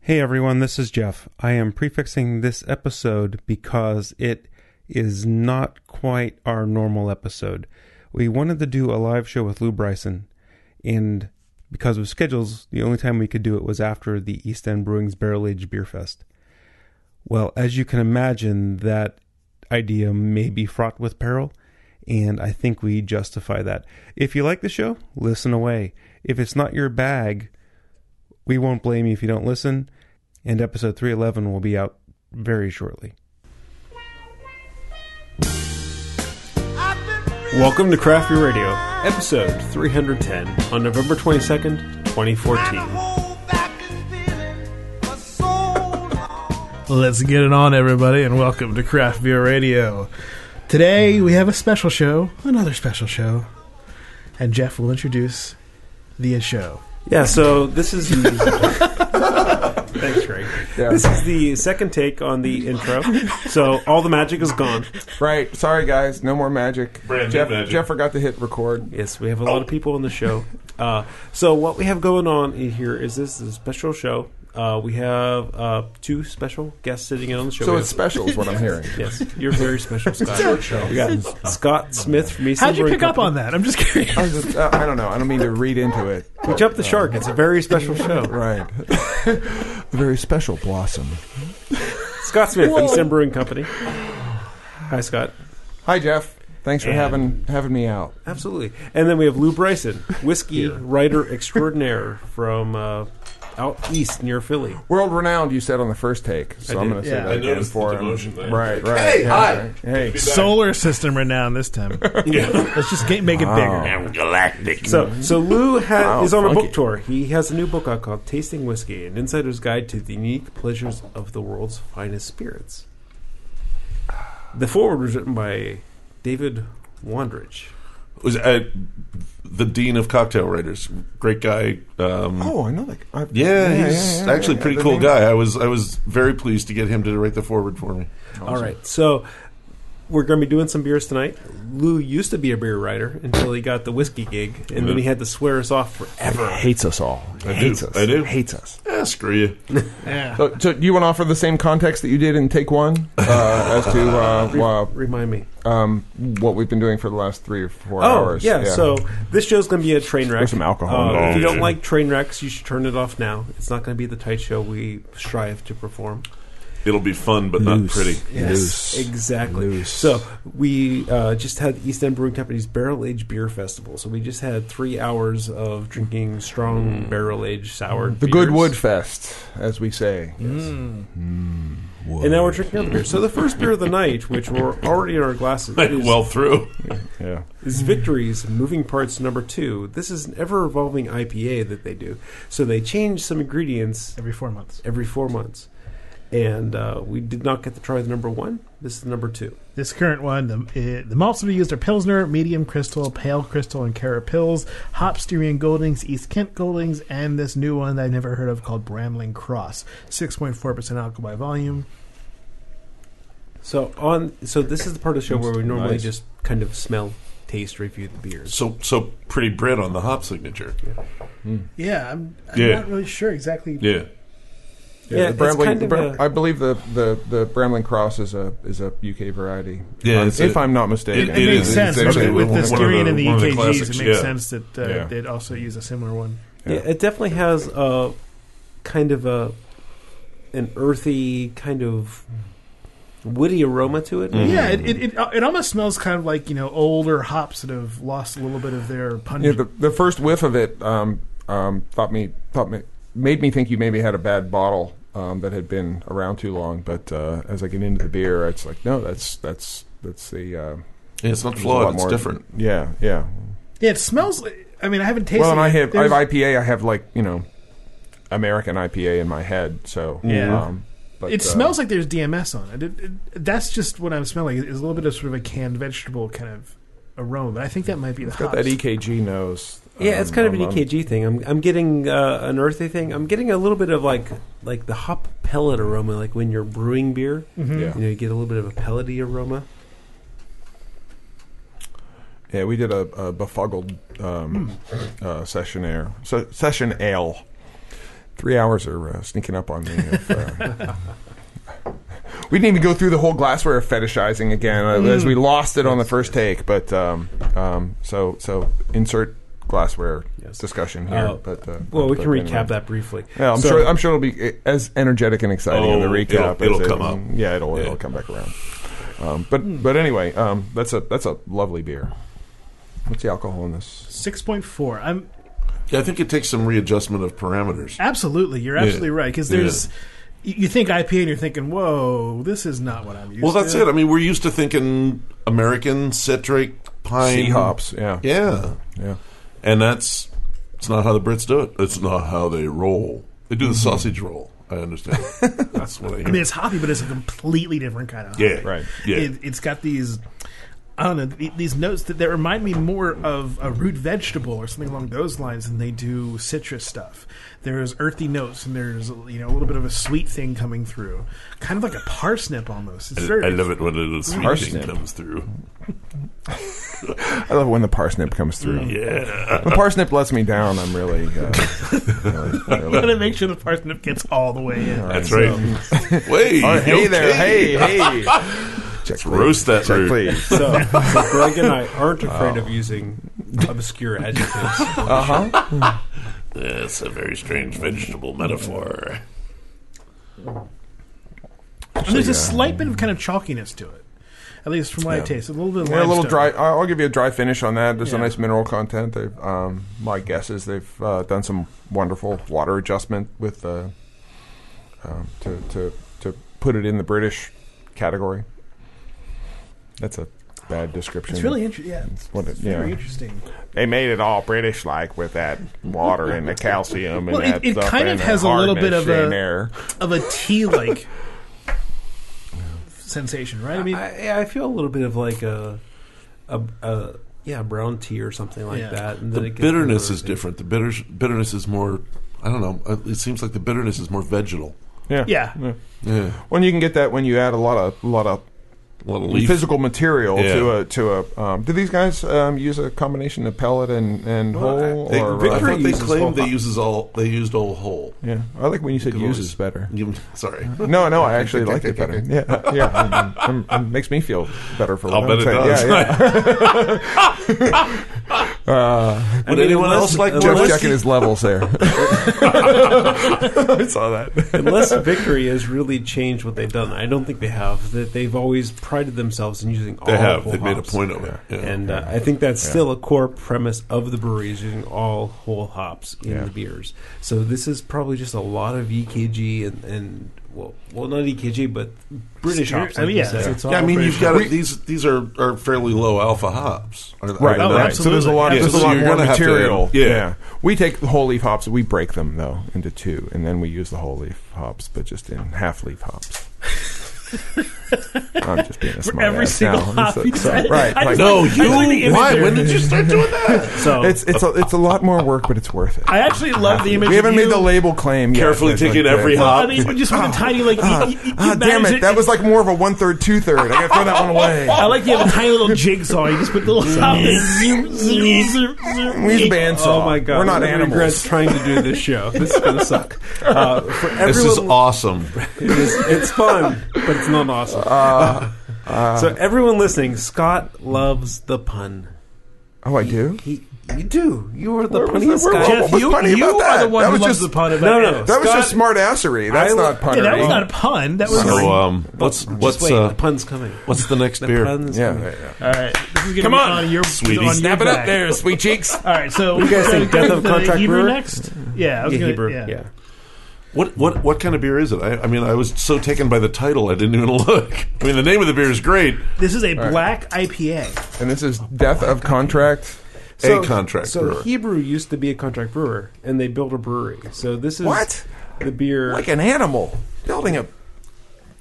Hey everyone, this is Jeff. I am prefixing this episode because it is not quite our normal episode. We wanted to do a live show with Lou Bryson, and because of schedules, the only time we could do it was after the East End Brewing's Barrel Age Beer Fest. Well, as you can imagine, that idea may be fraught with peril, and I think we justify that. If you like the show, listen away. If it's not your bag, we won't blame you if you don't listen, and episode 311 will be out very shortly. Welcome to Craft Beer Radio, episode 310, on November 22nd, 2014. Let's get it on, everybody, and welcome to Craft Beer Radio. Today we have a special show, another special show, and Jeff will introduce the show. Yeah, so this is the. Thanks, Greg. This is the second take on the intro. So all the magic is gone. Right. Sorry, guys. No more magic. Brand new Jeff, magic. Jeff forgot to hit record. Yes, we have a lot of people on the show. Uh, so what we have going on in here is this is a special show. Uh, we have uh, two special guests sitting in on the show. So We it's have- special, is what I'm hearing. Yes, you're very special, Scott. we got Scott Smith from East How'd you Brewing pick up Company. on that? I'm just curious. I, was just, uh, I don't know. I don't mean to read into it. uh, We jumped the shark. It's a very special show. Right. Very special blossom. Scott Smith, East End Brewing Company. Hi, Scott. Hi, Jeff. Thanks for And- having having me out. Absolutely. And then we have Lou Bryson, whiskey writer extraordinaire from uh, out east near Philly. World renowned, you said on the first take. So I I'm did. going to Yeah. say I that again noticed the for him. devotion there. Right. Right. Hey, yeah, hi. right. Hey. Solar system renowned this time. Let's just get, make it bigger. I'm galactic. So, so Lou ha- Wow, is on a funky. book tour. He has a new book out called "Tasting Whiskey: An Insider's Guide to the Unique Pleasures of the World's Finest Spirits." The foreword was written by David Wandrich. was uh, the dean of cocktail writers. Great guy. Um, Oh, I know that. I, yeah, he's yeah, yeah, actually a yeah, pretty the cool name- guy. I was I was very pleased to get him to write the forward for me. All right, so we're going to be doing some beers tonight. Lou used to be a beer writer until he got the whiskey gig, and then he had to swear us off forever. Hates us all. I hates do. us. I do. Hates us. Ah, screw you. Yeah. So, so do you want to offer the same context that you did in take one uh, as to uh, Remind me. uh, um, what we've been doing for the last three or four Oh, hours? yeah, So this show's going to be a train wreck. There's some alcohol Uh, if you don't involved. like train wrecks, you should turn it off now. It's not going to be the tight show we strive to perform. It'll be fun, but not pretty. Yes, exactly. So we uh, just had the East End Brewing Company's Barrel Age Beer Festival. So we just had three hours of drinking strong barrel aged sour. Mm. The Good Wood Fest, as we say. Mm-hmm. and now we're drinking other beer. So the first beer of the night, which we're already in our glasses, Like, is, well through. Yeah. is Victory's Moving Parts Number Two. This is an ever evolving IPA that they do. So they change some ingredients Every four months. every four months. And uh, we did not get to try the number one. This is number two. This current one, the, uh, the malts to be used are Pilsner, Medium Crystal, Pale Crystal, and Cara Pills, Hop Styrian Goldings, East Kent Goldings, and this new one that I've never heard of called Brambling Cross. 6.4% alcohol by volume. So on, so this is the part of the show where we normally Nice. just kind of smell, taste, review the beers. So so pretty Brit on the hop signature. Yeah, I'm, I'm Yeah. not really sure exactly. Yeah. Yeah, the it's Brambling, kind the of Bram- a- I believe the, the, the Brambling Cross is a is a UK variety. Yeah, If I'm- it's a- if i I'm not mistaken, It It, makes is. sense It's with, actually with one the of the- Styrian and the one of the EKGs. classics, it makes yeah. sense that uh, Yeah. they'd also use a similar one. Yeah. it definitely has a kind of a an earthy kind of woody aroma to it. maybe? Yeah, it, it, it it almost smells kind of like you know older hops that have lost a little bit of their Yeah, pungent. the, the first whiff of it um, um, thought me thought me made me think you maybe had a bad bottle um, that had been around too long. But uh, as I get into the beer, it's like no, that's that's that's the uh, yeah it's not there's a lot flawed. It's more- different. Yeah, yeah. yeah, it smells. like- I mean, I haven't tasted. well, and I it. have I There's- have IPA. I have like you know American IPA in my head. So Yeah. Um, but, it uh, smells like there's DMS on it. It, it. That's just what I'm smelling. It's a little bit of sort of a canned vegetable kind of aroma. But I think that might be the It's got hops. that E EKG nose. Yeah, it's um, kind of an E um, um, EKG thing. I'm I'm getting uh, an earthy thing. I'm getting a little bit of like like the hop pellet aroma, like when you're brewing beer. Mhm. um, Yeah. You know, you get a little bit of a pellety aroma. Yeah, we did a, Hmm. a befuddled um, uh, session air, se- session ale, Three hours are uh, sneaking up on me. If, uh, we didn't even go through the whole glassware fetishizing again, uh, as Hmm. we lost it on the first take. But um, um, so so insert glassware Yes. discussion here. Uh, but uh, Well, we but can recap anyway. that briefly. Yeah, I'm So- sure. I'm sure it'll be uh, as energetic and exciting in the Oh, recap. it'll- as it'll it- come up. Yeah, it'll Yeah. it'll come back around. Um, but but anyway, um, that's a that's a lovely beer. What's the alcohol in this? Six point four. I'm Yeah, I think it takes some readjustment of parameters. absolutely. You're Yeah. absolutely right because Yeah. there's. You you think IPA and you're thinking, "Whoa, this is not what I'm used to." Well, that's it. I mean, we're used to thinking American citric pine Sea hops. Yeah, Yeah, yeah. and that's it's not how the Brits do it. It's not how they roll. They do the Mm-hmm. sausage roll. I understand. that's what I hear. I mean, it's hoppy, but it's a completely different kind of hoppy. yeah, Right. Yeah, It, it's got these. I don't know th- these notes that, that remind me more of a root vegetable or something along those lines than they do citrus stuff. There's earthy notes and there's you know a little bit of a sweet thing coming through, kind of like a parsnip almost. It's I, very I love it when a little sweet thing Parsnip. comes through. I love when the parsnip comes through. Yeah, When parsnip lets me down, I'm really. Uh, really, really- I'm gonna make sure the parsnip gets all the way in. that's right. Wait, All right, hey okay. there, hey, hey. Check please. roast that Check root. please. So, so Greg and I aren't afraid of using obscure adjectives. Uh huh. That's a very strange vegetable metaphor. And there's a yeah. slight bit of kind of chalkiness to it, at least from what I Yeah. taste. A little bit of Yeah, a little limestone. dry. I- I'll give you a dry finish on that. There's a Yeah. nice mineral content. They've, um, my guess is they've uh, done some wonderful water adjustment with uh, um, to to to put it in the British category. That's a bad description. It's really interesting. Yeah, It's what it- it's very yeah. interesting. They made it all British like with that water and the calcium Well, it- and that it stuff kind of and the has a little bit hardness of a- in there. Of a tea like sensation, right? I mean, I, I feel a little bit of like a, a, a yeah, brown tea or something like Yeah. that. And then The it gets bitterness more- is different. The bitter bitterness is more. I don't know. uh, It seems like the bitterness is more vegetal. yeah. Yeah, When you can get that when you add a lot of a lot of a lot of leaf. physical material Yeah. to a to a. Um, do these guys um, use a combination of pellet and and whole? They, or, I uh, Victor thought they uses whole- claimed they uses all. They used all whole. yeah, I like when you said Good uses lord. better. You- Sorry. No, no, I actually like it better. Yeah, yeah, um, um, um, makes me feel better for. I'll what I'm bet it saying. does. Yeah, yeah. uh, I Would mean, anyone unless- else like unless- Jeff Jeff checking his levels there. I saw that. Unless Victory has really changed what they've done, I don't think they have. That they've always prided themselves in using all. They have. whole They've made a hops. point of it. Yeah. and uh, I think that's still a core premise of the brewery is using all whole hops in Yeah. the beers. So this is probably just a lot of EKG and, and well, well, not EKG, but British Spirit- hops. I Like mean, you yeah, said. it's all yeah, I mean, you've British. got to, these. These are, are fairly low alpha hops. Are, are Right, they Oh, not? right. So there's a lot. absolutely. There's a Yeah, so lot you're more gonna have to- material. yeah. we take the whole leaf hops. We break them though into two, and then we use the whole leaf hops, but just in half leaf hops. I'm just being a smart every ass single now. hop So- you so- said. right? I just- like- No, like the you. image Why? there. When did you start doing that? so it's it's a, it's a lot more work, but it's worth it. I actually love the image. we haven't of made you- the label claim. yet. Carefully There's like taking the- every hop. I mean, just with a tiny like. you- you- you Ah, damn manage it! That was like more of a one third, two third. I gotta throw that one away. I like you have a tiny little jigsaw. You just put the little top in. Zoom, zoom, zoom, zoom. We use a bandsaw. Oh my god, We're not I regret animals. trying to do this show. This is gonna suck. Uh, for everyone, This is awesome. it is, it's fun, but it's not awesome. Uh, so everyone listening, Scott loves the pun. Oh, I do. He, you do. You are the Where was punniest that? Where- guy. what- Jeff, what's you, funny you about are that? the one That who was loves just- the pun. About No, it. no. That was Scott- just smart assery. That's I- not punnery. Yeah, that was not a pun. That was. uh, So, um, what's Just what's wait, uh, the pun's coming. what's the next The beer? pun is Yeah, coming. yeah, yeah. all right, this is gonna Come be on, on your sweetie. on your Snap back. sweet cheeks. All right, so you guys we're think gonna Death go of to Contract Hebrew Brewer? next? Yeah, I was Yeah, gonna, Hebrew. Yeah. Yeah. What what what kind of beer is it? I, I mean, I was so taken by the title, I didn't even look. I mean, the name of the beer is great. this is a black IPA. And this is Death of Contract. a contract So brewer. Hebrew used to be a contract brewer, and they built a brewery. So this is What? the beer. Like an animal. Building a.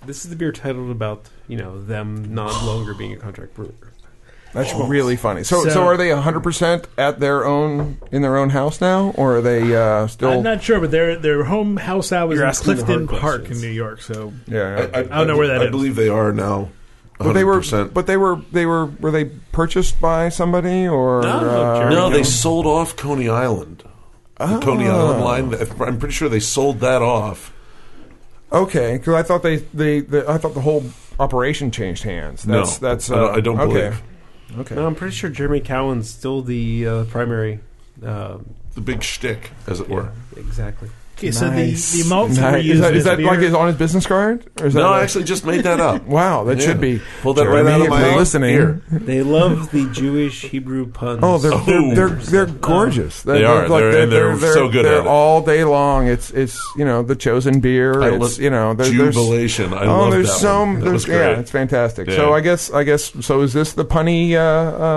this is the beer titled about you know them not longer being a contract brewer. That's really funny. So, so, So- are they 100% at their own, in their own house now? Or are they uh, still. I'm not sure, but their their home house I was You're in asking the Clifton hard Park in questions. New York. So yeah. yeah. I don't know where that I is. believe they are now. 100%. but they were, but they were, they were, were they purchased by somebody or? No, no, uh, Jerry. no, There you they go. sold off Coney Island. Ah. The Tony Island line. I'm pretty sure they sold that off. Okay, because I thought they, they, they I thought the whole operation changed hands. That's, No, that's. I Uh, don't- I don't okay. believe. Okay. No, I'm pretty sure Jeremy Cowan's still the uh, primary. Uh, The big shtick, as it were. exactly. Okay, so the, Nice. the malts that we Nice. use Is that, in is this that beer, like is on his business card? Or is that No, I like- actually just made that up. Wow, that Yeah. should be. Pulled that right Jeremy, out of if my you're own listening. ear. They love the Jewish Hebrew puns. Oh, they're Oh. they're, they're, they're gorgeous. They are. They're- and they're so good They're at it. all day long. It's it's you know the chosen beer. I it's love- you know there, there's Jubilation. I oh love there's that some one. That there's was great. yeah it's fantastic. So Yeah. I guess I guess so is this the punny? Uh,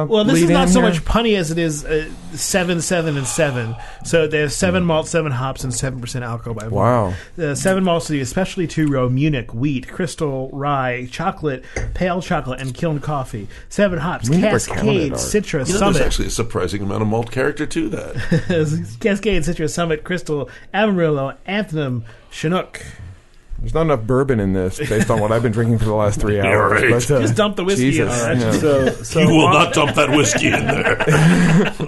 uh, Well, this is lead-in not so here? much punny as it is uh, seven, seven, and seven. So they have seven Hmm. malts, seven hops, and seven percent alcohol by volume. Wow. The seven malts are especially two row Munich wheat, crystal rye, chocolate, pale chocolate, and kiln coffee. Seven hops, We never counted cascade, ours. citrus, You know, there's summit, actually a surprising amount of malt character to that. cascade, citrus, summit, crystal, amarillo, anthem, chinook. There's not enough bourbon in this based on what I've been drinking for the last three Yeah, hours. right. but, uh, Just dump the whiskey Jesus, in there. you know. so, so you will on- not dump that whiskey in there.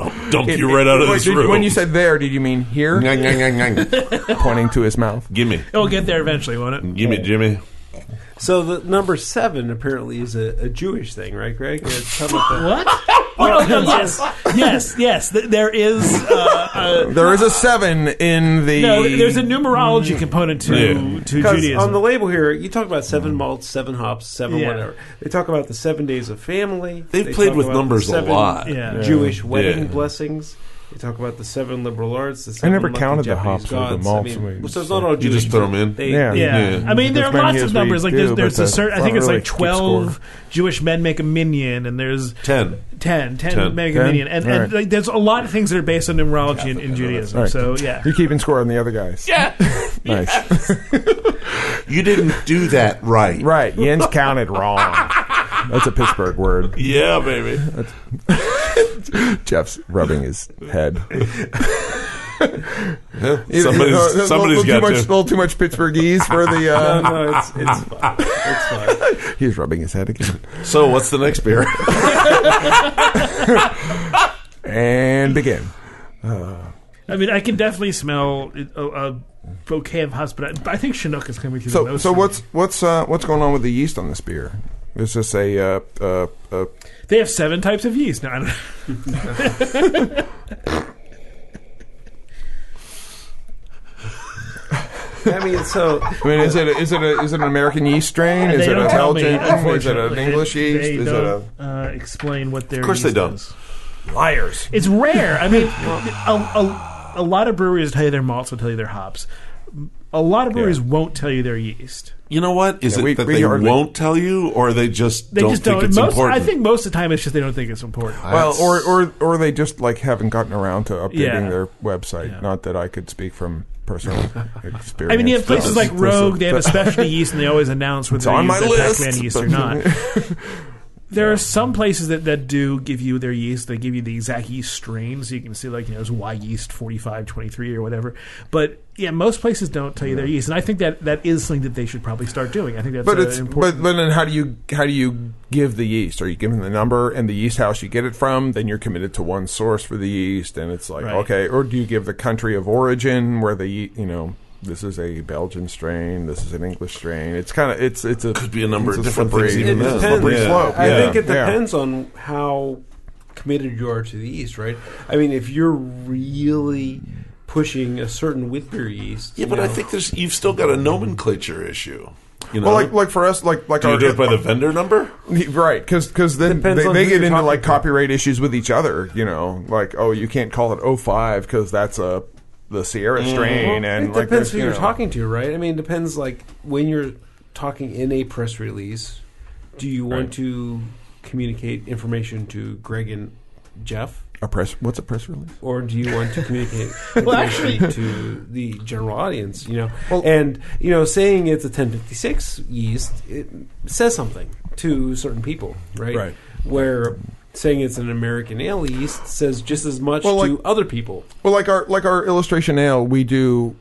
I'll dump It- you right out of wait, this did- room. When you said there, did you mean here? Nyang, nyang, nyang, nyang. Pointing to his mouth. gimme, It'll get there eventually, won't it? gimme, Jimmy. So the number seven apparently is a, a Jewish thing, right, Greg? It's something like that. What? Well, no, yes, yes, yes. th- There is uh, a, There is a seven in the. no. There's a numerology Mm. component to Yeah. to Because on Judaism. the label here, you talk about Mm-hmm. seven malts, seven hops, seven Yeah. whatever. They talk about the seven days of family. They've They played talk with about the numbers a seven lot. yeah. Jewish wedding Yeah. blessings. They talk about the seven liberal arts. The seven never lucky counted the Japanese hops or the gods. malts. I mean, We- so it's not all You Jewish. just throw 'em in. They- Yeah. Yeah. Yeah. I mean, there are As many lots as of we numbers. Like, do, there's, but there's a that's certain, I not think it's really like keep 12 Jewish men make a minion, and there's Ten. 10, 10, 10. make a 10? minion. And, and Alright. like, there's a lot of things that are based on numerology in, in Judaism. Alright. So, yeah. You're keeping score on the other guys. Yeah. nice. You didn't do that right. Right. Yen's counted wrong. That's a Pittsburgh word. Yeah, baby. Jeff's rubbing his head. Somebody's, Uh, a little, somebody's too got much, to. little too much Pittsburghese for the. No, Uh, no, it's, it's fine. It's fine. he's rubbing his head again. So, what's the next beer? And begin. I mean, I can definitely smell a, a bouquet of hospitality. I think Chinook is coming through the So, nose. so for me. what's what's uh, what's going on with the yeast on this beer? Is this a uh, uh, uh, They have seven types of yeast. No, I don't know. I mean, so I mean, is it a, is it a, is it an American yeast strain? And Is they it don't a tell Hell me, Jameson? Is it an unfortunately. English They- yeast? they Is it a don't, uh, explain what their Of course they yeast don't. is. liars? It's rare. I mean, a, a, a lot of breweries tell you their malts will tell you their hops. A lot of breweries won't tell you their yeast. You know what? Is Yeah, it we- that we they hardly- won't tell you, or they just They don't just think don't. it's most, important? I think most of the time it's just they don't think it's important. Well, or, or or they just like haven't gotten around to updating Yeah. their website. Yeah. Not that I could speak from personal experience. I mean, you have places This like is- this is- Rogue. They have a specialty yeast, and they always announce whether It's on they my use that list. Pac-Man yeast or not. There are some places that, that do give you their yeast. They give you the exact yeast strain, so you can see like you know it's Y yeast 45, 23 or whatever. But yeah, most places don't tell you their yeast, and I think that that is something that they should probably start doing. I think that's but uh, it's important. but but then how do you how do you give the yeast? Are you giving the number and the yeast house you get it from? Then you're committed to one source for the yeast, and it's like Right. okay. Or do you give the country of origin where the ye- you know this is a Belgian strain, this is an English strain? It's kind of it's it's a Could be a number it's of different slippery- things it even it's a then. depends. slippery Yeah. slope. I yeah. think it Yeah. depends on how committed you are to the yeast, right? I mean, if you're really pushing a certain wheat beer yeast, yeah, you but I know, think there's you've still got a nomenclature issue. You know, Well, like like for us, like like do you our do it by the vendor number? Right, because then Depends they, on they who get you're into talking like to. copyright issues with each other. You know, like oh, you can't call it 05 because that's a the Sierra strain, and Mm-hmm. it like depends there's, who you you're know- talking to, right? I mean, it depends like when you're talking in a press release. Do you Right. want to communicate information to Greg and Jeff, A press? What's a press release? or do you want to communicate information to the general audience? You know, Well- and you know, saying it's a 1056 yeast it says something to certain people, right? Right. Where saying it's an American ale yeast says just as much Well, to like- other people. Well, like our like our illustration ale, we do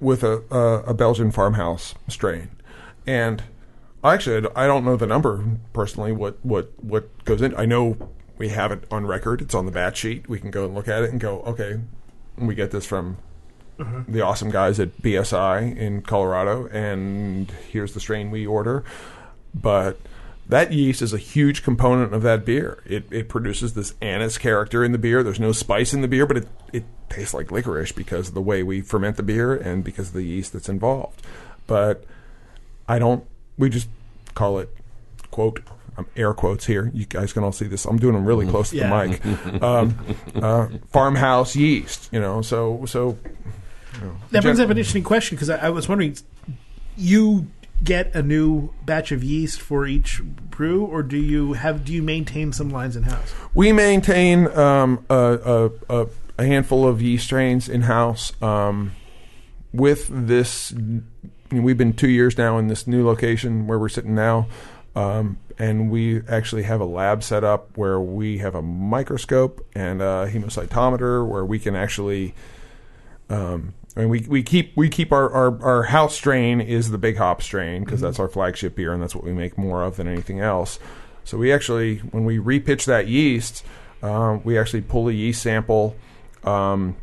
with a uh, a Belgian farmhouse strain, and actually, I d- I don't know the number personally. What what what goes in? I know we have it on record. It's on the bat sheet. We can go and look at it and go, okay, We get this from the awesome guys at BSI in Colorado, and here's the strain we order. But that yeast is a huge component of that beer. It, it produces this anise character in the beer. There's no spice in the beer, but it, it tastes like licorice because of the way we ferment the beer and because of the yeast that's involved. But I don't, we just call it, quote, I'm air quotes here. You guys can all see this. I'm doing them really close to Yeah. the mic. Um, uh, farmhouse yeast, you know. So, so That brings Gen- up an interesting question because I, I was wondering, you get a new batch of yeast for each brew, or do you have do you maintain some lines in house? We maintain um, a, a, a, a handful of yeast strains in house. Um, with this, we've been two years now in this new location where we're sitting now. Um, and we actually have a lab set up where we have a microscope and a hemocytometer where we can actually um, I mean, we, we keep we keep our, our, our house strain is the big hop strain because that's our flagship beer and that's what we make more of than anything else. So we actually when we repitch that yeast, um, we actually pull a yeast sample, um,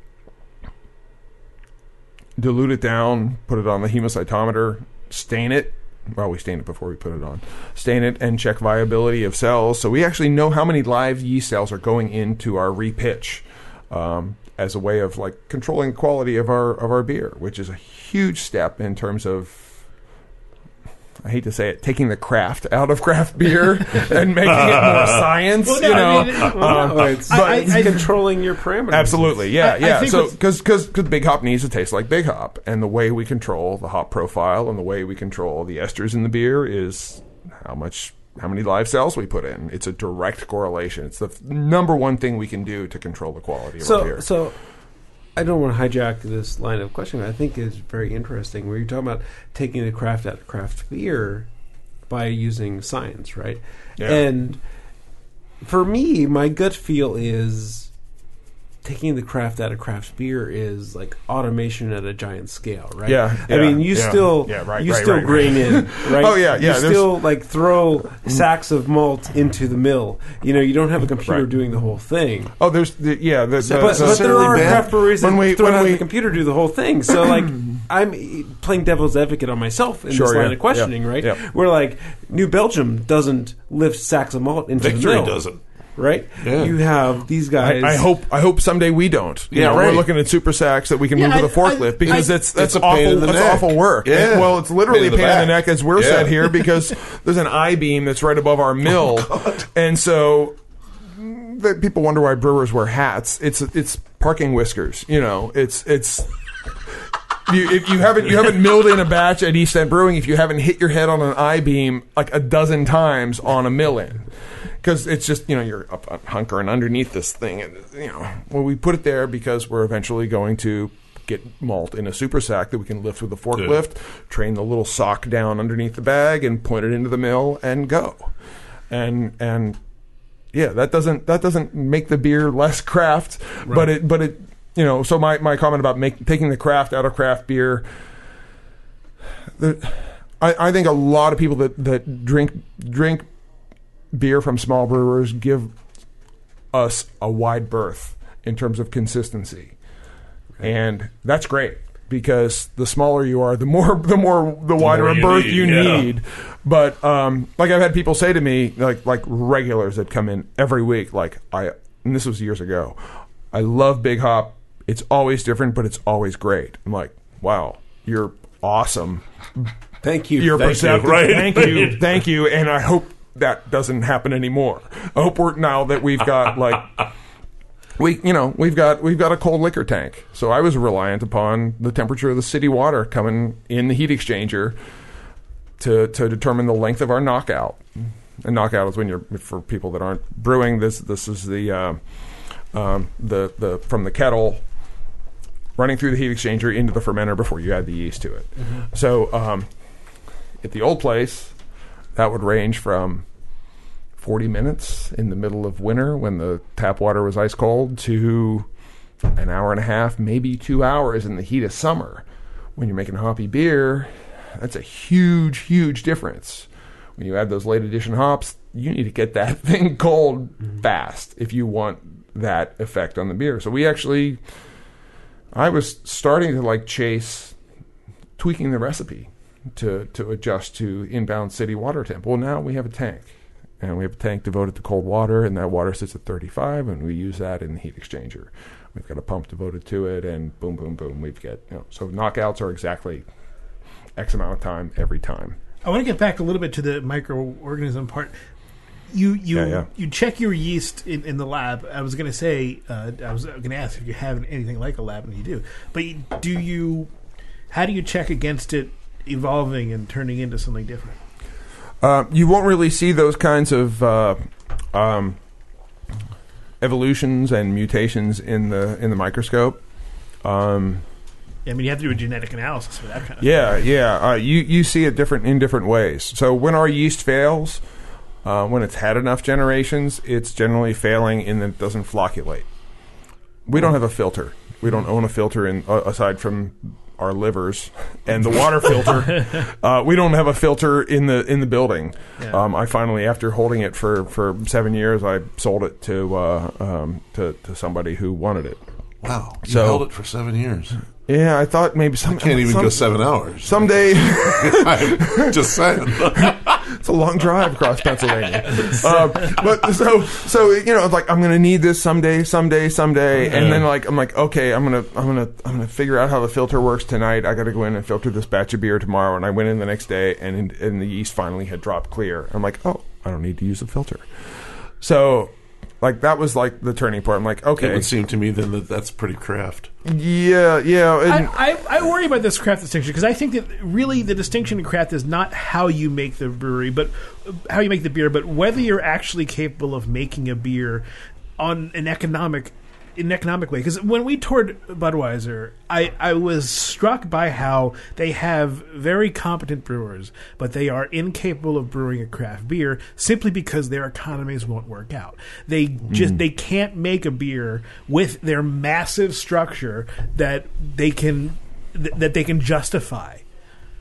dilute it down, put it on the hemocytometer, stain it. Well, we stain it before we put it on. Stain it and check viability of cells. So we actually know how many live yeast cells are going into our repitch um, as a way of like controlling quality of our of our beer, which is a huge step in terms of. I hate to say it, taking the craft out of craft beer and making it more science. Well, no, you know, uh, I mean, um, it- Well, no, it's, Uh, I- it's I- I- controlling your parameters. Absolutely, I- yeah, I yeah. think so with- because because big hop needs to taste like big hop, and the way we control the hop profile and the way we control the esters in the beer is how much how many live cells we put in. It's a direct correlation. It's the f- number one thing we can do to control the quality of our So, beer. so I don't want to hijack this line of questioning. I think it's very interesting where you're talking about taking the craft out of craft beer by using science, right? Yeah. And for me, my gut feel is taking the craft out of craft beer is like automation at a giant scale, right? Yeah, I yeah, mean, you yeah, still yeah, right, you right, still right, right. grain in, right? Oh, yeah, yeah, You there's- Mm. still like throw sacks of malt into the mill. You know, you don't have a computer Right. doing the whole thing oh, there's the, yeah, the, but, the, the- but there necessarily are bad. craft breweries When that we- throw it when on we- the computer do the whole thing. So like I'm playing devil's advocate on myself in Sure, this line yeah, of questioning, yeah, right? yeah. Where like New Belgium doesn't lift sacks of malt into the Victory mill, doesn't. right? Yeah. You have these guys. I, I hope I hope someday we don't. You Yeah, know, right. We're looking at super sacks that we can Yeah, move with a I- I- forklift because I- that's that's It's a awful. pain in the that's neck. awful work. Yeah. And- well, it's literally Pain in the a pain in the neck back. as we're Yeah. Oh, set here because there's an I beam that's right above our mill, and so mm, that people wonder why brewers wear hats. It's it's parking whiskers. You know, it's it's. You, if you haven't you haven't milled in a batch at East End Brewing, if you haven't hit your head on an I beam like a dozen times on a mill in, because it's just you know you're up, up hunkering underneath this thing, and you know well we put it there because we're eventually going to get malt in a super sack that we can lift with a forklift, train the little sock down underneath the bag, and point it into the mill and go, and and yeah, that doesn't that doesn't make the beer less craft, but it but it you know. So my, my comment about make, taking the craft out of craft beer, there, I, I think a lot of people that that drink drink beer from small brewers give us a wide berth in terms of consistency, and that's great because the smaller you are, the more the more the wider more a you berth need, you yeah. need need. But um, like I've had people say to me, like like regulars that come in every week, like I and this was years ago. I love Big Hop. It's always different, but it's always great. I'm like, wow, you're awesome. Thank you. Your Thank perceptive, right? thank you, thank you, and I hope that doesn't happen anymore. I hope we're now that we've got like we you know we've got we've got a cold liquor tank so i was reliant upon the temperature of the city water coming in the heat exchanger to to determine the length of our knockout and knockout is when you're for people that aren't brewing this this is the uh, um, the the from the kettle running through the heat exchanger into the fermenter before you add the yeast to it Mm-hmm. so um, at the old place that would range from 40 minutes in the middle of winter when the tap water was ice cold to an hour and a half, maybe two hours in the heat of summer. When you're making hoppy beer, that's a huge, huge difference. When you add those late edition hops, you need to get that thing cold fast if you want that effect on the beer. So we actually I was starting to like chase tweaking the recipe to to adjust to inbound city water temp. Well, now we have a tank, and we have a tank devoted to cold water, and that water sits at 35, and we use that in the heat exchanger. We've got a pump devoted to it, and boom, boom, boom, we've got you know. So knockouts are exactly X amount of time every time. I want to get back a little bit to the microorganism part. You you Yeah, yeah. you check your yeast in, in the lab. I was going to say uh, I was going to ask if you have anything like a lab, and you do. But you- do you? How do you check against it evolving and turning into something different? Uh, you won't really see those kinds of uh, um, evolutions and mutations in the in the microscope. Um, I mean, you have to do a genetic analysis for that kind of. yeah, yeah. Uh, you you see it different in different ways. So when our yeast fails, uh, when it's had enough generations, it's generally failing in that it doesn't flocculate. We don't have a filter. We don't own a filter in uh, aside from our livers and the water filter. uh, we don't have a filter in the in the building. Yeah. Um, I finally, after holding it for, for seven years, I sold it to uh, um, to to somebody who wanted it. Wow. You So- held it for seven years. Yeah, I thought maybe some Can't even some- go seven hours. someday. I'm just saying. it's a long drive across Pennsylvania. Um, but so so you know, it's like I'm gonna need this someday, someday, someday, and then like I'm like, okay, I'm gonna I'm gonna I'm gonna figure out how the filter works tonight. I got to go in and filter this batch of beer tomorrow, and I went in the next day, and and the yeast finally had dropped clear. I'm like, oh, I don't need to use the filter. So. Like that was like the turning point. I'm like, It okay, would seem to me then that that's pretty craft. yeah, yeah. and- I, I, I worry about this craft distinction because I think that really the distinction in craft is not how you make the brewery, but uh, how you make the beer, but whether you're actually capable of making a beer on an economic in an economic way. Because when we toured Budweiser, I, I was struck by how they have very competent brewers, but they are incapable of brewing a craft beer simply because their economies won't work out. They Mm. just they can't make a beer with their massive structure that they can th- that they can justify.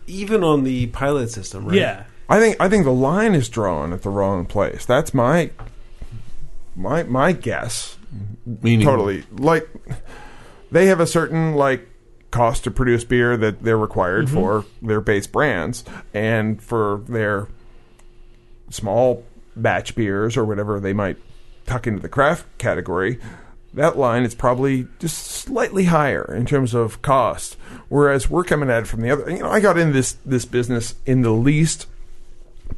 Even on the pilot system, right? Yeah. I think I think the line is drawn at the wrong place. That's my my my guess. Meaning, Totally. Like they have a certain like cost to produce beer that they're required for their base brands and for their small batch beers or whatever they might tuck into the craft category. That line is probably just slightly higher in terms of cost, whereas we're coming at it from the other. You know, I got into this this business in the least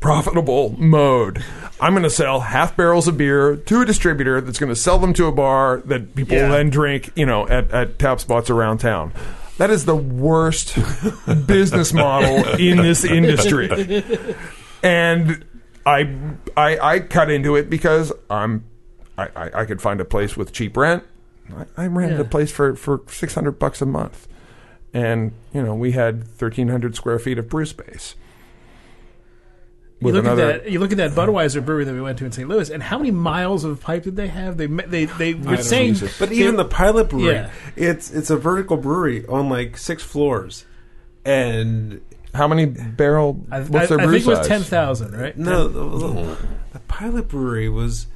profitable mode. I'm going to sell half barrels of beer to a distributor that's going to sell them to a bar that people Yeah. then drink, you know, at, at tap spots around town. That is the worst business model in this industry. And I, I, I cut into it because I'm, I, I, I could find a place with cheap rent. I, I rented a Yeah. place for, for 600 bucks a month. And, you know, we had 1,300 square feet of brew space. You look, at that, you look at that Budweiser brewery that we went to in St. Louis, and how many miles of pipe did they have? They ma- they they were don't saying, use it. But even the pilot brewery, Yeah. it's it's a vertical brewery on like six floors, and How many barrel? I, What's I- their I brew think it was size? ten thousand, right? no, the, the- Mm-hmm. the pilot brewery was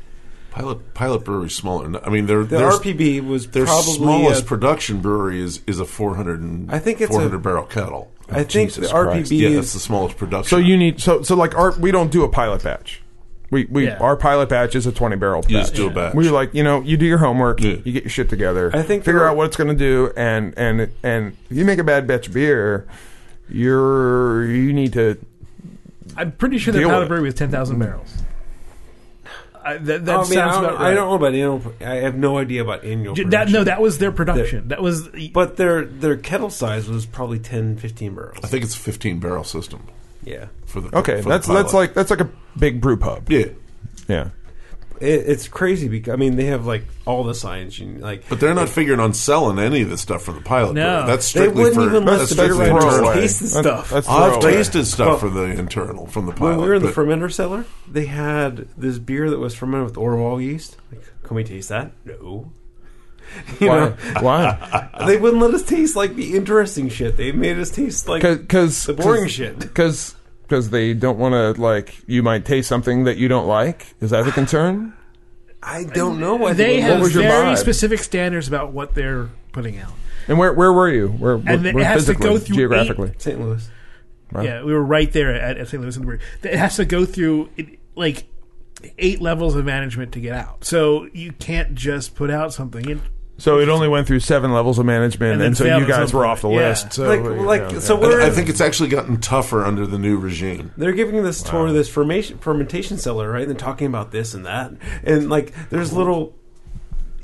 Pilot Pilot Brewery's smaller. I mean, they're the they're, RPB was their probably smallest a- production brewery is is a 400 and, I think it's a- 400 barrel kettle. Oh, I think Jesus the RPB Christ. yeah, that's is the smallest production. So you need so so like our we don't do a pilot batch. We we Yeah. our pilot batch is a twenty barrel. You batch. just do a batch. We're like you know you do your homework, Yeah. you get your shit together. I think figure there- out what it's going to do, and and and if you make a bad batch of beer, you're you need to. I'm pretty sure the Deal with Pilot it. brewery was ten thousand barrels. I, that that I mean, sounds I don't, about right. I don't know about annual. pr- I have no idea about annual. J- that, no, production. that was their production. That was But their their kettle size was probably 10, 15 barrels. I think it's a 15 barrel system Yeah, for the Okay, for the that's that's pilot. like that's like a big brew pub. yeah, Yeah. it, it's crazy because I mean they have like all the signs. You, like, but they're not figuring on selling any of this stuff from the pilot. No. brewery. that's they strictly wouldn't for, even let that's the strictly beer that's for throw writers internal. away. taste the That- stuff. that's I've throwaway. tasted stuff Well- for the internal from the pilot. when we were in the but- fermenter cellar, they had this beer that was fermented with Orval yeast. Like, can we taste that? No. You Why? know, Why? they wouldn't let us taste like the interesting shit. They made us taste like Because the boring shit. Because because they don't want to like you might taste something that you don't like. Is that the concern? I don't know. I they think- what have was your very vibe? specific standards about what their putting out. And where where were you? Where, where, it where has to physically, go through geographically? St. Louis. Wow. Yeah, we were right there at, at St. Louis, and we it has to go through it, like eight levels of management to get out. So you can't just put out something. It, So it only went through seven levels of management, And and, then so failed you at some guys were point. off the Yeah. list. So, like, yeah, like yeah. so we're. I, I think it's actually gotten tougher under the new regime. they're giving this tour to this fermation, fermentation cellar, right? And they're talking about this and that, and like there's little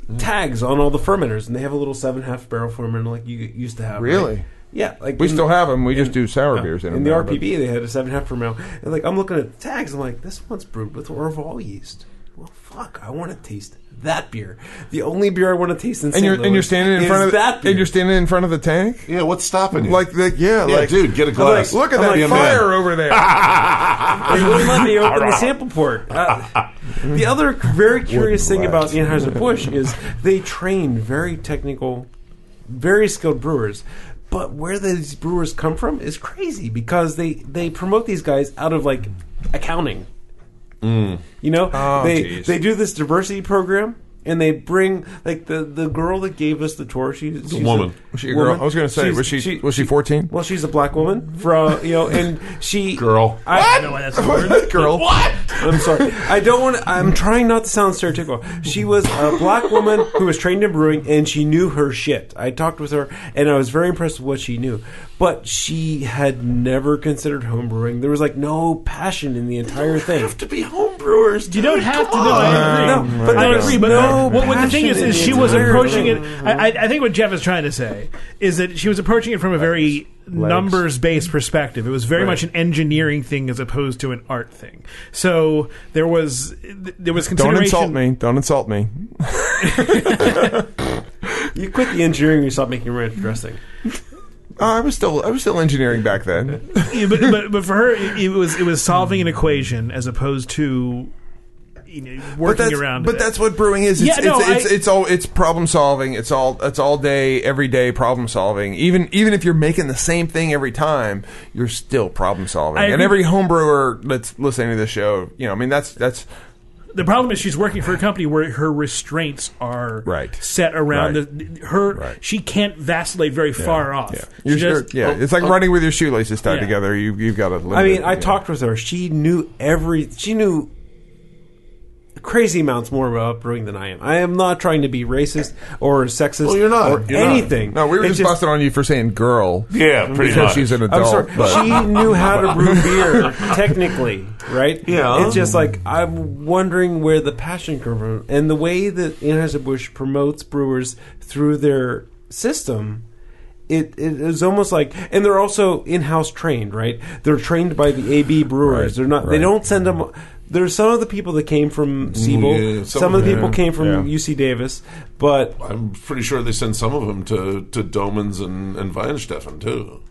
Mm. tags on all the fermenters, and they have a little seven half barrel fermenter like you used to have. right? Really? Yeah. Like we in- still have them. We just in- do sour yeah, beers in, in the them now, RPB. They had a seven half barrel, and like I'm looking at the tags, I'm like, this one's brewed with Orval yeast. Well, fuck! I want to taste that beer. The only beer I want to taste in but- And you're and you're standing in front of that that beer. and you're standing in front of the tank. Yeah, what's stopping you? Like the, yeah, yeah, like dude, get a glass. Look at I'm that like, fire man. over there. They wouldn't let me open the sample port. Uh, the other very curious thing about Anheuser Busch is they train very technical, very skilled brewers. But where these brewers come from is crazy because they they promote these guys out of like accounting. You know, Oh, they geez. they do this diversity program. And they bring like the, the girl that gave us the tour. She, she's woman. Was she a girl? I was going to say, She's- was she, was she fourteen? well, she's a black woman from you know, and she Girl. I, I don't know why that's a word. Girl, what? I'm sorry. I don't want. I'm trying not to sound stereotypical. She was a black woman who was trained in brewing, and she knew her shit. I talked with her, and I was very impressed with what she knew. But she had never considered home brewing. There was like no passion in the entire thing. have to be homebrewers. You don't have to know. No, I no, agree. but I there's agree. But uh, no what, what the thing is, passion is in she the was entire approaching thing. it. I, I, I think what Jeff is trying to say is that she was approaching it from a very numbers-based perspective. It was very much an engineering thing as opposed to an art thing. So there was there was Don't consideration. insult me. Don't insult me. You quit the engineering, you stopped making ranch dressing. Oh, I was still I was still engineering back then. Yeah, but, but but for her, it, it was it was solving an equation as opposed to you know, But working that's, around. But it. that's what brewing is. It's, Yeah, no, it's, it's, I- it's all it's problem solving. It's all it's all day, every day problem solving. Even even if you're making the same thing every time, you're still problem solving. I And agree. every home brewer that's listening to this show, you know, I mean, that's that's the problem is she's working for a company where her restraints are Right. set around Right. the her. Right. She can't vacillate very far off. You're, She just- yeah. it's like running with your shoelaces tied Yeah. together. You you've got a limit. I mean, I talked with her. She knew every. She knew crazy amounts more about brewing than I am. I am not trying to be racist or sexist. Well, you're not. or You're not. anything. No, we were It's just, busting on you for saying "girl." Yeah, pretty because much. she's an I'm adult. sorry. but- She knew how to brew beer technically, right? Yeah. It's just like I'm wondering where the passion comes from, and the way that Anheuser Busch promotes brewers through their system. It, it is almost like, and they're also in-house trained, right? They're trained by the AB brewers. Right, they're not. They right. don't send them. There's some of the people that came from Siebel. Yeah, some, some of of the them, people came from yeah. UC Davis, but I'm pretty sure they send some of them to, to Domans and, and Weinsteffen, too.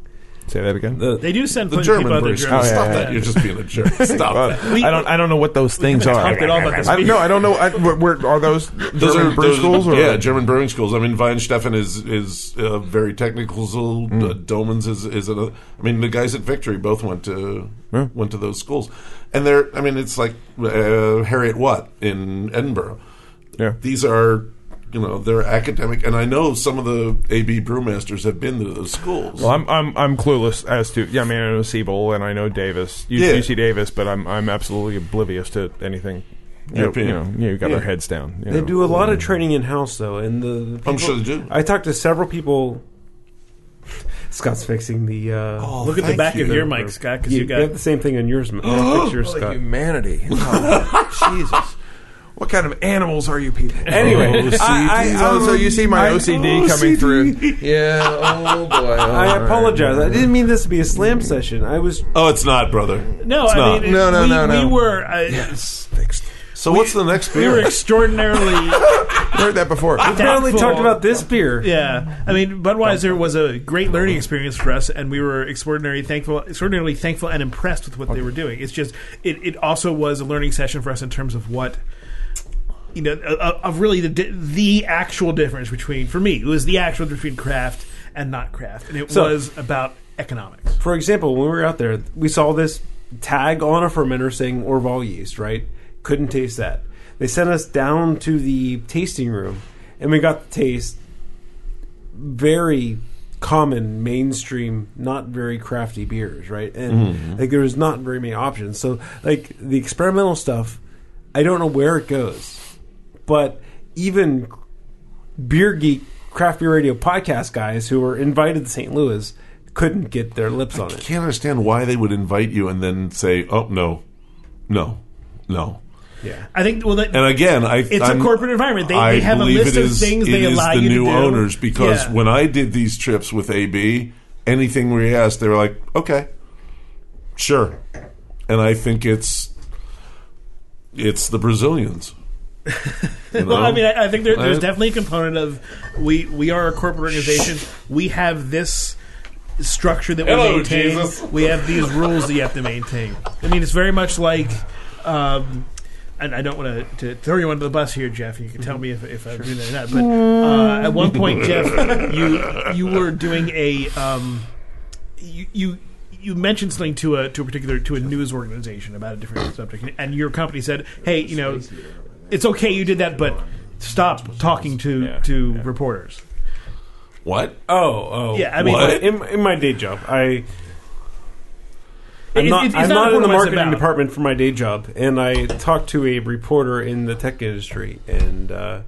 Say that again. the, They do send The plenty of German people out there. version. German. Stop yeah, that. yeah. You're just being a jerk. Stop that. I don't. I don't know what those things are. talked it all about this I, no, I don't know. I, where, where- are those? Those German are brew those- schools? Or? Yeah, German brewing schools. I mean, Weinsteffen is is uh, very technical. So, Mm. Uh, Domans is is another. I mean, the guys at Victory both went to Yeah. went to those schools, and they're. I mean, it's like uh, Harriet Watt in Edinburgh. Yeah. These are. You know they're academic, and I know some of the AB brewmasters have been to those schools. Well, I'm, I'm I'm clueless as to. Yeah, I mean, I know Siebel and I know Davis, U- Yeah. UC Davis, but I'm I'm absolutely oblivious to anything. You know, European. you, know, you got Yeah. our heads down. you they know. do a lot of training in house, though. And the, the people, I'm sure they do. I talked to several people. Scott's fixing the. Uh, Oh, Look at the thank back you. of your mic, Scott, because you, you you have got the same thing on yours. on picture, Holy Scott. humanity. Oh, Jesus. What kind of animals are you people? Oh, Anyway, OCD. I- I- so, so you see my I- OCD, coming OCD. through. Yeah. Oh boy. I apologize. I didn't mean this to be a slam session. I was. Oh, it's not, brother. no. It's I not. mean, No, no, we, no, no. we were uh, Fixed. So what's the next we were beer? extraordinarily. Heard that before. We only Tactful. talked about this beer. Ah, Yeah, I mean, Budweiser was a great learning experience for us, and we were extraordinarily thankful, extraordinarily thankful, and impressed with what they were doing. It's just, it, it also was a learning session for us in terms of what. You know, of- of really the di- the actual difference between for me it was the actual difference between craft and not craft, and it So- was about economics. For example, when we were out there, we saw this tag on a fermenter saying Orval yeast, right? Couldn't taste that. They sent us down to the tasting room and we got the taste. very common mainstream not very crafty beers right and like there was not very many options so like the experimental stuff i don't know where it goes but even beer geek craft beer radio podcast guys who were invited to st louis couldn't get their lips on it Can't understand why they would invite you and then say, "Oh no, no, no." yeah I think well, that, And again, I It's a I'm- corporate environment. They- I they have a believe list it of is- things they it is allow the you to new do. owners because Yeah. when I did these trips with AB, anything we asked, they were like, "Okay, sure," and I think it's it's the Brazilians. You well, know? I mean, I, I think there, there's I- definitely a component of we we are a corporate organization. We have this structure that Hello, we maintain. Jesus. We have these rules that you have to maintain. I mean, it's very much like. Um, and I don't want to throw you under the bus here, Jeff. You can tell me if, if I'm doing that or not. But uh, at one point, Jeff, you you were doing a um, you you you mentioned something to a to a particular to a news organization about a different subject, and your company said, "Hey, you know, it's okay you did that, but stop talking to Yeah, to yeah. reporters." what? oh oh Yeah, I mean, What? in, in my day job i It- I'm not, it's I'm not in the what it's marketing about. department for my day job, and I talked to a reporter in the tech industry, and uh,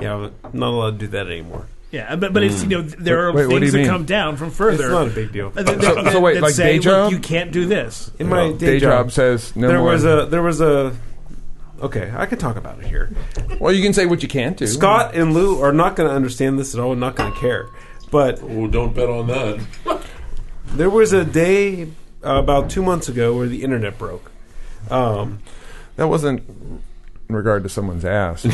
yeah, I'm not allowed to do that anymore. Yeah, but, but it's you know there are Wait, what do things you that mean? come down from further. It's not a big deal. uh, that- So- that- so wait, that like say, day "Look, job? you can't do this. In my day, day job, job says no there more. was a there was a okay, I could talk about it here. well, you can say what you can't do. Scott and Lou are not going to understand this at all, and not going to care. But Oh, don't bet on that. there was a day uh, about two months ago where the internet broke. Um, that wasn't in regard to someone's ass.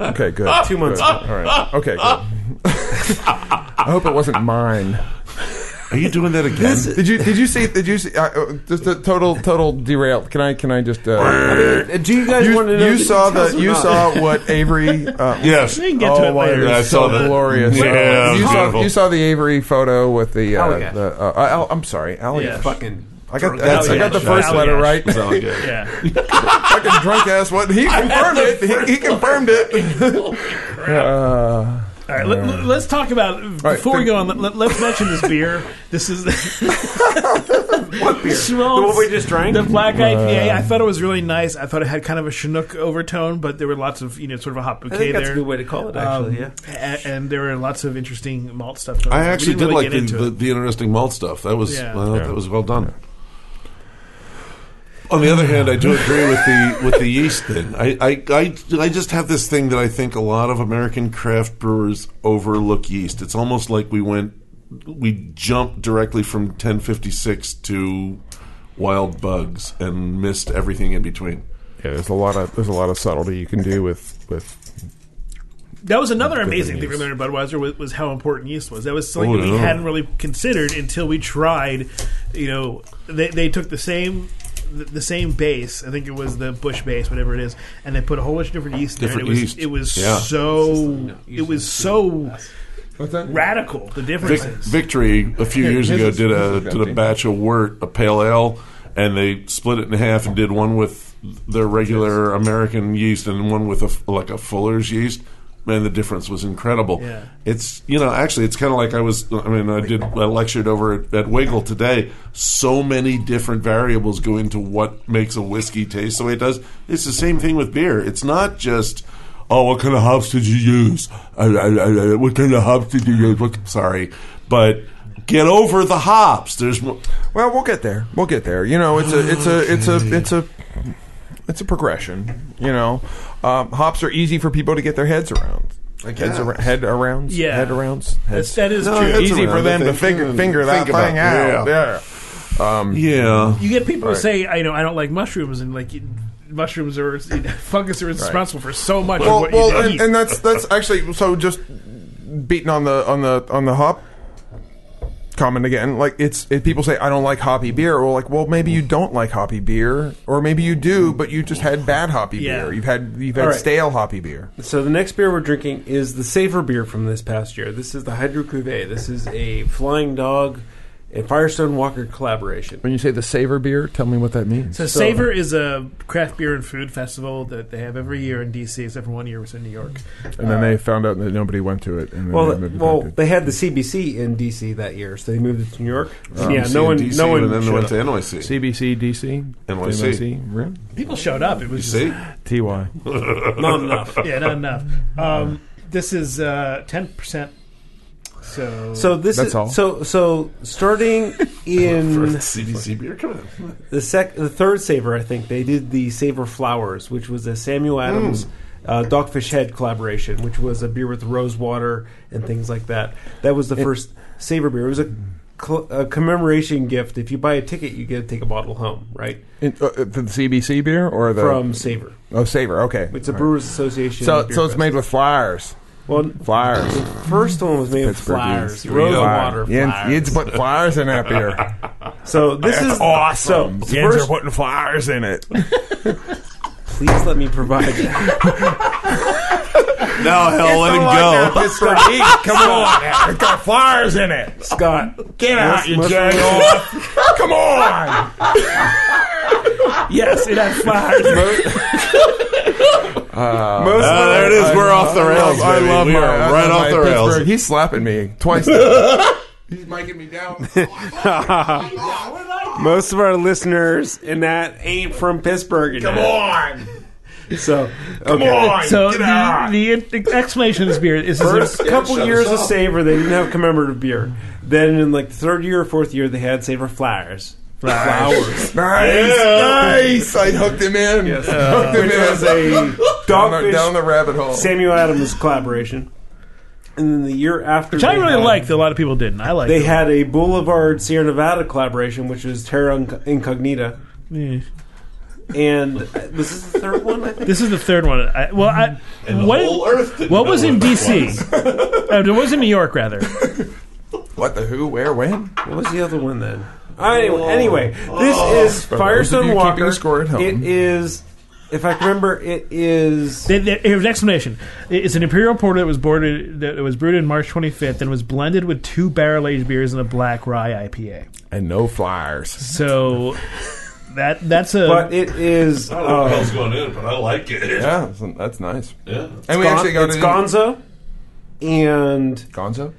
okay, good. Two months Good. ago. All right. Okay. Good. I hope it wasn't mine. Are you doing that again? Did you did you see did you see uh, uh, just a total total derail? Can I can I just uh, uh, do you guys want to you, know you the saw details the or you not? saw what Avery uh, yes. We can get to oh it my later. Yeah, I God, saw so that. glorious! Yeah, it was you, saw, beautiful. you saw the Avery photo with the. Uh, Oh, yeah. the uh, Al, I'm sorry, Ali. Yeah. fucking I got That's I got it. the first Alley letter Ash. right. Yeah, Fucking drunk ass. What he confirmed it. He, he confirmed it. Uh, All right, let, let- let's talk about before we think- go on. Let, let, us mention this beer. This is what beer? The Schmaltz, one we just drank. Oh, the black IPA. I thought it was really nice. I thought it had kind of a Chinook overtone, but there were lots of you know sort of a hot bouquet I think that's there. a good way to call it. Actually, yeah. Um, a- and, there were lots of interesting malt stuff. going on. I We actually did didn't really like get the, into the, it. the interesting malt stuff. That was Yeah. I thought that was well done. On the other hand, I do agree with the with the yeast thing. I, I, I, I just have this thing that I think a lot of American craft brewers overlook yeast. It's almost like we went we jumped directly from 1056 to wild bugs and missed everything in between. yeah, there's a lot of there's a lot of subtlety you can do with with. That was another Different amazing thing we yeast. learned about Budweiser was, was how important yeast was. That was something Oh, that we yeah. hadn't really considered until we tried. You know, they, they took the same the, the same base. I think it was the Bush base, whatever it is, and they put a whole bunch of different yeast in Different there. And yeast. it was it Yeah. was so it was so What's that? radical. The Vic- differences. Victory a few years his ago is- did his a is did a empty. batch of wort, a pale ale, and they split it in half and did one with their regular American yeast and one with a f like a Fuller's yeast. Man, the difference was incredible. Yeah. It's you know actually it's kind of like I was I mean I did I lectured over at, at Wiggle today. So many different variables go into what makes a whiskey taste the way it does. It's the same thing with beer. It's not just oh what kind of hops did you use? I, I, I, I- what kind of hops did you use? What, sorry, but get over the hops. There's mo- Well, we'll get there. We'll get there. You know, it's a it's a it's a it's a it's a progression. You know, um, hops are easy for people to get their heads around. Like heads ar- head around. Yeah. head around. That's, Heads. that is No, true. it's- easy around for the them to thing. figure figure that Think about thing it. out. Yeah. um, yeah. you get people who Right. say, I know, I don't like mushrooms, and like you- mushrooms are fungus are responsible for so much Well, of what well, you and, eat. and that's that's actually so just beating on the on the on the hop comment again like it's it, people say i don't like hoppy beer well like well maybe you don't like hoppy beer or maybe you do but you just had bad hoppy Yeah. beer you've had you've had All right. stale hoppy beer So the next beer we're drinking is the safer beer from this past year. This is the Hydro Cuvée. This is a Flying Dog and Firestone Walker collaboration. When you say the savor beer, tell me what that means. So, Savor is a craft beer and food festival that they have every year in D.C. except for one year it was in New York. and then they found out that nobody went to it. And then uh, Well, they moved it well, back to- they had the CBC in DC that year, so they moved it to New York. yeah, CNDC, no one, no one. Uh, And then they showed went up. to NYC. CBC, DC, NYC. NYC, People showed up. It was just, See, TY. Not enough. yeah, not enough. Um, this is uh, ten percent. So, So this That's is all. so so starting in CBC beer. Come on. the sec the third saver I think they did the Saver Flowers, which was a Samuel Hmm. Adams uh, Dogfish Head collaboration, which was a beer with rose water and things like that. That was the first Saver beer. It was Hmm. a, cl- a commemoration gift. If you buy a ticket, you get to take a bottle home, right? In, uh, uh, the CBC beer or the From Saver, oh savor? Okay, it's a All right. Brewers Association. So beer so it's fest. made with flowers, Well, flowers, first one was made with Pittsburgh flowers, beers. rose Flower. water, Jens- flowers. Jens put flowers in that beer. So this is So Jens first, are putting flowers in it. please let me provide. No, hell, let him go. Mr. E, come on, it's got flowers in it. Scott, Get out, you jag off. Come on. yes, it had flowers. Most Ah, there it is. We're off the rails. I baby. love we my, are I love right my off the rails. Pittsburgh. He's slapping me twice. now. He's miking me down. most of our listeners in that ain't from Pittsburgh. Come on. So, Come on. So Get the, out. the, the explanation of this beer is first is- couple shut years us of up. Savor, they didn't have commemorative beer. Then in like the third year or fourth year, they had Savor Flowers. Flowers. Nice, nice. I hooked him in. Hooked him Which was in. a Uh, Down the, dogfish down the rabbit hole. Samuel Adams collaboration. And then the year after. which I they really had- liked. that A lot of people didn't. I liked. They it. had a Boulevard Sierra Nevada collaboration, which was Terra Inc- Incognita. Yeah. And uh, was this the third one, I think? This is the third one. I, well, I, Mm-hmm. The what whole earth didn't what know was in that D.C. was. Uh, it was in New York rather. What the who? Where? When? What was the other one then? Anyway, anyway this is For those of Firestone you Walker. keeping score at home. It is, if I can remember, it is. They- they- Here's an explanation. It- It's an imperial porter that was boarded, that was brewed in March 25th and was blended with two barrel aged beers and a black rye IPA. And no flyers. So that that's a But it is. I don't know what the Uh, hell's going in, but I like it. Yeah, that's- that's nice. Yeah. And we actually got it's it in- Gonzo and Gonzo.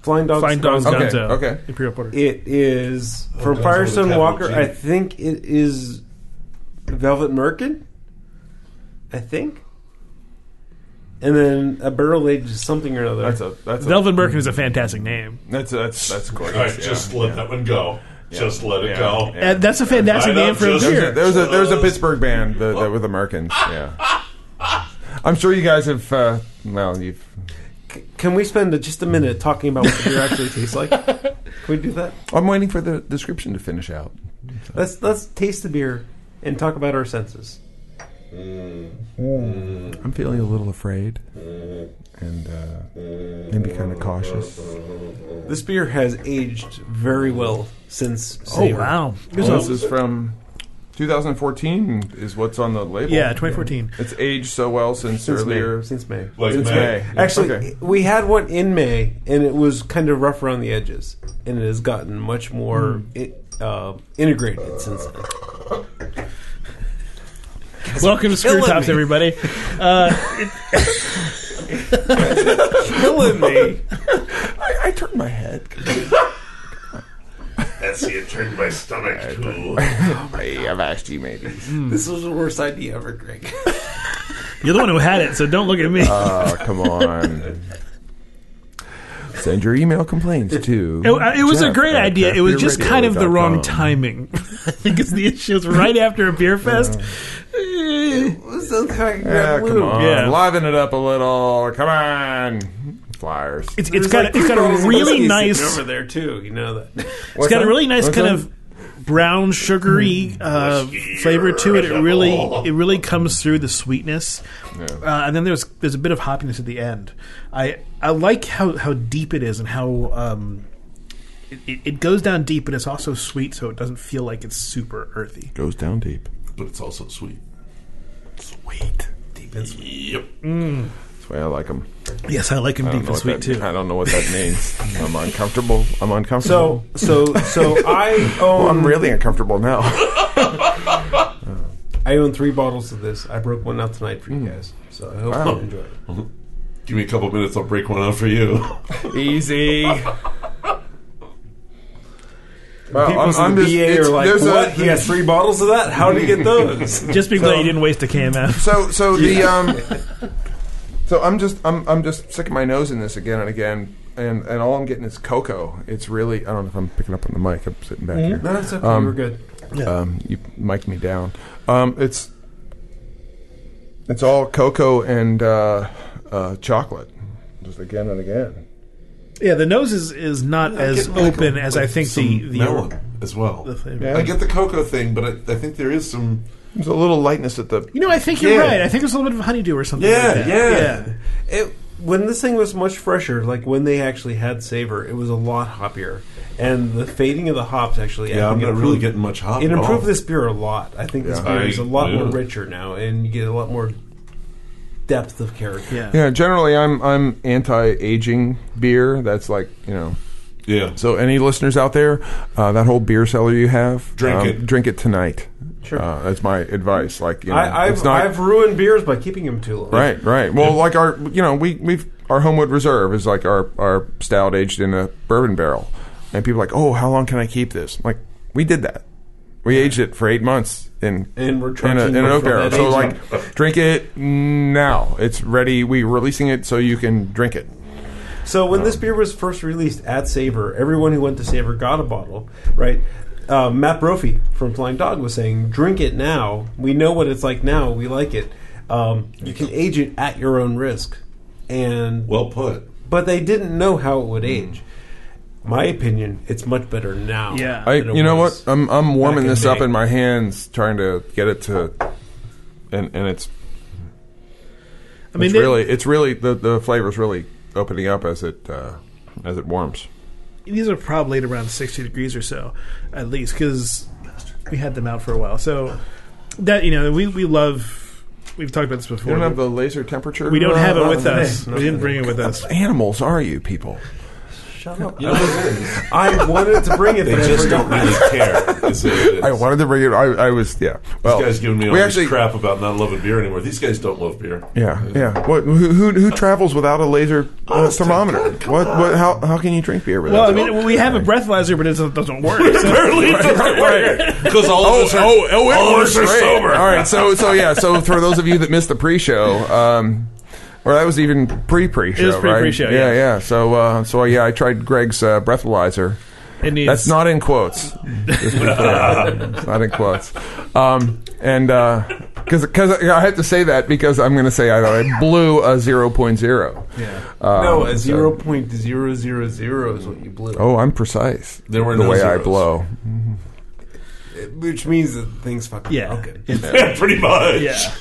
Flying Dogs. fine dog's Gonzo. Okay, gonzo. okay. Imperial porter. It is from Gonzo with Firestone a Walker. capital I G. think it is Velvet Merkin. I think. And then a barrel aged something or other. That's a that's a, Delvin Merkin is a fantastic name. that's that's that's gorgeous. All right, just yeah. let that one go. Just let it Yeah. go. Yeah. Uh, that's a fantastic Why not name for a just- There's a, beer. there's a there's a Pittsburgh band that, that with Americans. Yeah. I'm sure you guys have. Uh, well, you've. Can we spend just a minute talking about what the beer actually tastes like? Can we do that? I'm waiting for the description to finish out. Let's let's taste the beer and talk about our senses. Mm. I'm feeling a little afraid, and uh, maybe kind of cautious. This beer has aged very well since. oh Savor. wow! So this is from 2014. Is what's on the label? yeah, 2014. It's aged so well since, Since earlier. May. Since May. Like Since May. May. Actually, Okay. we had one in May, and it was kind of rough around the edges, and it has gotten much more Hmm. i uh, integrated since then. Welcome to Screw killing Tops, me. everybody. Uh, Killing me. I, I turned my head. That's it. Turned my stomach too. Hey, I've asked you maybe. this was the worst idea ever, Greg. you're the one who had it, so don't look at me. Oh, come on. Send your email complaints to. It, uh, it was a Jeff great at idea. It was just kind of the wrong craftbeerradio.com. timing. I think it's the issue. It's right after a beer fest. Eh, This is how I can Yeah, grab come lube. on. Yeah. Liven it up a little. Come on. Flyers. It's, it's There's got like a, it's got two a really whiskeys sitting nice over there too. You know that. What's it's got that? a really nice What's kind that? of brown sugary uh, flavor to it. It really it really comes through the sweetness, uh, and then there's there's a bit of hoppiness at the end. I I like how how deep it is and how. Um, it- it, it goes down deep, but it's also sweet, so it doesn't feel like it's super earthy. goes down deep. But it's also sweet. Sweet. Yep. It's way I like them. Yes, I like them I don't deep and know what sweet that, too. I don't know what that means. I'm uncomfortable. I'm uncomfortable. So so so I own Well, I'm really uncomfortable now. I own three bottles of this. I broke one out tonight for you guys, so I hope Hmm. Wow. you enjoy it. Give me a couple minutes. I'll break one out for you. Easy. People in the BA are like, "What? he has three bottles of that? How did he get those?" Just be glad you didn't waste a KMF. So so the um So I'm just I'm I'm just sticking my nose in this again and again and and all I'm getting is cocoa. It's really I don't know if I'm picking up on the mic. I'm sitting back no, that's okay. Um, We're good. here. Um you mic'd me down. Um it's it's all cocoa and uh uh chocolate. Just again and again. Yeah, the nose is, is not as open as I think the Some the, melon as well. the flavor. Yeah. I get the cocoa thing, but I, I think there is some. There's a little lightness at the You know, I think you're Yeah. right. I think it's a little bit of honeydew or something. Yeah, like that. yeah. It, when this thing was much fresher, like when they actually had savor, it was a lot hoppier, and the fading of the hops actually. I Yeah, I'm think, not really improved- getting much hop. It at all. improved this beer a lot. I think this Yeah. beer is a lot I- more yeah. richer now, and you get a lot more depth of character. yeah. Yeah, generally I'm I'm anti-aging beer. That's like, you know, Yeah. So, any listeners out there, uh, that whole beer cellar you have, um, Drink it. Drink it tonight. Sure. uh, that's my advice. Like, you know, I, it's I've, not I've ruined beers by keeping them too long. right, right. Well, like our, you know, we we've our Homewood Reserve is like our our stout aged in a bourbon barrel, and people are like, oh, how long can I keep this? I'm like, we did that. We aged it for eight months in And we're in, a, trudging in an oak from barrel. that So, aging. like, drink it now. It's ready. We're releasing it so you can drink it. So when Um, this beer was first released at Saber, everyone who went to Saber got a bottle, right? Uh, Matt Brophy from Flying Dog was saying, "Drink it now. We know what it's like now. We like it. Um, you can age it at your own risk." And Well put. but they didn't know how it would age. Mm-hmm. My opinion, it's much better now. Yeah. I, than it you know was. what? I'm I'm warming in this the up day. in my hands, trying to get it to, and and it's, I mean, it's they- really it's really the the flavors really opening up as it uh, as it warms. these are probably at around 60 degrees or so, at least, because we had them out for a while. So that you know, we we love. We've talked about this You before. don't have the laser temperature. we don't have it with Uh, us. we didn't bring it with us. Animals, are you people? Shut up! I wanted to bring it. They but I just forgot. don't really care. Is what it is. I wanted to bring it. I, I was yeah. Well, These guys giving me all we this actually crap about not loving beer anymore. These guys don't love beer. Yeah, yeah. What? Who, who, who travels without a laser uh, Honest to thermometer? God, come What? What? How, how can you drink beer without? Well, I that? mean, we have a breathalyzer, but it doesn't, doesn't work. So. Apparently, it doesn't work because all of us are, oh, oh, it all of works us are great. sober. All right, so so yeah, so for those of you that missed the pre-show, um, or that was even pre-pre-show, It was right? pre-pre-show, yeah, yeah. So uh, so yeah, I tried Greg's uh, breathalyzer. It needs. That's not in quotes. Just to be clear. It's not in quotes. Um, and because I have to say that because I'm going to say I, I blew a 0.0. Yeah. Um, no, a so- zero point zero zero zero is what you blew. Oh, I'm precise. There were the no way I zeros. blow. which means that the thing's fucking Yeah. broken. It's- Yeah, pretty much. yeah.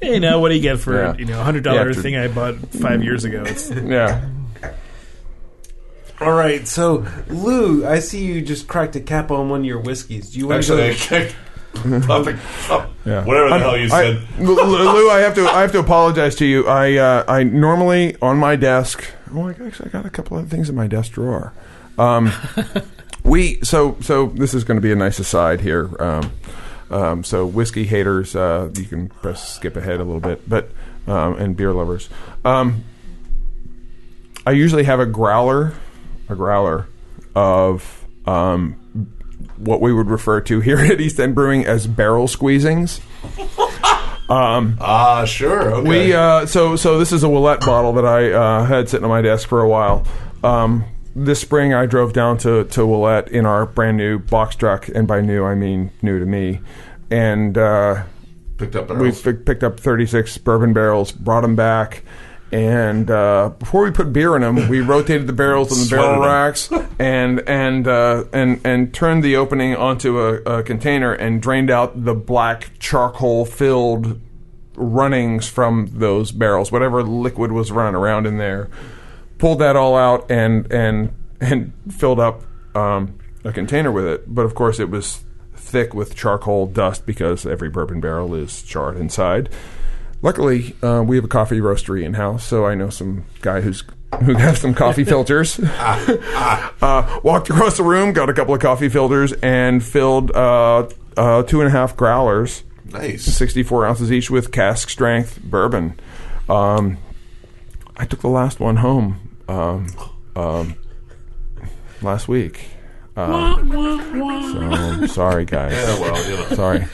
You know what do you get for Yeah. you know a hundred dollar Yeah, to- thing I bought five years ago? It's, Yeah. All right, so Lou, I see you just cracked a cap on one of your whiskeys. Do you want Actually, I to kicked. Topic, top, Yeah. Whatever the I'm- hell you I- said. L- L- Lou, I have to I have to apologize to you. I uh, I normally on my desk. Well, I- actually, I got a couple other things in my desk drawer. Um, we so so this is going to be a nice aside here. Um, um, so whiskey haters, uh, you can press skip ahead a little bit, but um, and beer lovers. Um, I usually have a growler, a growler of um, what we would refer to here at East End Brewing as barrel squeezings. Ah, sure. Okay. We uh, so so this is a Willette bottle that I uh, had sitting on my desk for a while. Um, this spring, I drove down to to Willette in our brand new box truck, and by new I mean new to me. And uh, picked up we barrels. fi- picked up 36 bourbon barrels, brought them back. And uh, before we put beer in them, we rotated the barrels on the Sweated barrel 'em. racks, and and uh, and and turned the opening onto a, a container and drained out the black charcoal filled runnings from those barrels, whatever liquid was running around in there. Pulled that all out and and and filled up um, a container with it. But of course, it was thick with charcoal dust because every bourbon barrel is charred inside. Luckily, uh, we have a coffee roastery in house, so I know some guy who's who has some coffee filters. Ah, uh, walked across the room, got a couple of coffee filters, and filled uh, uh, two and a half growlers, Nice. 64 ounces each, with cask strength bourbon. Um, I took the last one home um, um, last week. Uh, so I'm sorry, guys. Yeah, well, you know. Sorry.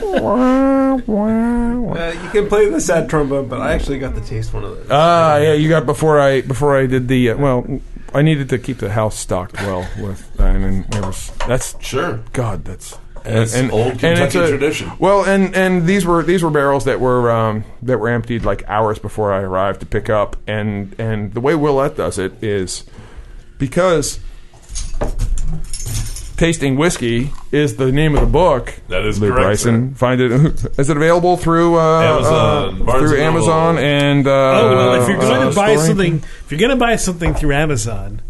Wah, wah, wah. Uh, you can play the sad trombone, but I actually got to taste one of those. Ah, yeah, you got before I before I did the uh, well. I needed to keep the house stocked well with, and then there was that's Sure. God, that's That's old it's Kentucky a- tradition. Well, and and these were these were barrels that were um, that were emptied like hours before I arrived to pick up, and and the way Willette does it is because tasting whiskey is the name of the book. That is Lou correct, Bryson. Find it. Is it available through uh, Amazon, uh, Barnes through and Noble. Amazon and? Uh, Oh well, if you're uh, going to buy Story? something, if you're going to buy something through Amazon,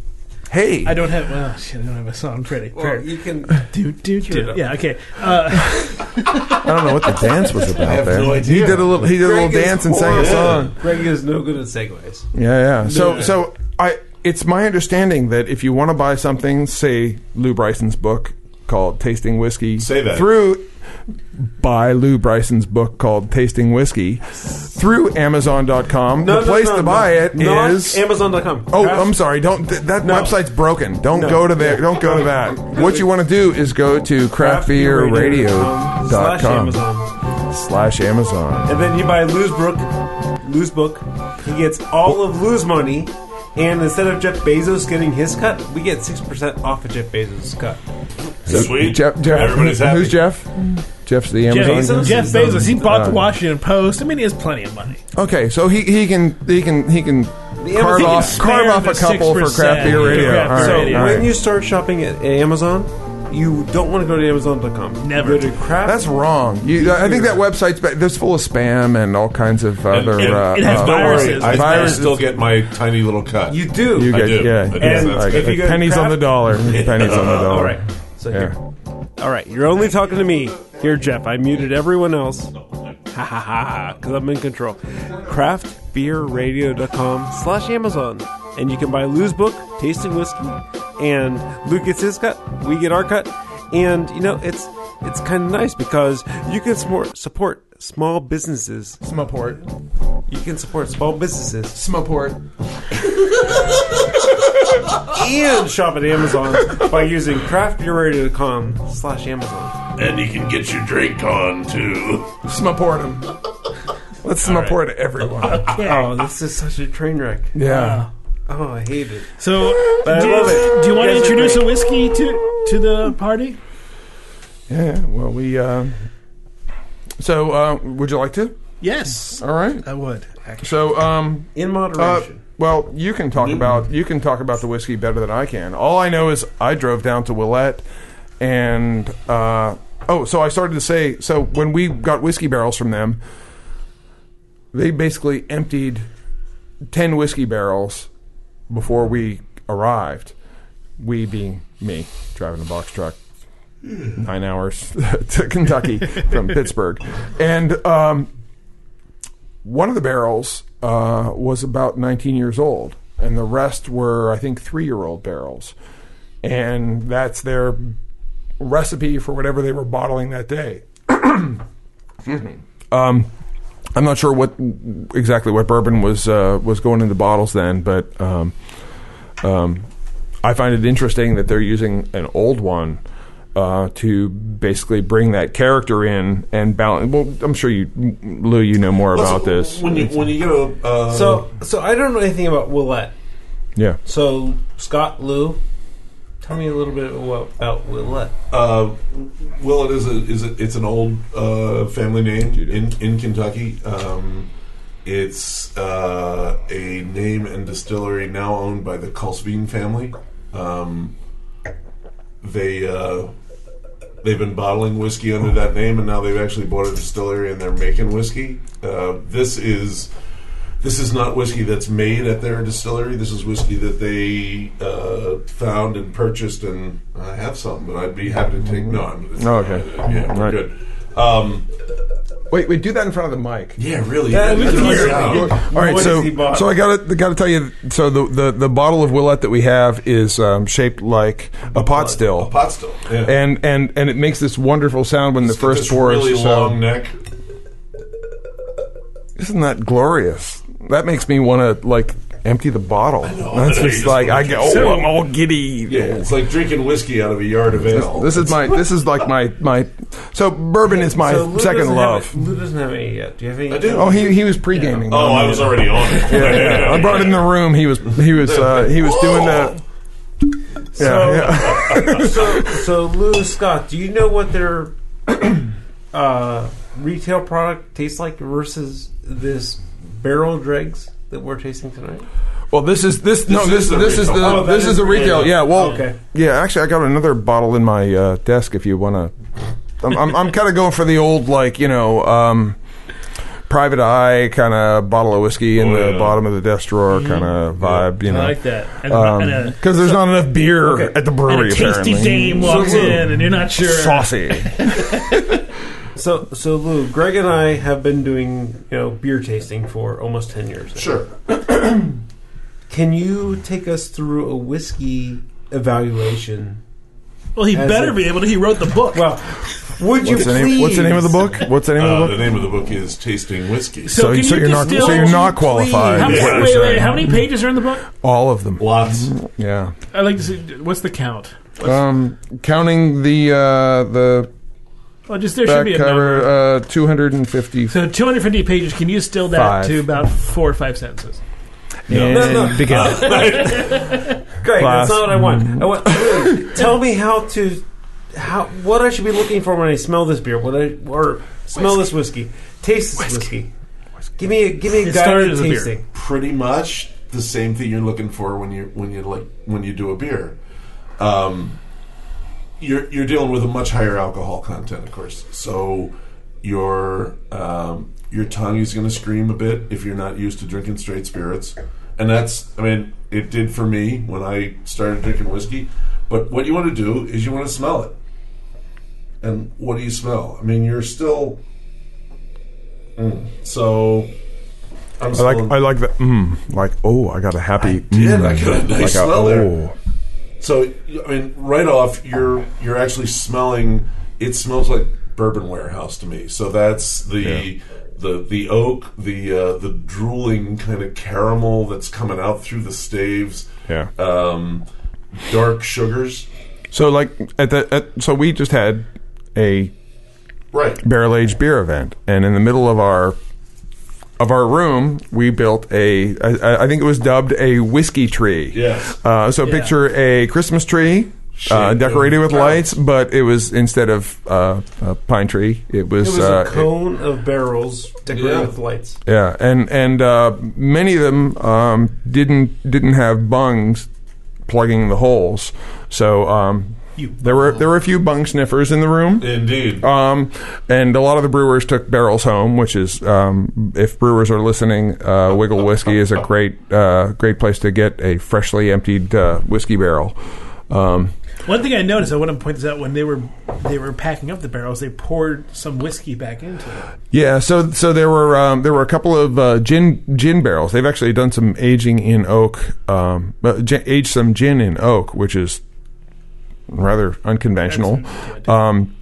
hey, I don't have. Well, shit, I don't have a song credit. Well, you can. do, do, Sure. do. Yeah, okay. Uh, I don't know what the dance was about. I have there. no He idea. did a little. He did a little Greg is dance and sang a horrible. song. Greg is no good at segues. Yeah, yeah. So, Yeah. so I. It's my understanding that if you want to buy something, say Lou Bryson's book called Tasting Whiskey, Say that. through buy Lou Bryson's book called Tasting Whiskey through Amazon.com. the place to buy it is. Not Amazon.com. Oh, Perhaps- I'm sorry. Don't th- that website's broken. Don't No. go to there. Don't go to that. What you want to do is go to craftbeerradio.com slash craftbeerradio.com Amazon. slash Amazon. And then you buy Lou's book. Lou's book. He gets all of Lou's money. And instead of Jeff Bezos getting his cut, we get 6% off of Jeff Bezos' cut. Sweet. Jeff, Jeff, Everybody's happy. Who's Jeff? Jeff's the Jeff Amazon. guy? Bezos, Jeff Bezos, he bought Uh. the Washington Post. I mean, he has plenty of money. Okay, so he, he can he can he can carve Amazon- He can off spare carve off the a couple for 6% craft beer radio. craft All beer right, radio. all when right. you start shopping at Amazon, you don't want to go to Amazon.com. Never. Go to craft. That's wrong. You, I think that website's ba- there's full of spam and all kinds of other. and- uh, It has uh, Don't worry, viruses. I, I Viruses. still get my tiny little cut. you do. You I get do. yeah, I do. yeah, And like, if you go to pennies on craft- the dollar. pennies on Uh, the dollar. All right. So Yeah. here. All right. You're only talking to me. Here, Jeff. I muted everyone else. Ha ha ha. Because I'm in control. Craftbeerradio.com slash Amazon. And you can buy Lou's book, Tasting Whiskey. And Lou gets his cut. We get our cut. And, you know, it's it's kind of nice because you can smor- support small businesses. Smuport. You can support small businesses Smuport. and shop at Amazon by using craftbeerradio.com slash Amazon. and you can get your drink on too. Smuport him. Let's smuport Uh, everyone. Oh, this is such a train wreck. Yeah. Oh, I hate it. So, I do, love it. do you want You to guys are introduce a whiskey to to the party? Yeah. yeah. Well, we. Uh, so, uh, would you like to? Yes, All right. I would. So, um, In Uh, moderation. well, you can talk about you can talk about the whiskey better than I can. All I know is I drove down to Willette, and uh, oh, so I started to say so when we got whiskey barrels from them, they basically emptied ten whiskey barrels before we arrived. We being me driving a box truck nine hours to Kentucky from Pittsburgh, and um, one of the barrels uh, was about 19 years old, and the rest were, I think, three year old barrels. And that's their recipe for whatever they were bottling that day. Excuse me. Um, I'm not sure what exactly what bourbon was uh, was going into bottles then, but um, um, I find it interesting that they're using an old one uh, to basically bring that character in and balance. Well, I'm sure you, Lou, you know more about this. When you when you get a uh, so, so I don't know anything about Willette. Yeah. So, Scott, Lou, tell me a little bit about, about Willette. Uh, well, it is a, is a, it's an old uh, family name in in Kentucky. Um, it's uh, a name and distillery now owned by the Kulsveen family. Um, they uh, they've been bottling whiskey under that name, and now they've actually bought a distillery and they're making whiskey. Uh, this is this is not whiskey that's made at their distillery. This is whiskey that they uh, found and purchased, and I have some, but I'd be happy to take. No, I'm, Oh, okay. yeah, we're Right. good. Um, Wait, wait, do that in front of the mic. Yeah, really. That was That's weird. how- Yeah. All right, What so has he bought? so I gotta gotta tell you, so the, the, the bottle of Willette that we have is um, shaped like a pot still, A pot still. Yeah. and and and it makes this wonderful sound when the It's got first this pour is. really so- long neck. Isn't that glorious? That makes me want to like empty the bottle. That's I know, just you like just I go, wanna keep oh, sipping. I'm all giddy. Yeah, it's like drinking whiskey out of a yard of ale. This is my this is like my my. So bourbon is my So Lou second doesn't love. Have, Lou doesn't have any yet. Do you have any? I do. Oh, he he was pre gaming. Oh, I was already on it. Yeah, I brought it in the room. He was he was uh, he was doing the. So- Yeah, yeah. so, so Lou Scott, do you know what their uh, retail product tastes like versus this barrel dregs that we're tasting tonight? Well, this is this, no this is the this is the retail. Oh, that this is is the the retail. retail. Yeah, well, Okay. yeah. Actually, I got another bottle in my uh, desk. If you wanna, I'm I'm, I'm kind of going for the old like you know. Um, Private eye kind of bottle of whiskey in Oh, the yeah. bottom of the desk drawer kind of vibe, you I know, like that. And, because and a, there's not enough beer at the and brewery. a tasty apparently. dame walks in, and you're not sure. saucy. So, so Lou, Greg and I have been doing you know beer tasting for almost ten years. now. Sure. Can you take us through a whiskey evaluation? Well, he As better a- be able to. He wrote the book. Well, would you What's the, please? name, what's the name of the book? What's the name of the Uh, book? the name of the book is Tasting Whiskey. So, can so you you are not distill- so you're not Please. qualified. How many, is what Yeah. you're wait, wait, saying. how many pages are in the book? All of them. Lots. Yeah. I like to see. What's the count? Um, counting the uh, the Well, just there should back be a number. cover, uh, two hundred and fifty. So 250 pages. Can you distill that Five. to about four or five sentences? no, no. begin. Greg, Class. that's not what I Mm-hmm. want. I want Lou, tell me how to how what I should be looking for when I smell this beer. What I or smell this whiskey, taste this whiskey. Give me a give me a It started guided as a beer. tasting. pretty much the same thing you're looking for when you when you like when you do a beer. Um, you're you're dealing with a much higher alcohol content, of course. So your um, your tongue is going to scream a bit if you're not used to drinking straight spirits, and that's I mean it did for me when I started drinking whiskey. But what you want to do is you want to smell it. And what do you smell? I mean, you're still. Mm. So. I'm I like smelling- I like that. Mm, like oh, I got a happy. did. mm, I got a nice like smell there. oh. So I mean, right off, you're you're actually smelling. It smells like bourbon warehouse to me. So that's the Yeah. the the oak, the uh, the drooling kind of caramel that's coming out through the staves. Yeah. Um, dark sugars. So like at the at, so we just had a Right. barrel aged beer event, and in the middle of our of our room, we built a. I, I- I think it was dubbed a whiskey tree. Yes. Uh, so picture a Christmas tree. Uh, Shaped decorated of- with lights, but it was instead of uh, a pine tree, it was, It was uh, a cone of barrels decorated Yeah. with lights. yeah, and and uh, many of them um, didn't didn't have bungs plugging the holes, so um, there were there were a few bung sniffers in the room. Indeed. Um, and a lot of the brewers took barrels home, which is um, if brewers are listening, uh, Wiggle Whiskey is a great uh, great place to get a freshly emptied uh, whiskey barrel. Um, One thing I noticed, I want to point this out. When they were they were packing up the barrels, they poured some whiskey back into it. yeah, so so there were um, there were a couple of uh, gin gin barrels. They've actually done some aging in oak, um, uh, gin, aged some gin in oak, which is rather unconventional. Um,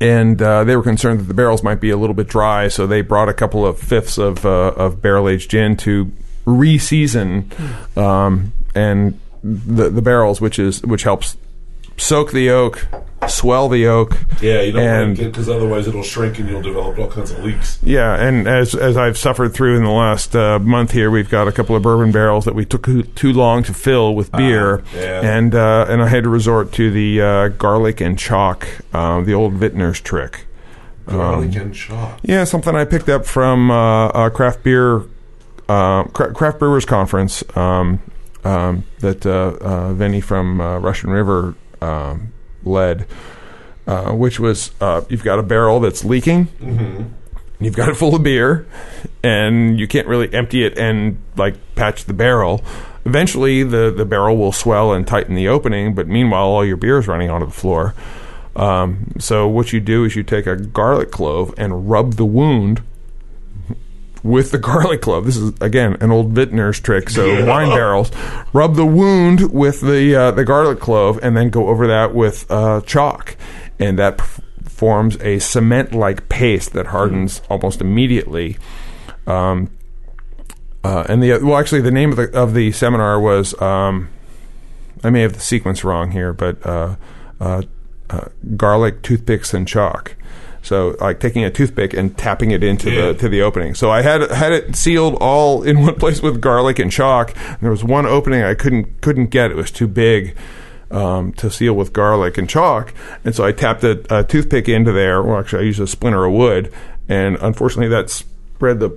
and uh, they were concerned that the barrels might be a little bit dry, so they brought a couple of fifths of uh, of barrel aged gin to re-season um, and the the barrels, which is which helps soak the oak, swell the oak. yeah, you don't and want to because otherwise it'll shrink and you'll develop all kinds of leaks. yeah, and as as I've suffered through in the last uh, month here, we've got a couple of bourbon barrels that we took too- too long to fill with beer, Ah, yeah. and uh, and I had to resort to the uh, garlic and chalk, uh, the old vintner's trick. Um, Garlic and chalk. Yeah, something I picked up from uh, a craft beer uh, cra- craft brewers conference um, um, that uh, uh, Vinny from uh, Russian River um, led, uh, which was uh, you've got a barrel that's leaking, you've got it full of beer, and you can't really empty it and like patch the barrel. Eventually, the the barrel will swell and tighten the opening, but meanwhile, all your beer is running onto the floor. Um, so what you do is you take a garlic clove and rub the wound with the garlic clove. This is again an old vintner's trick. So wine barrels, rub the wound with the uh, the garlic clove, and then go over that with uh, chalk, and that f- forms a cement like paste that hardens almost immediately. Um, uh, and the well, actually, the name of the of the seminar was um, I may have the sequence wrong here, but uh, uh, uh, garlic toothpicks and chalk. So, like taking a toothpick and tapping it into the to the opening. So I had had it sealed all in one place with garlic and chalk. And there was one opening I couldn't couldn't get; it was too big um, to seal with garlic and chalk. And so I tapped a, a toothpick into there. Well, actually, I used a splinter of wood, and unfortunately, that spread the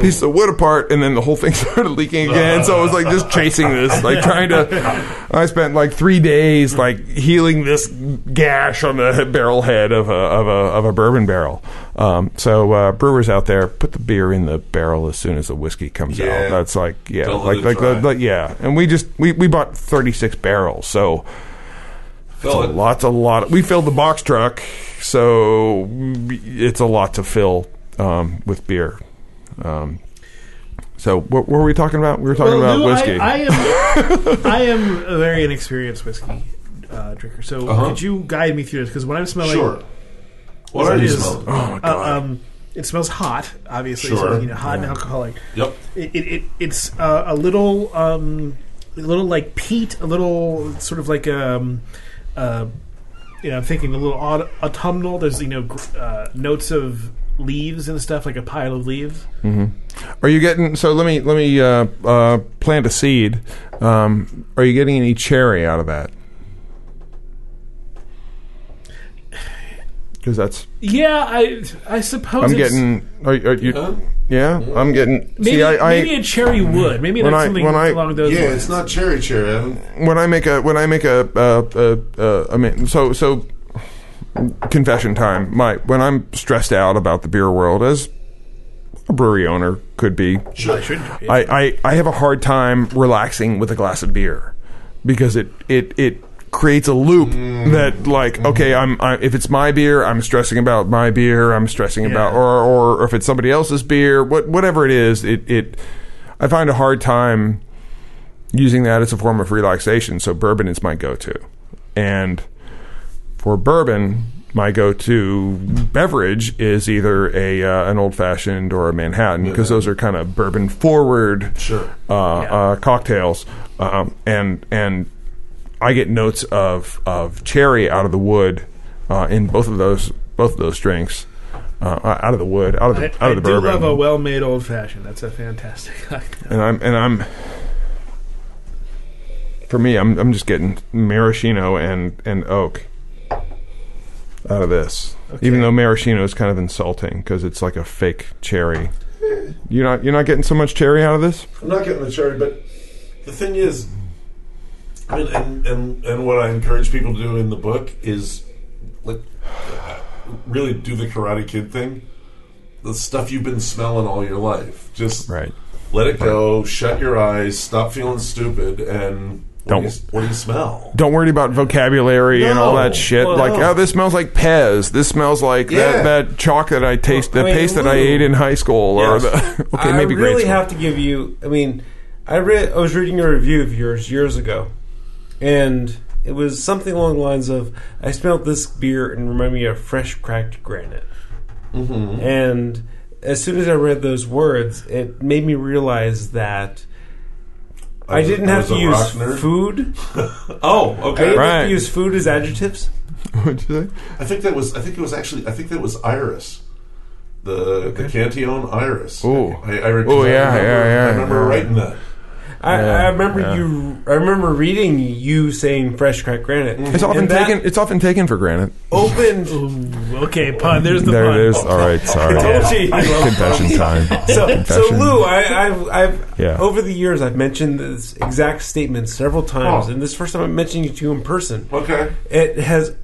piece of wood apart, and then the whole thing started leaking again. So I was like just chasing this, like trying to. I spent like three days like healing this gash on the barrel head of a of a of a bourbon barrel. Um, so uh, brewers out there, put the beer in the barrel as soon as the whiskey comes Yeah. out. That's like yeah, Don't like let it like, dry. like like, yeah, and we just we we bought thirty six barrels, so. It's Fill a it. lot, a lot. We filled the box truck, so it's a lot to fill um, with beer. Um, so what, what were we talking about? We were talking Well, about Lou, whiskey. I, I am, I am a very inexperienced whiskey uh, drinker. So Uh-huh. could you guide me through this? Because when I'm smelling, Sure. What Yes, are it you is. smelling? oh my uh, god! um, it smells hot. Obviously, so, Sure. you know, hot and alcoholic. Yep. It, it, it it's uh, a little, um, a little like peat, a little sort of like um, uh, you know, I'm thinking a little aut- autumnal. There's you know gr- uh, notes of leaves and stuff, like a pile of leaves. are you getting? So let me let me uh, uh, plant a seed. Um, are you getting any cherry out of that? Because that's Yeah, I I suppose I'm it's- getting. Are, are you? Huh? Yeah, I'm getting. Maybe, see, I, I, maybe a cherry wood. Maybe when like I- something when I- along those Yeah, lines. it's not cherry cherry. I don't- when I make a when I make a uh, uh, uh, I mean so so confession time my when I'm stressed out about the beer world as a brewery owner could be Sure. I, I, I have a hard time relaxing with a glass of beer because it it, it creates a loop Mm. that like Mm-hmm. okay I'm I, if it's my beer I'm stressing about my beer I'm stressing about Yeah. or, or if it's somebody else's beer what whatever it is it, it I find a hard time using that as a form of relaxation so bourbon is my go to and for bourbon, my go-to beverage is either a uh, an old fashioned or a Manhattan because those are kind of bourbon forward Sure. uh, uh, cocktails, um, and and I get notes of of cherry out of the wood uh, in both of those both of those drinks. Uh, out of the wood, out of the, I, out I of the do bourbon, love a well-made old fashioned. That's a fantastic. and I'm and I'm for me I'm I'm just getting maraschino and and oak out of this. Even though maraschino is kind of insulting because it's like a fake cherry. You're not you're not getting so much cherry out of this? I'm not getting the cherry, but the thing is, I mean, and, and and what I encourage people to do in the book is, like, uh, really do the Karate Kid thing. The stuff you've been smelling all your life, just let it go. Shut your eyes. Stop feeling stupid. And what, Don't- do you, what do you smell? Don't worry about vocabulary and all No. that shit. Well, like, no. oh, this smells like Pez. This smells like Yeah. that, that chalk that I taste, the I mean, paste that I Lou- ate in high school, Yes. or the okay, I maybe grade really school. have to give you. I mean, I read. I was reading a review of yours years ago, and it was something along the lines of, "I smelled this beer and reminded me of fresh cracked granite." Mm-hmm. And as soon as I read those words, it made me realize that I, was- didn't I have was to a use rock nerd. food. Oh, I didn't okay. Right. have to use food as adjectives. What'd you say? I think that was. I think it was actually. I think that was Iris, the the Cantillon Iris. Ooh. I, I re- Ooh, yeah, I remember, yeah, yeah, I remember yeah. writing that. I, Yeah, I remember yeah. you. I remember reading you saying fresh cracked granite. It's often And that taken. It's often taken for granted. Opened. okay, pun. There's the There pun. it is. All right, sorry. Told you. Confession time. so, so Confession. Lou, I, I've, I've Yeah. over the years I've mentioned this exact statement several times, Oh. and this first time I'm mentioning it to you in person. Okay. It has,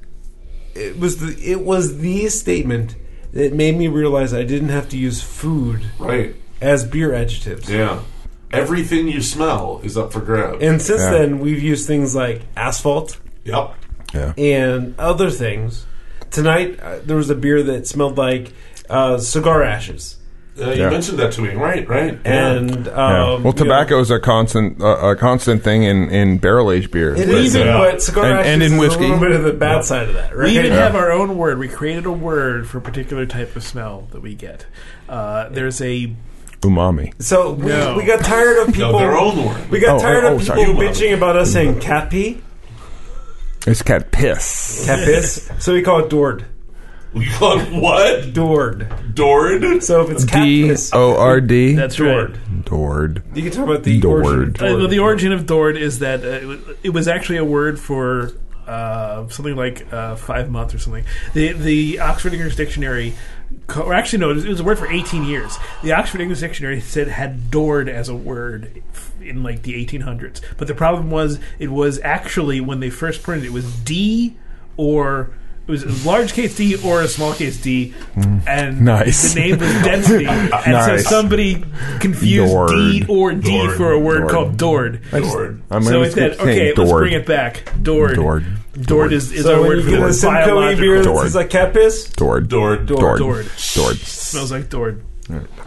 it was the it was the statement that made me realize I didn't have to use food Right. as beer adjectives. Yeah. Everything you smell is up for grabs. And since Yeah. then, we've used things like asphalt, yep. Yeah. um, and other things. Tonight uh, there was a beer that smelled like uh, cigar ashes, Uh, you Yeah. mentioned that to me, right? Right. and Yeah. um, well, you know, tobacco is a constant uh, a constant thing in, in barrel aged beers. It but, is, uh, but cigar And- ashes and in is whiskey. a little bit of the bad side of that, right? We even have our own word. We created a word for a particular type of smell that we get. Uh, there's a umami. so we, No. we got tired of people. no, their own word. We got Oh, tired oh, of oh, people sorry. bitching about us saying cat pee, It's cat piss. cat piss. so we call it dord, We call it what? dord. Dord. So if it's cat D piss, O R D. that's dord. right. Dord. You can talk about the Dord. origin. of Uh, well, dord. the origin of Dord is that uh, it was- it was actually a word for uh, something like uh, five months or something. The the Oxford English Dictionary, co- or actually no, it was, it was a word for eighteen years. The Oxford English Dictionary said had Dord as a word f- in like the eighteen hundreds, but the problem was it was actually when they first printed it, it was D or. It was a large case D or a small case D, and Nice. the name was density. And Nice. so somebody confused D Dord. or D Dord. for a word Dord. called Dord. Dord. I'm So gonna it's that keep saying okay. Let's Dord. bring it back. Dord. Dord. Dord is, is our So when word you for get a word. Simcoe beer Dord. that says like cat piss, Dord. Dord. Dord. Dord. Dord. Smells like Dord.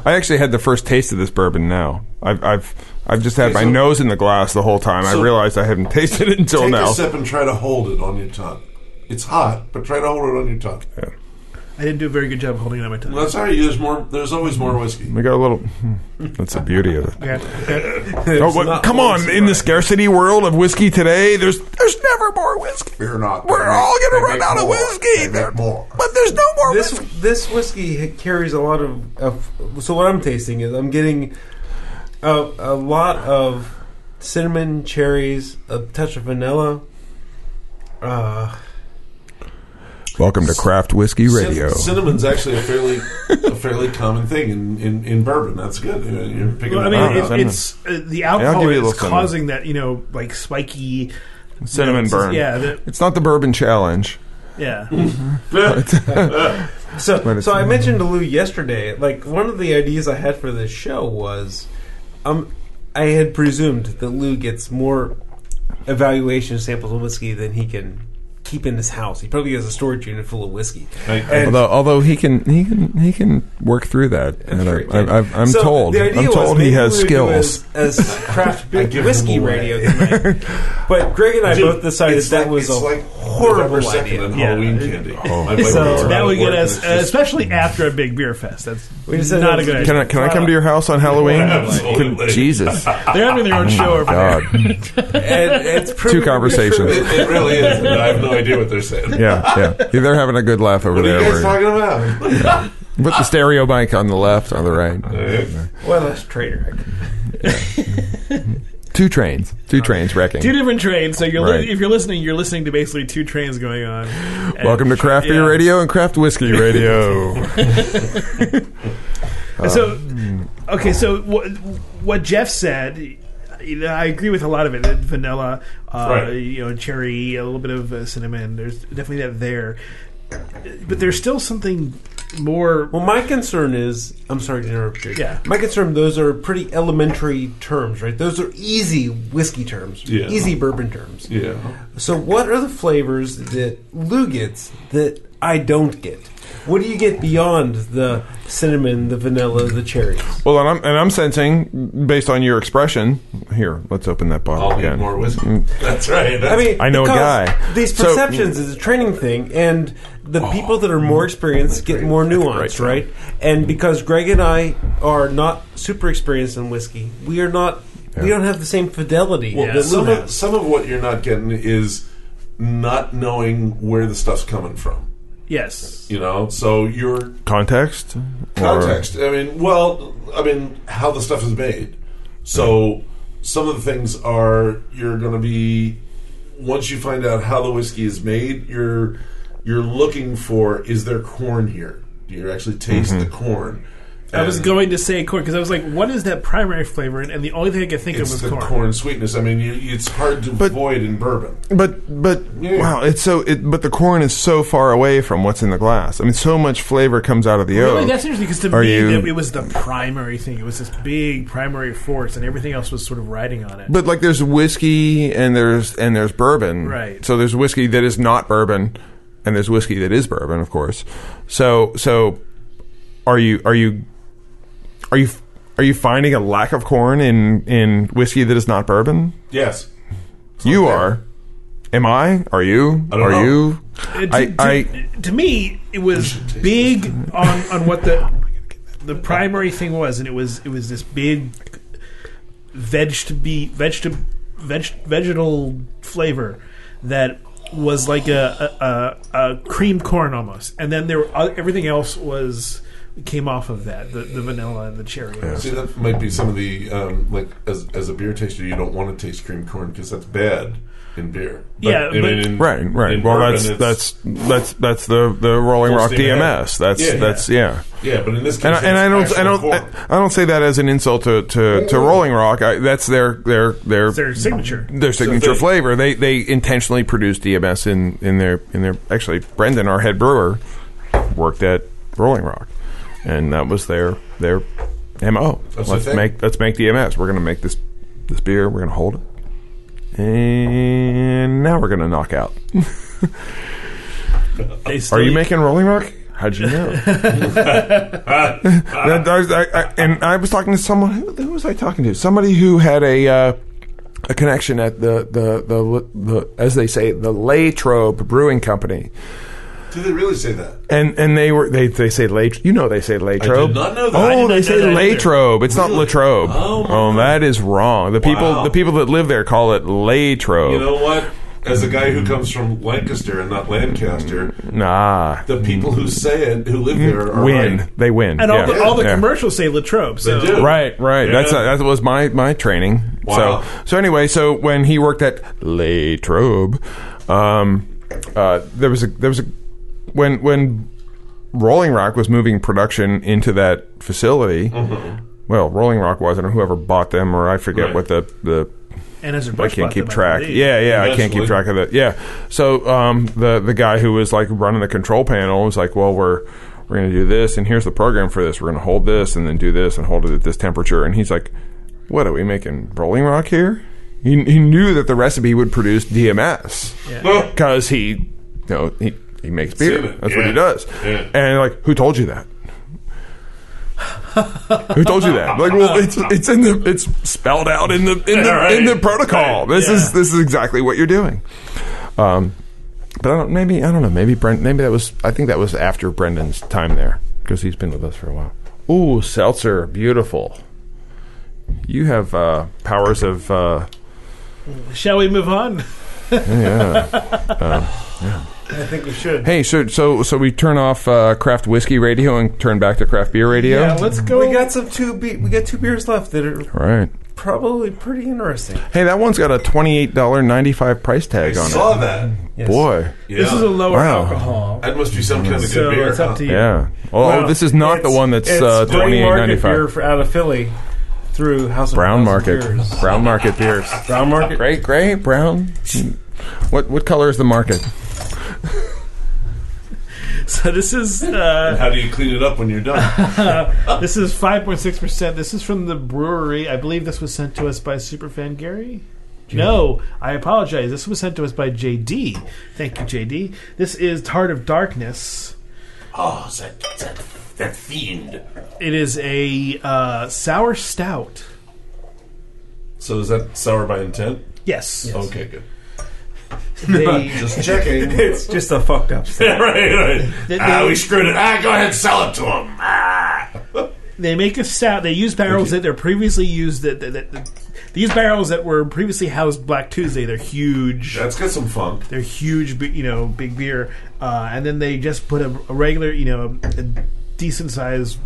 I actually had the first taste of this bourbon now. I've I've I've just had my nose in the glass the whole time. I So- realized I haven't tasted it until Take now. a sip and try to hold it on your tongue. It's hot, but try to hold it on your tongue. I didn't do a very good job holding it on my tongue. That's all right. There's more. There's always more whiskey. We got a little. hmm, That's the beauty of it. Okay. Oh, but come on! In the scarcity world of whiskey today, there's there's never more whiskey. Fear not. We're They all make- gonna they run make out of more. whiskey. They There- make more. But there's no more this whiskey. this whiskey ha- carries a lot of, of so what I'm tasting is I'm getting a, a lot of cinnamon cherries a touch of vanilla uh, Welcome to Craft Whiskey Cin- Radio. Cinnamon's actually a fairly a fairly common thing in, in, in bourbon. That's good. You're, you're picking Well, I that Wow, mean, it, cinnamon. up. it's uh, the I'll alcohol give you a is little cinnamon. causing that you know like spiky Cinnamon burn. Yeah, that, It's not the bourbon challenge. yeah. so it's so I mentioned to Lou yesterday like one of the ideas I had for this show was um I had presumed that Lou gets more evaluation samples of whiskey than he can keep in his house he probably has a storage unit full of whiskey I- although although he can he can he can work through that. And sure he I, can. I, I, I'm So, told the idea I'm was told he maybe has we would do skills. as, as craft beer, give whiskey him away. radio tonight. But Greg and I both decided It's that like- was a it's like horrible November 2nd idea. and Yeah. Halloween candy. Oh. My wife So goes So around that would get work and us, it's uh, just- especially after a big beer fest. That's We just said not that a good was- idea. Can I can I come to your house on Halloween? Absolutely. Can- Jesus, They're having their own show over there. Oh God, And it's proven to two be true. conversations. it, it really is. and I have no idea what they're saying. Yeah, yeah. They're having a good laugh over What are there. you guys We're- talking about? With the stereo mic on the left, on the right. Well, that's traitor. Two trains. Two trains wrecking. Two different trains. So you're li- Right. if you're listening, you're listening to basically two trains going on. And- Welcome to Craft Beer Yeah. Radio and Craft Whiskey Radio. So, Hmm. okay, so what, what Jeff said, you know, I agree with a lot of it. that Vanilla, uh, Right. you know, cherry, a little bit of uh, cinnamon. There's definitely that there, but there's still something more. Well, my concern is I'm sorry to interrupt you. Yeah. My concern, those are pretty elementary terms, right? Those are easy whiskey terms, Yeah. easy bourbon terms. Yeah. So, what are the flavors that Lou gets that I don't get? What do you get beyond the cinnamon, the vanilla, the cherries? well, and I'm, and I'm sensing, based on your expression, here, let's open that bottle I'll again. need more whiskey. Mm. That's right. That's, I mean, I know a because guy. These So- Oh, perceptions is a training thing, and the people that are more experienced get more nuance, right? And because Greg and I are not super experienced in whiskey, we are not. We don't have the same fidelity. Well, that Lou some has. of some of what you're not getting is not knowing where the stuff's coming from. Yes, You know, so your Context? Or- context. I mean, well, I mean how the stuff is made. So some of the things are you're going to be once you find out how the whiskey is made, you're Mm-hmm. you're looking for is there corn here? Do you actually taste the corn? I was going to say corn because I was like, what is that primary flavor? And, and the only thing I could think of It's was the corn. corn sweetness. I mean, you, it's hard to But- avoid in bourbon. But but Yeah. wow, it's so it, but the corn is so far away from what's in the glass. I mean, so much flavor comes out of the Really, oak. that's interesting because to Are me, you- that- it was the primary thing. It was this big primary force, and everything else was sort of riding on it. But like, there's whiskey and there's and there's bourbon. Right. So there's whiskey that is not bourbon, and there's whiskey that is bourbon, of course. So so, are you are you are you are you finding a lack of corn in in whiskey that is not bourbon? Yes. you are. Am I? Are you? I don't are know. you? Uh, to, I- to- I- to me, it was big on, on what the the primary thing was, and it was it was this big vegetable vegetable veg- vegetal flavor that was like a a, a a cream corn almost, and then there were, oth- everything else was came off of that the, the vanilla and the cherry. See, that might be some of the um, like as as a beer taster, you don't want to taste cream corn because that's bad in beer. Yeah, I mean, but- in- Right, right. in Well, bourbon, that's it's- that's that's that's the the Rolling Full Rock steam ahead. DMS. That's Yeah, yeah. that's yeah. yeah, but in this case, And I, it's and I don't actual I don't corn. I, don't say that as an insult to to, to Rolling Rock. I, that's their their their Their signature. their signature they- flavor. They they intentionally produce DMS in in their in their actually Brendan, our head brewer, worked at Rolling Rock, and that was their their mo. That's the let's thing. make let's make DMS. We're gonna make this this beer. We're gonna hold it, and now we're gonna knock out. They Are you still- making Rolling Rock? How'd you know? That- that was- I- I- and I was talking to someone. Who, who was I talking to? Somebody who had a uh, a connection at the the, the the as they say the Latrobe Brewing Company, Do they really say that? and and they were they they say Latrobe. You know they say Latrobe. not know that. I did Oh, not they know say that either. Latrobe. It's not Latrobe. Oh, my that is wrong. The people Wow. the people that live there call it Latrobe. You know what? As a guy who comes from Lancaster and not Lancaster, nah. the people who say it, who live there, are Mm, win. right. They win. And all Yeah. the, all the Yeah. commercials say Latrobe. So do. Right, right. That's uh, Yeah. that was my my training. Wow. So so anyway, so when he worked at La Trobe, um, uh, there was a there was a when when Rolling Rock was moving production into that facility. Well, Rolling Rock wasn't, or whoever bought them, or I forget Mm-hmm. Right. what the the and as a I brush can't bot, keep they might track. believe. Yeah, yeah, I can't Eventually. keep track of that. Yeah. So um, the the guy who was like running the control panel was like, "Well, we're we're going to do this, and here's the program for this. We're going to hold this, and then do this, and hold it at this temperature." And he's like, "What are we making Rolling Rock here?" He, he knew that the recipe would produce DMS Well, because he, you know, he he makes beer. it. That's what Yeah. he does. Yeah. And like, who told you that? Who told you that? Like, well, it's it's in the it's spelled out in the in the Yeah, right. in the protocol. This Yeah. is this is exactly what you're doing. Um, but I don't maybe I don't know maybe Brent maybe that was I think that was after Brendan's time there because he's been with us for a while. Ooh, seltzer, beautiful. You have uh, powers of uh, Shall we move on? yeah. I think we should. Hey, so so so we turn off uh, craft whiskey radio and turn back to craft beer radio. Yeah, let's go. We got some two. Be- we got two beers left that are All right. probably pretty interesting. Hey, that one's got a twenty-eight dollar ninety-five price tag on it. saw that. Yes. Boy, Yeah. This is a lower Wow. alcohol. that must be some kind of good So beer. it's up huh? to you. yeah. Oh, Well, this is not the it's- one that's it's uh, Brown twenty-eight Market beer ninety-five. for out of Philly through House of Brown House of market, Beers. brown market beers. Brown Market. Gray, gray, brown. What what color is the market? So this is uh, How do you clean it up when you're done? this is five point six percent. This is from the brewery. I believe this was sent to us by Superfan Gary. No, I apologize. This was sent to us by JD. Thank you, JD. This is Heart of Darkness. oh, is that, is that that fiend. It is a uh, sour stout. So is that sour by intent? Yes. Okay, good. They- Just checking. It's just a fucked up. Stuff. Yeah, right, right. They- ah, they- we screwed it. Ah, go ahead, sell it to him. Ah. they make a stout. They use barrels that they're previously used that, that, that, that these barrels that were previously housed Black Tuesday. They're huge. That's got some funk. They're huge, bi- you know, big beer, uh, and then they just put a, a regular, you know, a decent sized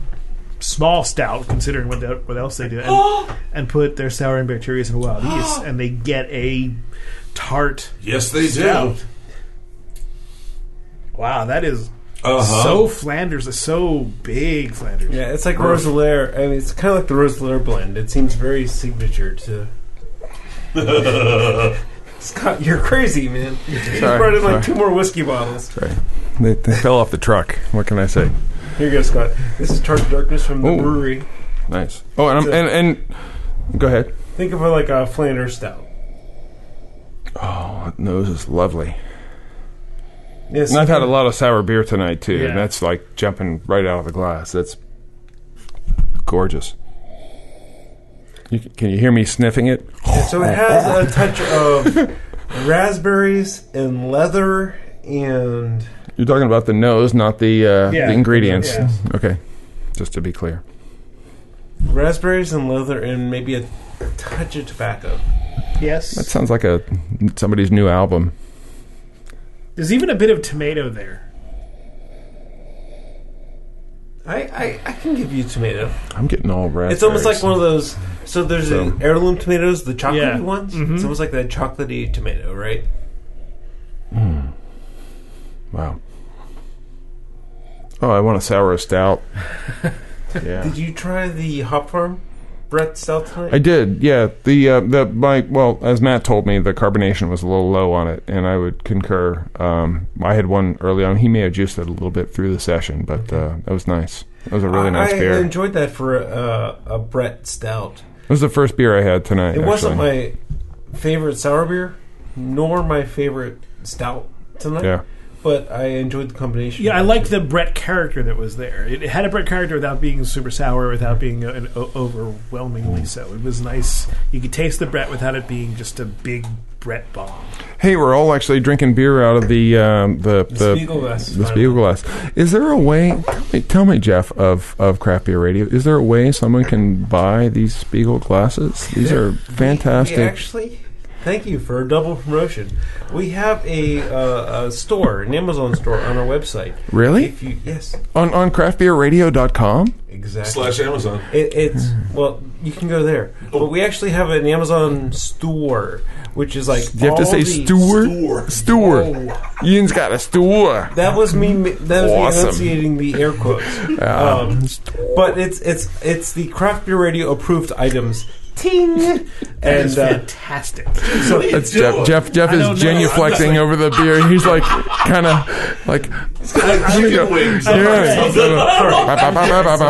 small stout, considering what the, what else they do, and, and put their souring bacteria and wild yeast, and they get a tart Yes, they do. stout. Wow, that is Uh-huh. So Flanders is so big Flanders. Yeah, it's like Rosalaire. I mean, it's kind of like the Rosalaire blend. It seems very signature to. Scott, you're crazy, man. You just Sorry, brought in like sorry. two more whiskey bottles. They, they fell off the truck. What can I say? Here you go, Scott. This is Tart Darkness from the Ooh. brewery. Nice. Oh, and I'm, and, and go ahead. Think of it like a Flanders stout. Oh, no, this is lovely. Yes, And I've had a lot of sour beer tonight too, Yeah. and that's like jumping right out of the glass. That's gorgeous. You, c- can you hear me sniffing it? So it has a touch of raspberries and leather and You're talking about the nose, not the uh, Yeah. the ingredients. Yeah. Okay, just to be clear. raspberries and leather and maybe a touch of tobacco. That Yes. sounds like a somebody's new album. There's even a bit of tomato there. I, I, I can give you tomato. I'm getting all raspberries. It's almost like one of those. So there's So- the heirloom tomatoes, the chocolatey Yeah. Mm-hmm. ones. It's almost like that chocolatey tomato, right? wow. Oh, I want a sour stout. yeah. Did you try the hop farm Brett South tonight? I did, yeah. The uh, the my well, as Matt told me, the carbonation was a little low on it, and I would concur. Um, I had one early on. He may have juiced it a little bit through the session, but uh, that was nice. That was a really nice I, beer. I enjoyed that for a, a Brett Stout. it was the first beer I had tonight. It wasn't actually. my favorite sour beer, nor my favorite stout tonight. yeah. But I enjoyed the combination. Yeah, I like the Brett character that was there. It had a Brett character without being super sour, without being uh, an o- overwhelmingly so. It was nice. You could taste the Brett without it being just a big Brett bomb. Hey, we're all actually drinking beer out of the um, the the, Spiegelglass, the finally. Spiegelglass. Is there a way? Tell me, tell me, Jeff of of Craft Beer Radio. Is there a way someone can buy these Spiegel glasses? These are fantastic. We actually, thank you for a double promotion. We have a, uh, a store, an Amazon store on our website. really If you yes, on on craftbeerradio.com? exactly. Slash Amazon. It, it's well, you can go there, but we actually have an Amazon store, which is like Do you have to all say the- Stewart? Stewart. Ian's got a Stewart. That was me. That was Awesome. me enunciating the air quotes. Um, but it's it's it's the craft beer radio approved items. Ting, It's and uh, fantastic. so That's Jeff. Jeff, Jeff is don't know. genuflecting over the beer. He's like, kind of like. Chicken wings. Yeah.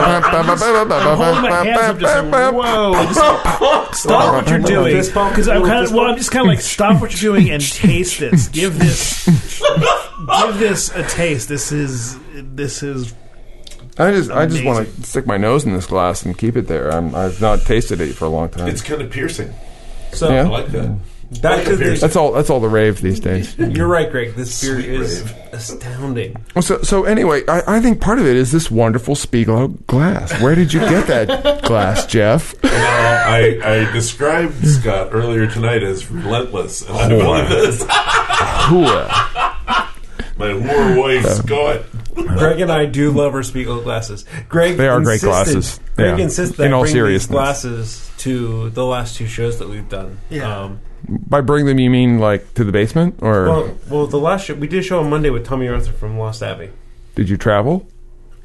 Holding my hands up, just like, whoa! Just stop what you're doing. Fist bump? Because I'm Little kind of fist well, bump? I'm just kind of like stop what you're doing and taste this. Give this, give this a taste. This is this is I just, I just Amazing. want to stick my nose in this glass and keep it there. I'm, I've not tasted it for a long time. It's kind of piercing. so I Yeah. like that. back to the. That's all. That's all the rave these days. You're right, Greg. This beer Sweet is rave. astounding. So, so anyway, I, I think part of it is this wonderful Spiegel glass. Where did you get that glass, Jeff? Uh, I, I described Scott earlier tonight as relentless, and I believe this. Cool. My war wife, Scott. Greg and I do love our Spiegel glasses. Greg, They are great insisted, glasses. Greg Yeah. insists that In all I bring these seriousness. glasses to the last two shows that we've done. Yeah. Um, By bring them, you mean like to the basement, or well, well, the last show we did a show on Monday with Tommy Arthur from Lost Abbey. did you travel?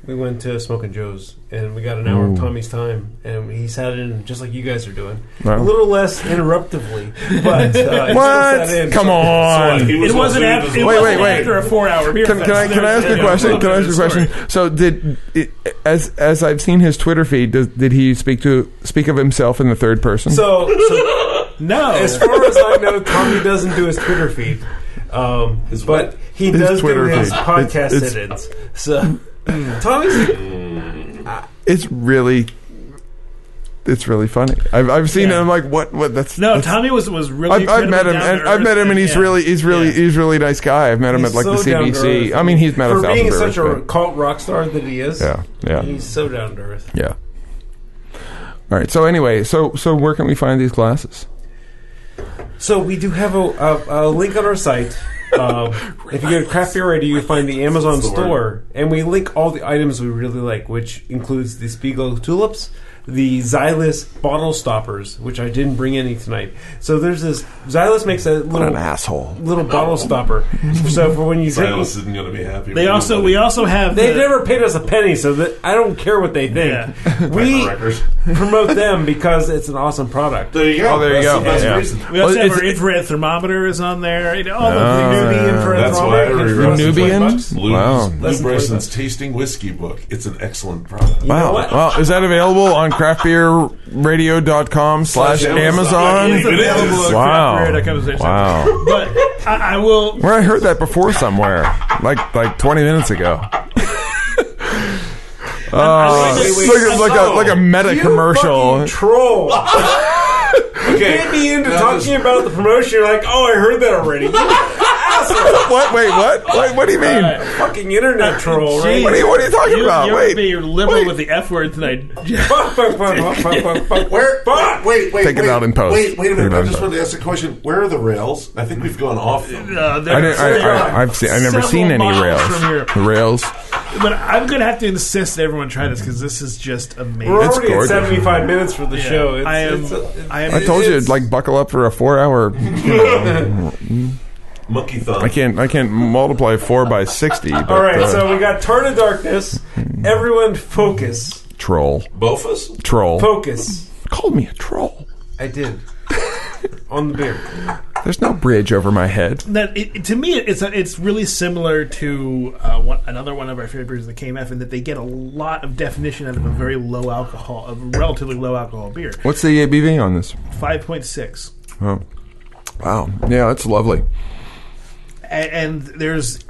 We went to Smoking Joe's and we got an hour of Tommy's time, and he sat in just like you guys are doing, Wow. a little less interruptively, but uh, it Still What? sat in. Come on. He was it wasn't also- after, it Wait, wasn't wait, wait. after a four hour beer Can, fest. can I can I ask There's- a question? Can I ask a question? So did it, as as I've seen his Twitter feed, does, did he speak to speak of himself in the third person? So, so No. as far as I know, Tommy doesn't do his Twitter feed, um, but what? he does Twitter do his feed. podcast It's- it's- sit-ins. So Tommy's it's really it's really funny. I've I've seen Yeah. him. I'm like, what? What? That's No, that's- Tommy was was really. I've, I've met incredibly him, down and to I've met earth him, and he's yeah. really, he's really, Yeah. he's really nice guy. I've met him he's at like so the down to CBC. earth. I mean, he's met a for thousand being brewers, such a but- cult rock star that he is. yeah, yeah, he's so down to earth. yeah. All right. So anyway, so so where can we find these glasses? So we do have a, a, a link on our site. Um, if you go to Craft Beer Radio, you find the Amazon Store. store, and we link all the items we really like, which includes the Spiegel tulips, the Xylus bottle stoppers, which I didn't bring any tonight. So there's this Xylus makes a What an little asshole. little bottle stopper. So for when you take, Silas isn't going to be happy. They also we also have they the- never paid us a penny, so that I don't care what they think. We Records. promote them because it's an awesome product. There you go. Oh, there you That's go. the best Yeah. reason. We also have Well, it's- our infrared thermometer is on there. You know, all Ah. the Newbie infrared That's why I thermometer, rewrote it's it. twenty bucks. Nubian? Lou's, Wow. Lou Less than Bryson's tasting whiskey book. It's an excellent product. know Wow. what? Well, is that available on craftbeerradio.com slash Amazon. Amazon? It is. Wow. Wow. But I, I will. Where I heard that before somewhere, like like 20 minutes ago. Uh, Wait, wait, it's like, a- like a like a meta commercial. fucking troll. Okay. Get me into Now talking this- about the promotion. You're like, oh, I heard that already. You asshole, What? Wait, what? Like, what do you mean? fucking internet troll, Jeez. right? What are you, what are you talking uh, You, about? you're Wait, being liberal with the F word tonight. Fuck, fuck, fuck, fuck, fuck, fuck, fuck. Where? Fuck. Wait, wait, Take it wait, out in post. Wait, wait a Take it out minute. I in just post. wanted to ask a question. Where are the rails? I think we've gone off them. Uh, there I are didn't, I, several- I, I've seen, I've never several seen any miles rails. from here. The rails. But I'm gonna have to insist that everyone try this because this is just amazing. We're It's already gorgeous. at 75 minutes for the Yeah. show. It's, I am. It's a, it's, I am. I told you, It's- like, buckle up for a four-hour. Monkey thumb. I can't, I can't multiply four by sixty. But, all right, uh, so we got Turn of Darkness. Everyone focus. troll, Bofus? troll. Focus. Called me a troll. I did. On the beer. There's no bridge over my head. that it, it- to me it's a, it's really similar to uh, one, another one of our favorite beers, the KMF, in that they get a lot of definition out of a very low alcohol, a relatively low alcohol beer, What's the ABV on this? five point six, Oh. Wow. Yeah, that's lovely. and, and there's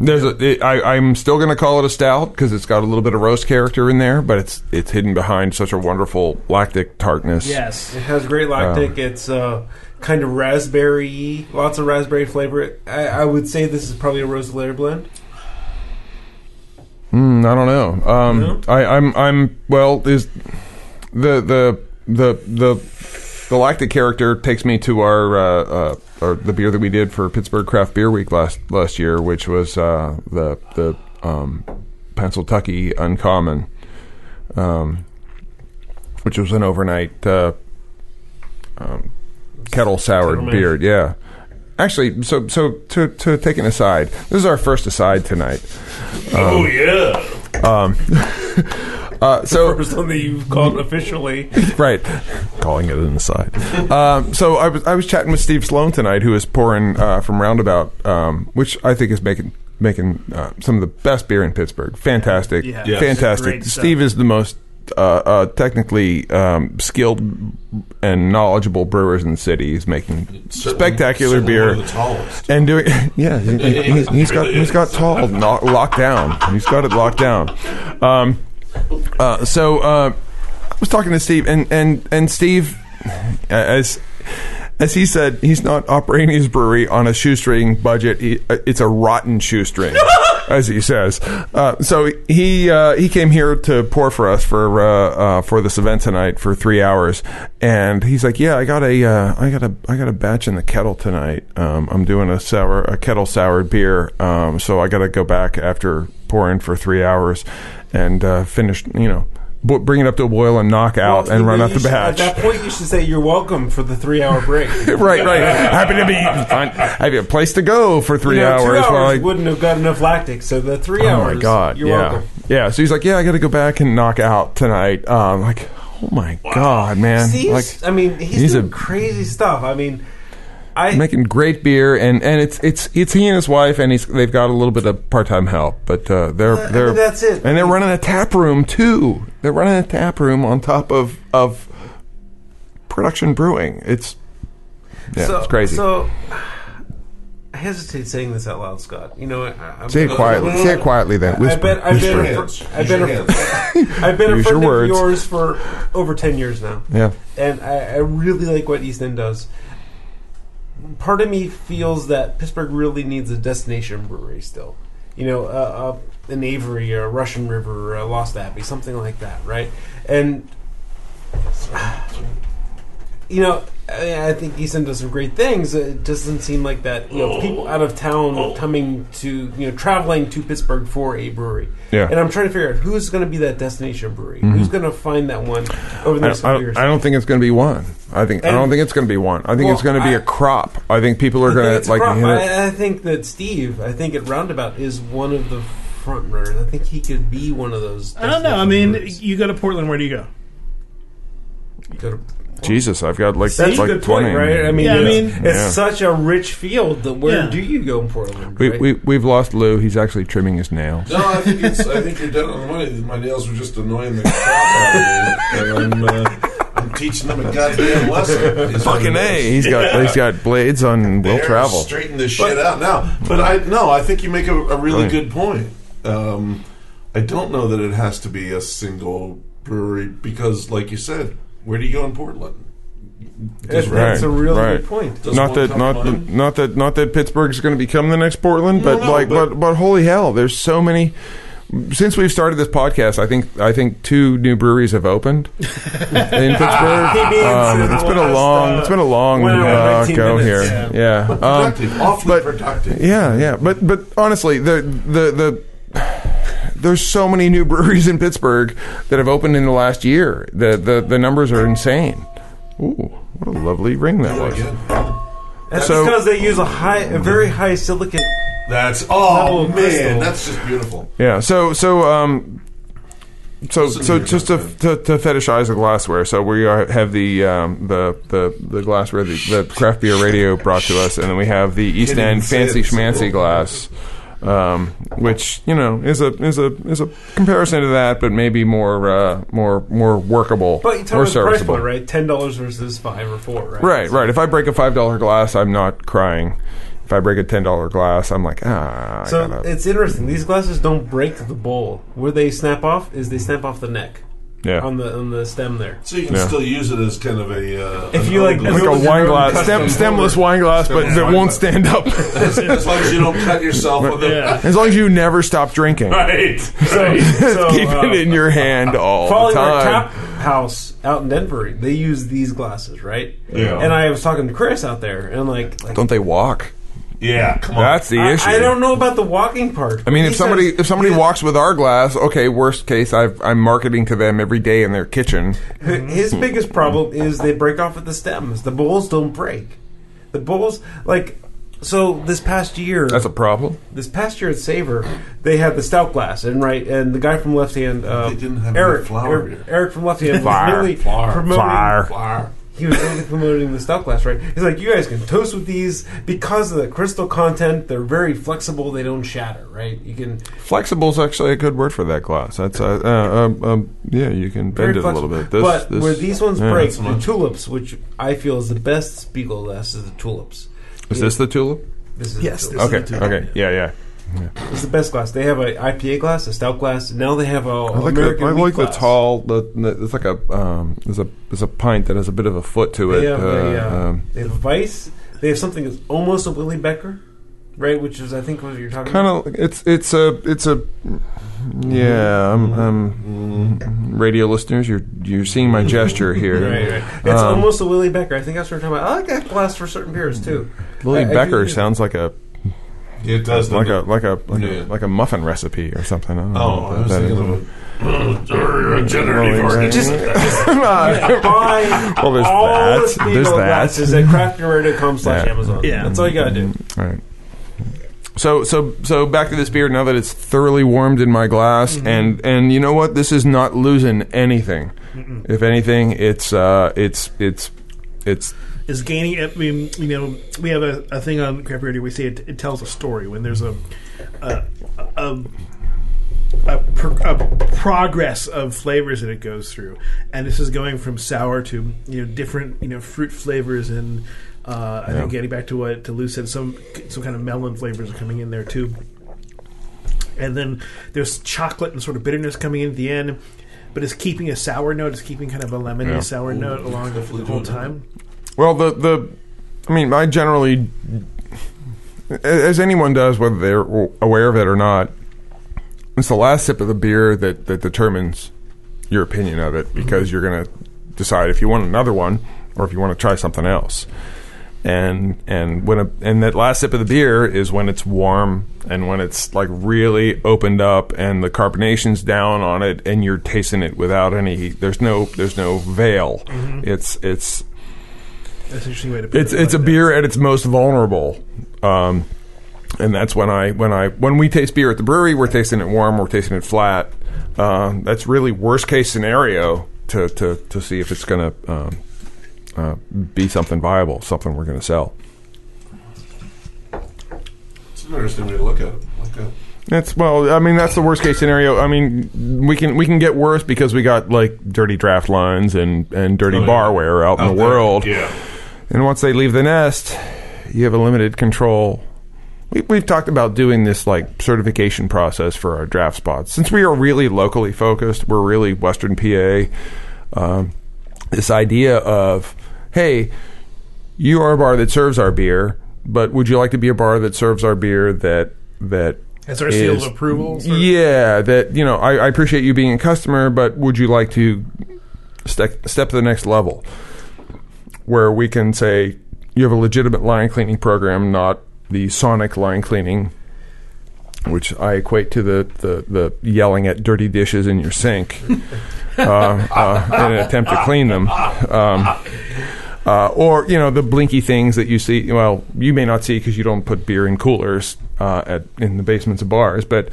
There's a. It, I, I'm still going to call it a stout because it's got a little bit of roast character in there, but it's it's hidden behind such a wonderful lactic tartness. yes, It has great lactic. It's uh, kind of raspberry, lots of raspberry flavor. I, I would say this is probably a rose layer blend. Mm, I don't know. Um, No? I, I'm I'm well. Is the the the the the lactic character takes me to our uh, uh, our the beer that we did for Pittsburgh Craft Beer Week last last year, which was uh, the the um, Pennsyltucky Uncommon, um, which was an overnight uh, um, kettle Kettle soured mash. beer. Yeah. Actually, so so to to take an aside. This is our first aside tonight. oh yeah, Uh, so something you've called officially. right. Calling it an aside. um, so I was I was chatting with Steve Sloan tonight, who is pouring uh, from Roundabout, um, which I think is making making uh, some of the best beer in Pittsburgh. Fantastic, Yeah. Yes. fantastic. Great stuff. Steve is the most. Uh, uh, technically um, skilled and knowledgeable brewers in the city. He's making spectacular Certainly beer One of the tallest. and doing yeah he, he- he's got he's got tall no, locked down he's got it locked down um, uh, so uh, I was talking to Steve and and and Steve as as he said he's not operating his brewery on a shoestring budget he, uh, it's a rotten shoestring as he says uh, so he uh, he came here to pour for us for uh, uh, for this event tonight for three hours and he's like yeah I got a uh, I got a I got a batch in the kettle tonight um, I'm doing a sour a kettle sour beer um, so I got to go back after pouring for three hours and uh, finish you know bo- bring it up to a boil and knock out and run out You the should- At batch that point, you should say you're welcome for the three hour break. right, right. Happy to be. I have a place to go for three You know, hours. two hours while I- wouldn't have got enough lactic, so the three oh hours. my god! you're yeah, welcome. yeah. So he's like, "Yeah, I got to go back and knock out tonight." Um, like, oh my god, man! like, Steve's, I mean, he's, he's doing a- crazy stuff. I mean, I making great beer, and, and it's it's it's he and his wife, and he's they've got a little bit of part time help, but uh, they're I mean, they're that's it. and they're running a tap room too. They're running a tap room on top of of production brewing. It's yeah, so, it's crazy. So I hesitate saying this out loud, Scott. You know, I, I'm Say it gonna- quietly. Say it quietly. Then I- I've whisper. been, I've Use your been, a, hands. fr- Use I've been, your a, hands. I've been a Use your friend of words. yours for over ten years now, yeah. and I, I really like what East End does. Part of me feels that Pittsburgh really needs a destination brewery still, you know, uh, uh, an Avery or a Russian River or a Lost Abbey, something like that, right? And you know, I I think Easton does some great things. It doesn't seem like that. You know, people out of town coming to you know traveling to Pittsburgh for a brewery. Yeah. Mm-hmm. And I'm trying to figure out who's going to be that destination brewery. Who's going to find that one over the I, next I- few years? I don't think it's going to be one. I think I And- don't think it's going to be one. I think it's Well, going to be I- a crop. I think people are I think going it's to like Crop. hit it. I, I think that Steve, I think at Roundabout is one of the front runners. I think he could be one of those. I don't know. I destination mean, breweries. you go to Portland. Where do you go? Go to- Jesus, I've got like that's like a good point, twenty. right? I mean, Yeah, I it's, mean- it's Yeah. such a rich field that where Yeah. do you go in Portland? we, right? we we've lost Lou. He's actually trimming his nails. No, I think it's. I think you're dead on the money. My nails were just annoying the crap out of me, and I'm, uh, I'm teaching them a goddamn lesson. Is Fucking what it a, is. he's got he's got blades on. Will They're travel. Straighten this shit out now. But I no, I think you make a, a really good point. Um, I don't know that it has to be a single brewery because, like you said, where do you go in Portland? That- Does- that's a Right, really right. good point. does Not one that come not that, to mind? not that not that Pittsburgh's going to become the next Portland, No, but no, like but- but, but holy hell, there's so many. Since we've started this podcast, I think I think two new breweries have opened in Pittsburgh. means Um, in it's the been a last, long uh, it's been a long one hour and uh, 19 go minutes. here. Yeah, Um, productive, awfully but- productive. yeah, yeah. But but honestly, the the the there's so many new breweries in Pittsburgh that have opened in the last year. The the, the numbers are insane. Ooh, what a lovely ring that was. Again. That's So- because they use a high, a very high silicate. That's oh Level man, crystal. that's just beautiful. Yeah. So so um so Listen to so your just to, husband. to to fetishize the glassware. So we are, have the um the the the glassware the, the craft beer radio brought to us, and then we have the East Can't even End say fancy it, it's schmancy cool. glass. Um, which you know is a is a is a comparison to that, but maybe more uh, more more workable, But you talk more about the price serviceable. point, right? Ten dollars versus five or four, right? Right, right. If I break a five dollar glass, I'm not crying. If I break a ten dollar glass, I'm like ah. I So gotta- it's interesting. These glasses don't break the bowl. Where they snap off is they snap off the neck yeah. on the on the stem there. So you can Yeah. still use it as kind of a uh, If an you, like, It's unglass. like a Build your wine own glass, custom stem, stemless wine glass, but Stemless that wine won't glass. stand up. as long as you don't cut yourself on the Yeah. as long as you never stop drinking, right. So, so keep uh, it in your hand all the Following our tap time. house out in Denver, they use these glasses, right? Yeah. And I was talking to Chris out there, and like, like Don't they walk? Yeah, come on. That's the I, issue. I don't know about the walking part. I mean, if somebody if somebody walks with our glass, okay. Worst case, I've, I'm marketing to them every day in their kitchen. His Mm-hmm. biggest problem is they break off at the stems. The bowls don't break. The bowls, like, so this past year, That's a problem. this past year at Savor, they had the stout glass, and right, and the guy from Left Hand, uh, They didn't have any Eric, flour Eric, here. Eric from Left Hand, was Flour, really flour, promoting. flour. Flour. He was really promoting the stout glass, right? He's like, you guys can toast with these because of the crystal content. They're very flexible; they don't shatter, right? You can Flexible is actually a good word for that glass. That's uh, uh, um, um, yeah, you can very bend it a little flexible. bit. This, but this- where these ones yeah. break, the tulips, which I feel is the best Spiegel glass, is the tulips. is this the tulip? This is Yes, the tulip. this Okay, okay, yeah, yeah. It's the best glass. They have a IPA glass, a stout glass. Now they have a I like, the, American I wheat like the glass. tall. The, the, it's like a um, there's a there's a pint that has a bit of a foot to it. They have, a, uh, uh, um, they have a Vice. They have something that's almost a Willie Becker, right? Which is, I think, what you're talking kind about. of it's it's a it's a yeah I'm, I'm radio listeners you're you're seeing my gesture here Right, right. It's Um, almost a Willie Becker. I think that's what we're talking about. I like that glass for certain beers too. Lily I- I do Becker think- sounds like a It does like a like a like, Yeah. a like a muffin recipe or something I don't Oh, I know was what thinking that of a regenerative Rolling organ. Just- is. Buy Well, there's all that. the Spiegel There's that. glasses at craftbeer.com slash Yeah. Amazon. Yeah. that's all you gotta do. All right. So so so back to this beer now that it's thoroughly warmed in my glass and and you know what this is not losing anything. If anything it's uh it's it's it's is gaining. I mean, you know, we have a, a thing on Craft Radio. We say it, it tells a story when there's a a a, a, pro, a progress of flavors that it goes through, and this is going from sour to you know different you know fruit flavors and. Uh, I think Yeah. getting back to what to Lou said, some some kind of melon flavors are coming in there too, and then there's chocolate and sort of bitterness coming in at the end, but it's keeping a sour note, it's keeping kind of a lemony Yeah. sour note along the, the whole time. Well, the the, I mean, I generally, as anyone does, whether they're aware of it or not, it's the last sip of the beer that that determines your opinion of it because you're gonna decide if you want another one or if you want to try something else. And and when a, and that last sip of the beer is when it's warm and when it's like really opened up and the carbonation's down on it and you're tasting it without any there's no there's no veil. It's it's That's an interesting way to put it's it. it's a like beer at its most vulnerable, um, and that's when I when I when we taste beer at the brewery, we're tasting it warm, we're tasting it flat. Uh, that's really worst case scenario to to to see if it's going to um, uh, be something viable, something we're going to sell. It's an interesting way to look at it. Like that. That's well. I mean, that's the worst case scenario. I mean, we can we can get worse because we got like dirty draft lines and and dirty Oh, yeah. barware out, in the Out there. world. Yeah. And once they leave the nest, you have a limited control. We, we've talked about doing this like certification process for our draft spots. Since we are really locally focused, we're really Western PA. Um, this idea of, hey, you are a bar that serves our beer, but would you like to be a bar that serves our beer that that Has our seal is- of approval, sort of? Yeah, that you know, I, I appreciate you being a customer, but would you like to step step to the next level, where we can say you have a legitimate line cleaning program, not the sonic line cleaning, which I equate to the the, the yelling at dirty dishes in your sink uh, uh, in an attempt to clean them. Um, uh, or you know the blinky things that you see. Well, you may not see because you don't put beer in coolers uh, at in the basements of bars, but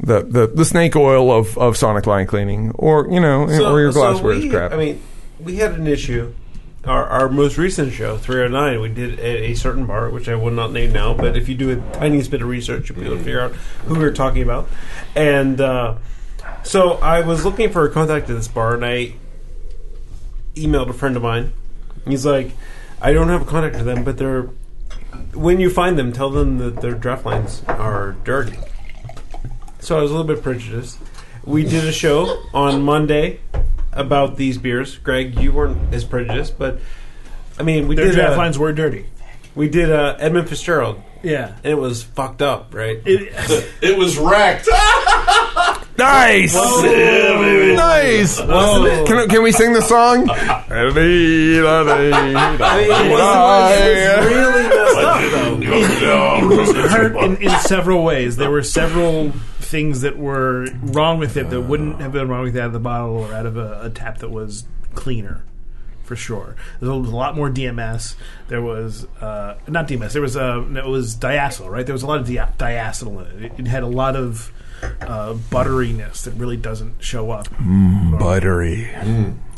the, the, the snake oil of, of sonic line cleaning, or you know, or your glassware we, is crap. I mean, we had an issue. Our, our most recent show, 309, we did at a certain bar, which I will not name now, but if you do a tiniest bit of research, you'll be able to figure out who we were talking about. And uh, so I was looking for a contact at this bar, and I emailed a friend of mine. He's like, I don't have a contact to them, but they're. When you find them, tell them that their draft lines are dirty. So I was a little bit prejudiced. We did a show on Monday about these beers. Greg, you weren't as prejudiced, but I mean, we Their did draft a, lines were dirty. we did a Edmund Fitzgerald, Yeah. and it was fucked up, right? It was wrecked. nice, nice. Whoa. Can, I- can we sing the song? I I mean, it was, it was really messed up, though. hurt in, in several ways. There were several things that were wrong with it that wouldn't have been wrong with it out of the bottle or out of a, a tap that was cleaner, for sure. There was a lot more DMS. There was uh, not DMS. There was uh, no, it was diacetyl, right? There was a lot of dia- diacetyl in it. it. It had a lot of uh, butteriness that really doesn't show up. buttery,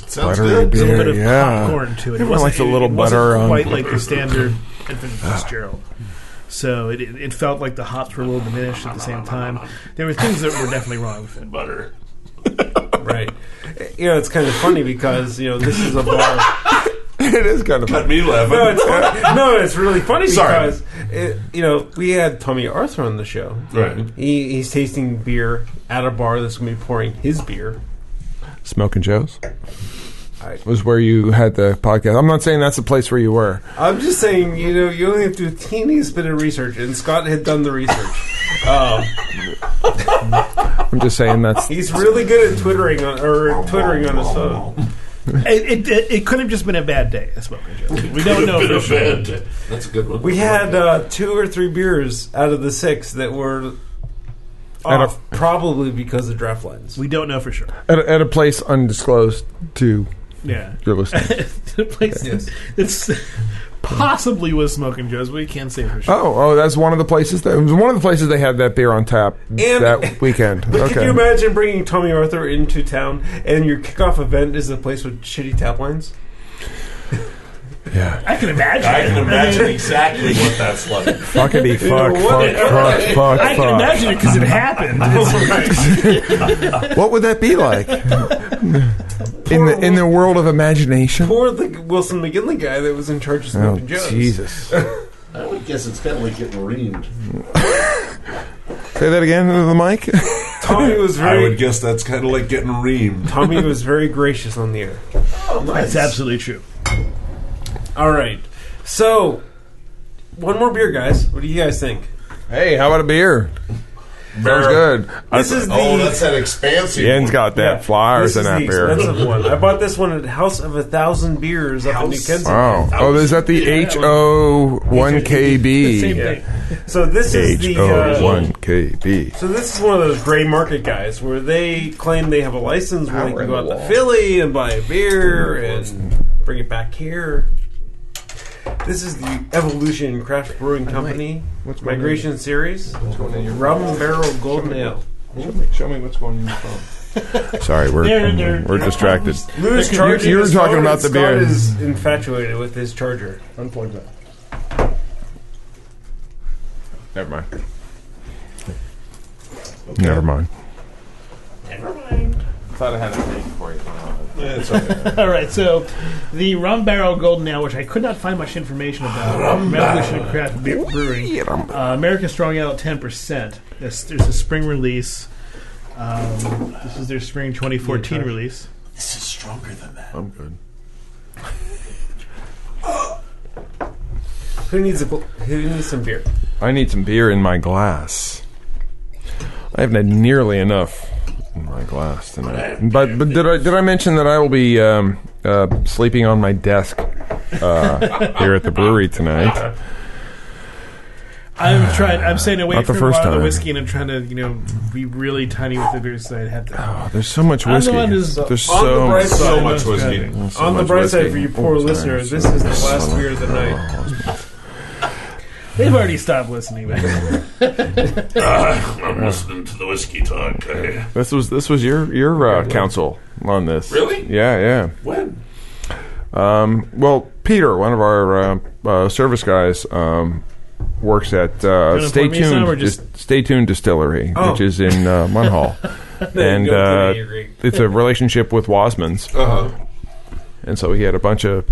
Sounds Buttery good. There was a beer. bit of yeah. popcorn to it. It Everyone wasn't likes a it- little it wasn't butter um, on- quite like the standard Infant Ah. Fitzgerald. So it, it it felt like the hops were a little diminished at the same time. There were things that were definitely wrong with it. Butter. right? You know, it's kind of funny because you know this is a bar. it is kind of. Got me laughing. no, it's funny. no, it's really funny Sorry. because it, you know we had Tommy Arthur on the show. Right. He, he's tasting beer at a bar that's going to be pouring his beer. Smoking Joe's I- was where you had the podcast. I'm not saying that's the place where you were. I'm just saying, you know, you only have to do the teeniest bit of research, and Scott had done the research. Um, I'm just saying that's he's really good at twittering on or twittering on his phone. It, it, it, could have just been a bad day. That's what we're doing. We don't know for sure. That's a good one. We had uh, two or three beers out of the six that were Out off, probably because of draft lines. We don't know for sure. at a, at a place undisclosed to Yeah. your listeners. the place Yes. that's possibly was Smoking Joe's, but we can't say for sure. Oh, oh, that's one of the places that it was one of the places they had that beer on tap And- that weekend. But okay. could you imagine bringing Tommy Arthur into town and your kickoff event is a place with shitty tap lines? yeah. I can imagine. I can imagine mean, exactly what that's like. Fuckity fuck, what? fuck, fuck, fuck, I can fuck. imagine it because it happened. What would that be like? in the in the world of imagination. Or the Wilson McGinley guy that was in charge of Oh, Smoking Joe's. Jesus. I would guess it's kind of like getting reamed. Say that again into the mic. Tommy was I very would guess that's kind of like getting reamed. Tommy was very gracious on the air. That's absolutely true. All right. So, one more beer, guys. What do you guys think? hey, how about a beer? Sounds good. This is the Oh, that's that expansive. Yen's got that Yeah. flyers in This is that the beer. expensive one. I bought this one at House of a Thousand Beers up in New Kensington. Wow. Oh, is that the H O one K Same B? thing. So this is H the O uh, one K B. so this is one of those gray market guys where they claim they have a license where they Power can in go the out to wall. Philly and buy a beer and bring it back here. This is the Evolution Craft Brewing Company What's going on? Migration Series Rum Barrel Golden Ale. Show me, show me what's going on your phone. uh, Sorry, we're They're- they're- we're distracted. Lou's you- charging you were his talking phone, about and the beer. Scott is infatuated with his charger. Unplug that. Never mind. Never mind. Thought I had a thing for you. All right, so the Rum Barrel Golden Ale, which I could not find much information about, Revolution Craft Beer Brewing, uh, American Strong Ale at 10%. There's, there's a spring release. Um, this is their spring 2014 release. This is stronger than that. I'm good. Who needs a bl- who needs some beer? I need some beer in my glass. I haven't had nearly enough in my glass tonight. But but did I did I mention that I will be um, uh, sleeping on my desk uh, here at the brewery tonight? I'm trying. I'm staying away Not the from first a lot of the time. whiskey, and I'm trying to, you know, be really tiny with the beer, so I'd have to. Oh, there's so much I'm the whiskey. one who's- There's on the so bright much- side- so So much much whiskey. driving. So On the much bright whiskey. side for you poor Sorry. listener, this is the last beer of the night. They've already stopped listening. But I'm listening to the whiskey talk. eh? This was this was your your uh, counsel on this. Really? Yeah, yeah. When? Um, well, Peter, one of our uh, uh, service guys, um, works at uh, Gonna Stay pour me some or Tuned. just- dis- Stay Tuned Distillery, Oh. which is in uh, Munhall, and go, uh, Tony, you're great. it's a relationship with Wasman's. Uh-huh. And so he had a bunch of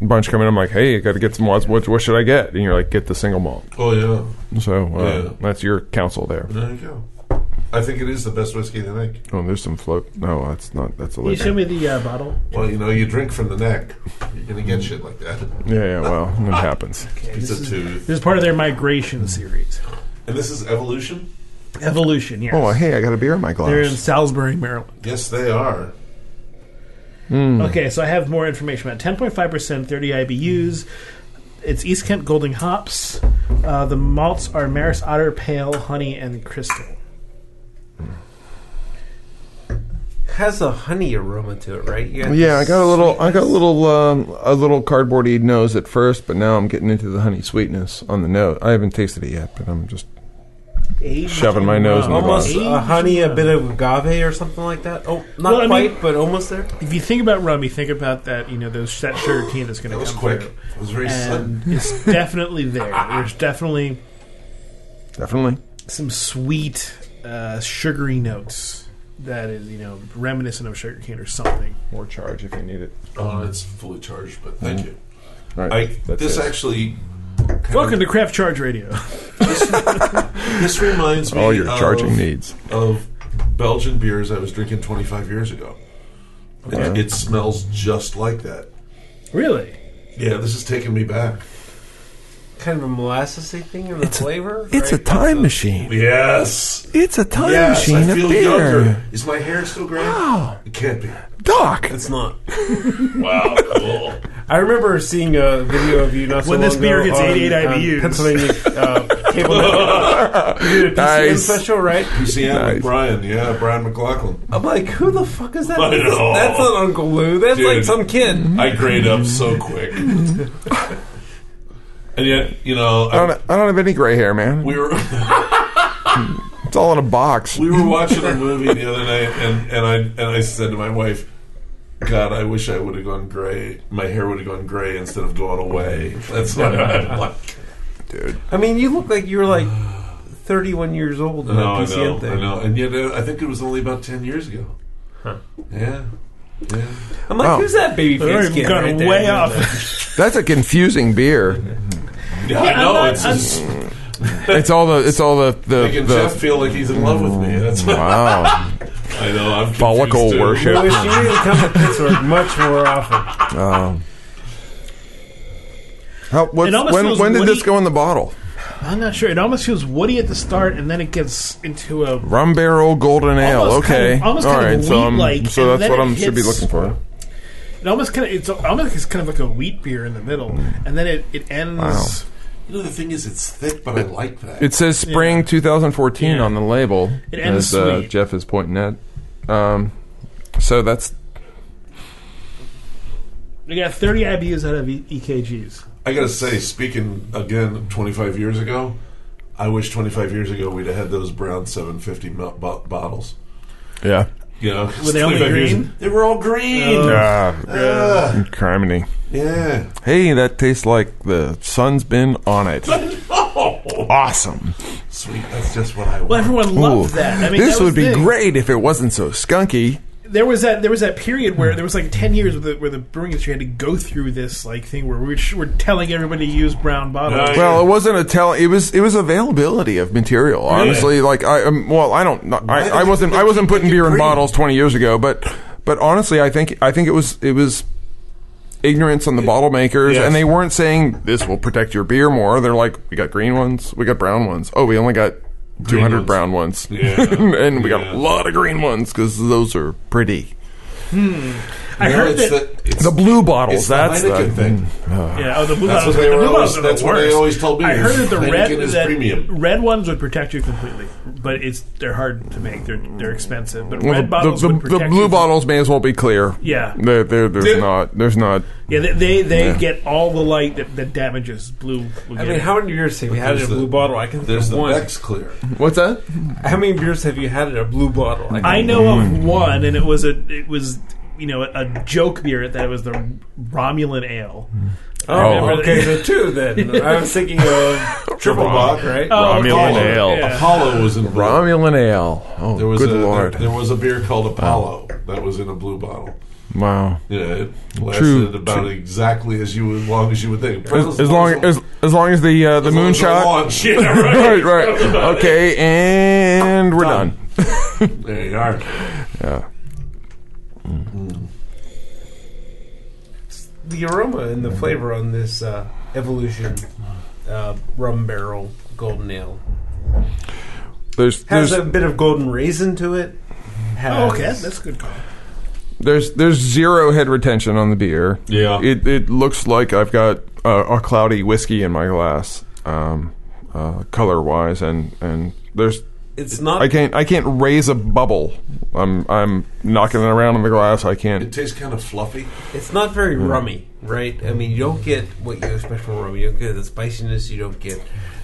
bunch coming. I'm like, hey, I got to get some Wasmans. What, what should I get? And you're like, get the single malt. Oh yeah. So uh, Yeah. that's your counsel there. There you go. I think it is the best whiskey they make. Oh, there's some float. No, that's not. That's a you liquor. show me the uh, bottle. Well, you know, you drink from the neck, you're gonna get shit like that. yeah, yeah. Well, it happens. Piece of tooth. This is part of their migration series, And this is evolution. evolution. Yes, Oh, hey, I got a beer in my glass. they're in Salisbury, Maryland. Yes, they are. Hmm. Okay, so I have more information about ten point five percent, thirty IBUs. It's East Kent Golding hops. Uh, the malts are Maris Otter, Pale, Honey, and Crystal. has a honey aroma to it, right? You got Yeah, I this- got a little, I got a little, um, a little cardboardy nose at first, but now I'm getting into the honey sweetness on the nose. I haven't tasted it yet, but I'm just Aged Shoving my nose in the rum. glass. almost a Aged honey, a rum. bit of agave or something like that. Oh, not Well, I quite, mean- but almost there. If you think about rum, you think about that. You know, those that sugar cane that's going That to was come quick. through. It was very sudden. and it's definitely there. There's definitely definitely. some sweet, uh, sugary notes that is, you know, reminiscent of sugarcane or something. More charge if you need it. Oh, it's fully charged, but thank you. All right, I, that's this it. actually. Welcome to Craft Charge Radio. This reminds me. all your of, charging needs. of Belgian beers I was drinking 25 years ago. It- Okay. It, smells just like that. really? Yeah, this is taking me back. Kind of a molassesy thing in the flavor. right? machine. Yes. It's a Oh, time Yes, I feel younger. Is my hair still gray? It can't be. Doc. It's not. Wow, cool. I remember seeing a video of you not so When long this beer ago hits on, 88 on IBUs. Pennsylvania uh, cable network. You did a PCM Nice. special, right? PCM Nice. with Brian. Yeah, Brian McLaughlin. I'm like, who the fuck is that? I know. That's not Uncle Lou. That's Dude. like some kid. I grade up so quick. and yet, you know, I I, don't, I don't have any gray hair, man. we were. it's all in a box. we were watching a movie the other night, and, and I and I said to my wife, "God, I wish I would have gone gray. My hair would have gone gray instead of gone away." That's what I'm like. I mean, you look like you were like 31 years old in No, that PCM I know, thing. I know, and yet uh, I think it was only about ten years ago. Yeah, yeah. I'm like, Oh. who's that baby face We've kid? gone right there? way off. That's a confusing beer. yeah I know. not- it's I'm- just It's all the, it's all the, the, making Jeff the feel like he's in love with me. That's what wow. I know. I'm confused, Follicle too. worship. I wish you didn't come to Pittsburgh much more often. Um, how, what's, It almost when feels when did woody. this go in the bottle? I'm not sure. It almost feels woody at the start, and then it gets into a Rum barrel golden ale. Almost kind okay. of- almost All kind of right. so, I'm- wheat-like, so and that's then what it I should be hits- looking for. It almost kind of it's almost like it's kind of like a wheat beer in the middle, and then it it ends. Wow. You know, the thing is, it's thick, but I like that. It says spring 2014 Yeah. on the label. It ends as uh, sweet. Jeff is pointing at. Um, so that's We got 30 IBUs out of e- EKGs. I gotta say, speaking again, 25 years ago, I wish 25 years ago we'd have had those brown 750 mil- bo- bottles. yeah. You know, Were they only 25 years- green? they were all green. Oh. Ah, Criminy. yeah. Uh, Hey, that tastes like the sun's been on it. Awesome. Sweet. That's just what I want. Well, everyone loved Ooh. that. I mean, this that was would be the thing. great if it wasn't so skunky. There was that. There was that period where there was like ten years where the, where the brewing industry had to go through this like thing where we were, we're telling everybody to use brown bottles. Nice. Well, it wasn't a tell. It was it was availability of material. Honestly, like I um, well, I don't. not- did I, I they- wasn't. they I wasn't keep putting making beer in green? bottles twenty years ago. But but honestly, I think I think it was it was ignorance on the bottle makers, Yes. and they weren't saying this will protect your beer more. They're like, we got green ones, we got brown ones. Oh, we only got two ones. hundred brown ones, Yeah. and we got Yeah. a lot of green ones because those are pretty. I No, heard it's that. the, it's The blue bottles. it's the that's Heineken the, thing. yeah, oh, the blue That's bottles. what they the were blue always- bottles are the that's what they worst. always told me I is heard that the Heineken red is that premium. red ones would protect you completely, but it's they're hard to make. They're they're expensive, but Well, red the- bottles the, would the protect blue you from- bottles may as well be clear. Yeah. There- there- there's Did- not. There's not. Yeah, they they, they Yeah. get all the light that, that damages blue. will I get mean, it. how many beers have you had in a There's the- blue bottle? I can think There's of the one. Beck's Clear. What's that? How many beers have you had in a blue bottle? can- I know Mm. of one, and it was a it was you know a, a joke beer that it was the Romulan ale. I remember Oh, okay. So two then. I was thinking of triple bock, right? Romulan Apollo. ale. Yeah. Apollo was in blue. Romulan ale. Oh, There was good a, there- lord! There, was a beer called Apollo that was in a blue bottle. wow. Yeah, it lasted True, about exactly as you as long as you would think. As, as long as as long as the uh, the as long as the moonshot. launch. Yeah, right, right. Okay, and we're done. There you are. The aroma and the flavor on this uh, evolution uh, rum barrel golden ale There's has there's a bit of golden raisin to it. Oh, Has, okay, that's, that's a good call. there's there's zero head retention on the beer. Yeah. It it looks like I've got uh, a cloudy whiskey in my glass, um, uh, color wise, and and there's it's not. I can't I can't raise a bubble. I'm I'm knocking it around in the glass. I It can't. tastes kind of fluffy. It's not very Mm. rummy, right? I mean, you don't get what you expect from rum. You don't get the spiciness. You don't get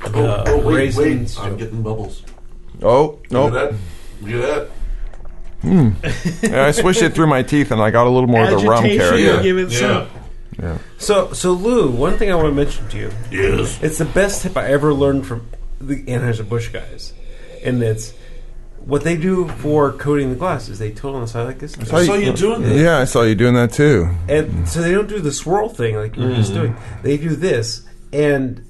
Oh, uh, oh, wait, raisins. wait. I'm getting bubbles. Oh Look no! at that. Look at that. I swished it through my teeth, and I got a little more of the rum Agitation, character. Yeah. give it Yeah. some. So, so Lou, one thing I want to mention to you Yes. It's the best tip I ever learned from the Anheuser-Busch guys. And it's what they do for coating the glass is they total on the side like this. I saw you doing that. Yeah, I saw you doing that too. And so they don't do the swirl thing like you were just Mm-hmm. doing. They do this. And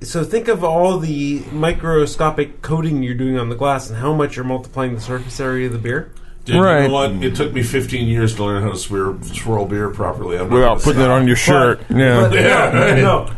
so think of all the microscopic coating you're doing on the glass and how much you're multiplying the surface area of the beer. Dude, You Right. know what? It took me 15 years to learn how to swir- swirl beer properly. I'm not Without gonna putting it on your shirt. yeah. But no,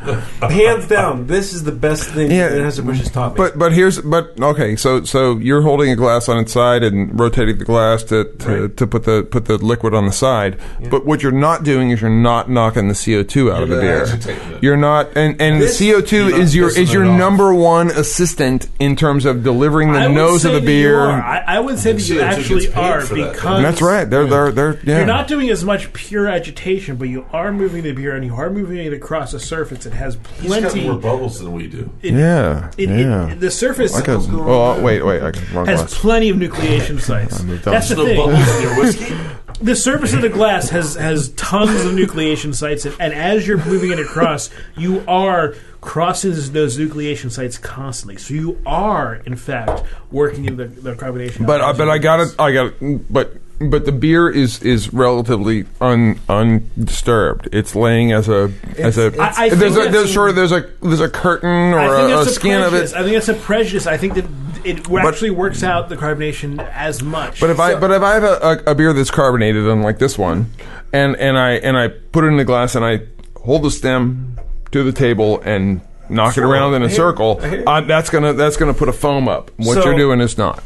no, no. Hands down, this is the best thing Yeah. Anheuser-Busch has taught me. But but here's but okay so so you're holding a glass on its side and rotating the glass to to, to put the put the liquid on the side. But what you're not doing is you're not knocking the CO2 out of the not beer. agitating it. You're not and and This- the CO2 You're not is your pissing is your it off. number one assistant in terms of delivering the I would nose of say the that beer. you are. I, I would say that you Yeah, so it actually gets paid are for that. because That's right. They're they're they're yeah. You're not doing as much pure agitation, but you are moving the beer and you are moving it across a surface that has He's got plenty. more bubbles than we do. it- yeah. it- it- yeah. the surface I could, oh, wait, wait. I could, wrong has glass. plenty of nucleation sites. That's the The thing. bubbles in your whiskey? the surface of the glass has has tons of nucleation sites, and, and as you're moving it across, you are crossing those nucleation sites constantly. So you are, in fact, working in the, the carbonation. But I, but I got it. I got it. But but the beer is is relatively un undisturbed. It's laying as a as a. I- I think there's a that's- there's sure there's a there's a curtain I or think a, a that's a skin of prejudice. it. I think that's a prejudice. I think that it actually works out the carbonation as much. But if I but if I have a, a, a beer that's carbonated, unlike this one, and and I and I put it in a glass and I hold the stem to the table and knock it around in a circle, uh, that's gonna that's gonna put a foam up. What So- you're doing is not.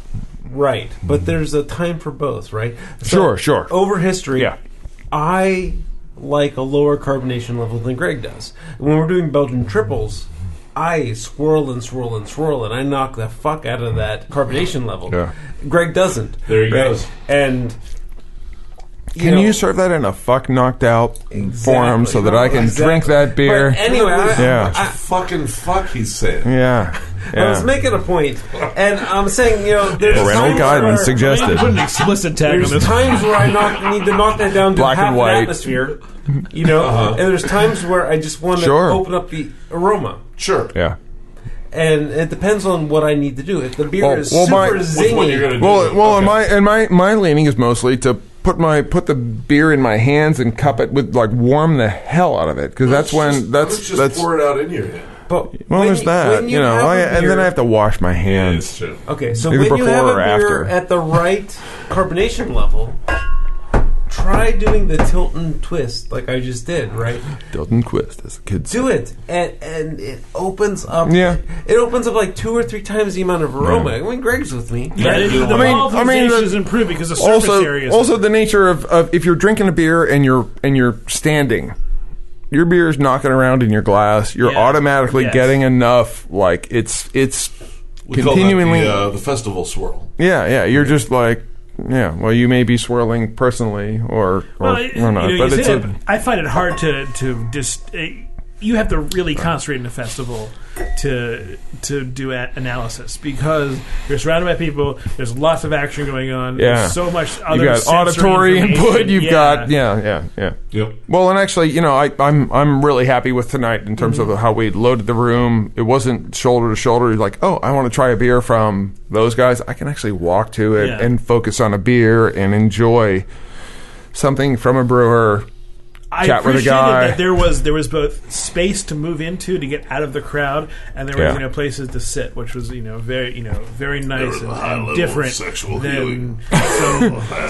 Right, but there's a time for both, right? Sure, sure. Over history, Yeah. I like a lower carbonation level than Greg does. When we're doing Belgian triples, I swirl and swirl and swirl, and I knock the fuck out of that carbonation level. Yeah. Greg doesn't. There he Right? goes. And Can know- you serve that in a fuck knocked out form so that I can Exactly. drink that beer? But anyway, I, Yeah. I- fucking fuck, he's saying. yeah, I was yeah. making a point, and I'm saying, you know, there's Parental times guidance where- suggested. Put an explicit tag on There's this. times where I knock, need to knock that down to Black half and white. Uh-huh. an atmosphere, you know. And there's times where I just want to Sure. open up the aroma, Sure. Yeah. and it depends on what I need to do. If the beer Well- is well, super my- zingy, What you're gonna do? Well, well, and my and my my leaning is mostly to put my put the beer in my hands and cup it with like warm the hell out of it because that's when Let's that's just that's pour it out in here. but well when there's you- that when you know have I, a and then beer- I have to wash my It's hands. true. Okay, so Either when you before have a or beer after. at the right carbonation level, try doing the tilt and twist like I just did. Right, Dilton Quist, as the kids. do it, and and it opens up. Yeah. it opens up like two or three times the amount of aroma. When Greg's with me, Yeah, the the I mean- I mean, volumization is improved because the surface area Also, is also the nature of, of if you're drinking a beer and you're and you're standing, your beer is knocking around in your glass. You're Yeah. automatically Yes. getting enough. Like it's it's We call that continually. the, uh, the festival swirl. yeah, yeah. You're just like yeah. Well, you may be swirling personally or or, Well, it- or not, you know, but you it's say a. that, but I find it hard to to just. Uh, you have to really concentrate in a festival to to do a- analysis because you're surrounded by people. There's lots of action going on. Yeah. There's so much. Other You've got sensory auditory information. input. You've Yeah. got yeah, yeah, yeah. Yep. Well, and actually, you know, I, I'm I'm really happy with tonight in terms Mm-hmm. of how we loaded the room. It wasn't shoulder to shoulder. Like, oh, I want to try a beer from those guys. I can actually walk to it Yeah. and focus on a beer and enjoy something from a brewer. I chat with a appreciated guy. That there was there was both space to move into to get out of the crowd, and there was Yeah. you know places to sit, which was you know very you know very nice was a and, high and level of different sexual than some,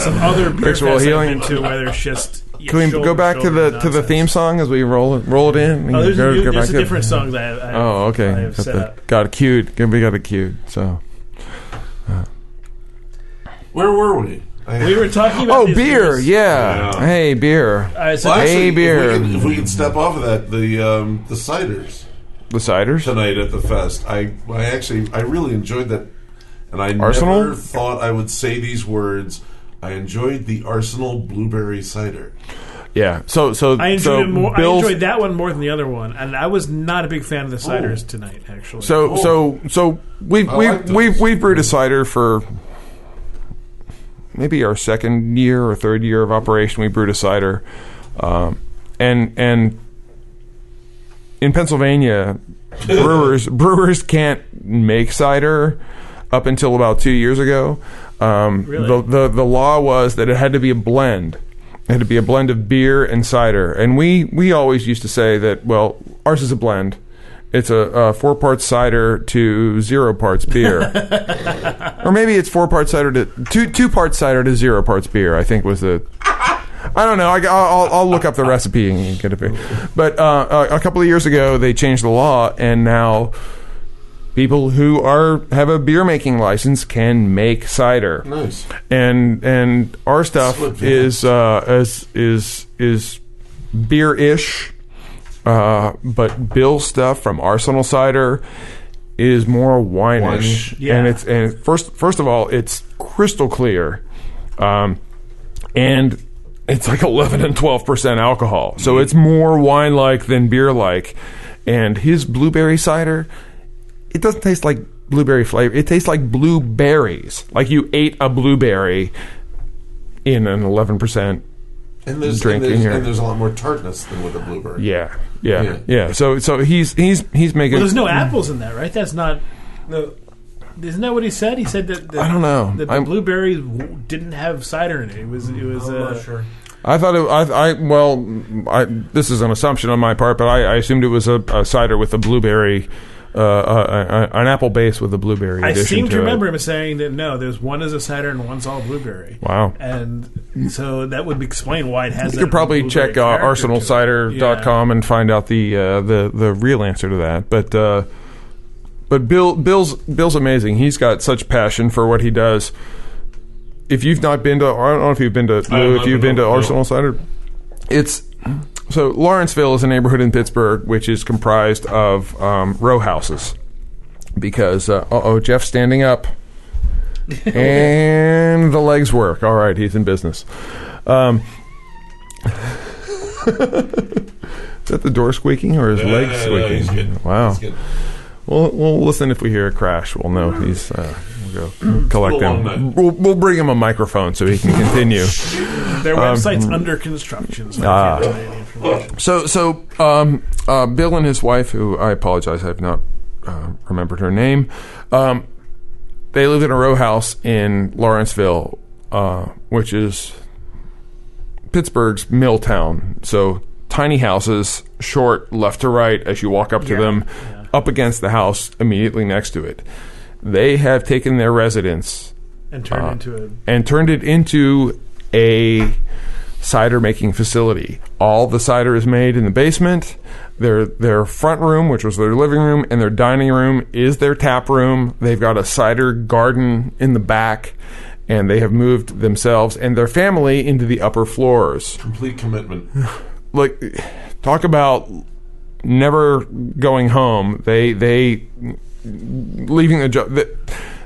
some other beer Sexual fests I've healing. been to where there's just yeah, Can we shoulder go back to shoulder the to the nonsense. theme song as we roll it roll it in? Oh, there's, Go- a, new- go there's back a to- different songs I have. I have Oh, okay. I have Got set the- up. Got it queued. We got it queued. So. Where were we? I- We were talking about Oh, these beer. beers. Yeah. Yeah. Hey, beer. I said- Well, Hey, actually, beer. If we, can, if we can step off of that, the um, the ciders The ciders. tonight at the fest. I I actually I really enjoyed that, and I Arsenal? never thought I would say these words. I enjoyed the Arsenal blueberry cider. Yeah. So so I enjoyed so it more. Bill's- I enjoyed that one more than the other one, and I was not a big fan of the ciders tonight. Actually, So so so we've Oh. I we've, like those. we've we've brewed a cider for maybe our second year or third year of operation. We brewed a cider, um, and and in Pennsylvania, brewers brewers can't make cider up until about two years ago. Um, Really? the, the the law was that it had to be a blend. It had to be a blend of beer and cider, and we we always used to say that well, ours is a blend. It's a, uh four parts cider to zero parts beer, or maybe it's four parts cider to two two parts cider to zero parts beer. I think was the I don't know. I, will I'll look up the recipe and get a beer. But uh, a, a couple of years ago, they changed the law, and now people who are have a beer making license can make cider. Nice. And and our stuff Slip, yeah. is uh, is is is beer ish, uh, but Bill's stuff from Arsenal Cider is more wineish, Yeah. and it's and it- first first of all, it's crystal clear. Um, and it's like 11 and 12 percent alcohol so Mm-hmm. it's more wine like than beer like and his blueberry cider it doesn't taste like blueberry flavor it tastes like blueberries like you ate a blueberry in an 11 percent And there's, Drink and there's, in here. and there's a lot more tartness than with a blueberry. yeah yeah, Yeah. yeah so so he's he's he's making well, there's no apples in that, right? That's not. no, Isn't that what he said? He said that the, I don't know. that the I'm- blueberries w- didn't have cider in it. It was it was. I'm Uh, not sure. I thought it, I, I well, I, this is an assumption on my part, but I, I assumed it was a, a cider with a blueberry uh, uh, an apple base with a blueberry. I addition seem to, it. remember him saying that no, there's one is a cider and one's all blueberry. Wow. And so that would explain why it has. You could probably check uh, arsenalcider.com and find out the uh, the the real answer to that. But uh, but Bill Bill's Bill's amazing. He's got such passion for what he does. If you've not been to, I don't know if you've been to I Lou, haven't if you've been to been, no. Arsenal Cider, it's so Lawrenceville is a neighborhood in Pittsburgh which is comprised of um, row houses because uh oh Jeff's standing up and the legs work. All right, he's in business. Um, is that the door squeaking or his No, legs no, no, no, squeaking? he's good. Wow. It's good. We'll, we'll listen if we hear a crash. We'll know he's. Uh, we'll go collect It's been a long him. night. We'll, we'll bring him a microphone so he can continue. Their Um, website's under construction. So Ah. I can't really information. so so um, uh, Bill and his wife, who I apologize, I've not uh, remembered her name. Um, they lived in a row house in Lawrenceville, uh, which is Pittsburgh's mill town. So tiny houses, short left to right as you walk up to Yeah. them, up against the house immediately next to it. They have taken their residence and turned Ah. into a and turned it into a cider making facility. All the cider is made in the basement. Their their front room, which was their living room, and their dining room is their tap room. They've got a cider garden in the back, and they have moved themselves and their family into the upper floors. Complete commitment. Like talk about never going home. They they leaving the job.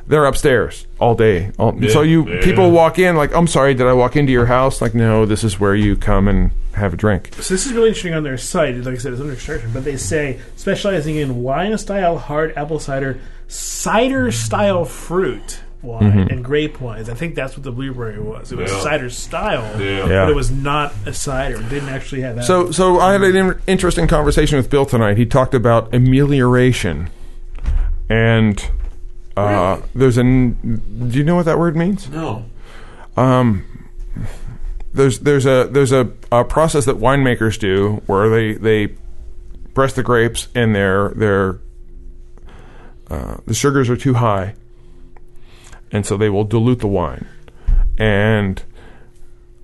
They're upstairs all day. All, so you yeah, people yeah. walk in like, I'm sorry, did I walk into your house? Like, no, this is where you come and have a drink. So this is really interesting on their site. Like I said, it's under construction, but they say specializing in wine style hard apple cider, cider style fruit wine, Mm-hmm. and grape wines. I think that's what the blueberry was. It was Yeah. cider style, Yeah. Yeah. but it was not a cider. It didn't actually have that. So so I had an in- interesting conversation with Bill tonight. He talked about amelioration, and uh, there's an. Do you know what that word means? No. there's there's a there's a, a process that winemakers do where they they press the grapes and their their uh, the sugars are too high, and so they will dilute the wine, and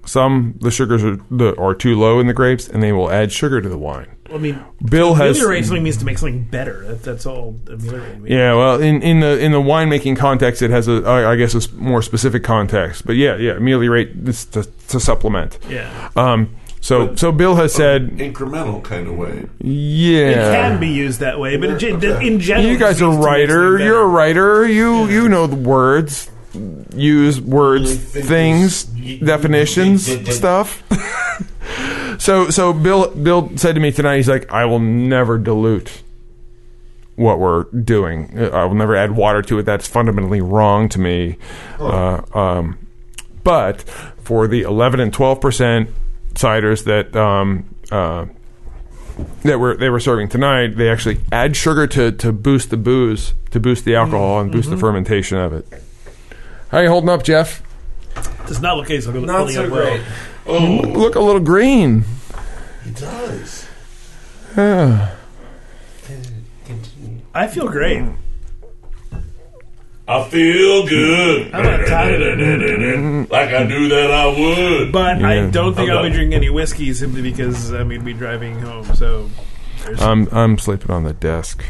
some the sugars are the, are too low in the grapes, and they will add sugar to the wine. I mean, Bill has ameliorate something means to make something better. That, that's all ameliorate means. yeah, well, in, in the in the winemaking context, it has a I I guess a s- more specific context, but yeah, yeah, ameliorate this to, to supplement. Yeah. Um, so so Bill has said, Incremental kind of way. It yeah. can be used that way, but it, gen- in general, You guys are writer. You're a writer. You you know the words. Use words, things, definitions, stuff. so so Bill Bill said to me tonight. He's like, I will never dilute what we're doing. I will never add water to it. That's fundamentally wrong to me. Uh, um, but for the 11 and 12 percent ciders that um, uh, that were they were serving tonight, they actually add sugar to, to boost the booze, to boost the alcohol, and boost the fermentation of it. How you holding up, Jeff? does not look as holding Not so up well. great. Look a little green. It does. Yeah. Continue. I feel great. I feel good. I'm not tired of Like I knew that I would. But I Yeah. don't think I'm I'll be done. drinking any whiskey simply because I'm going to be driving home. So, there's, I'm I'm sleeping on the desk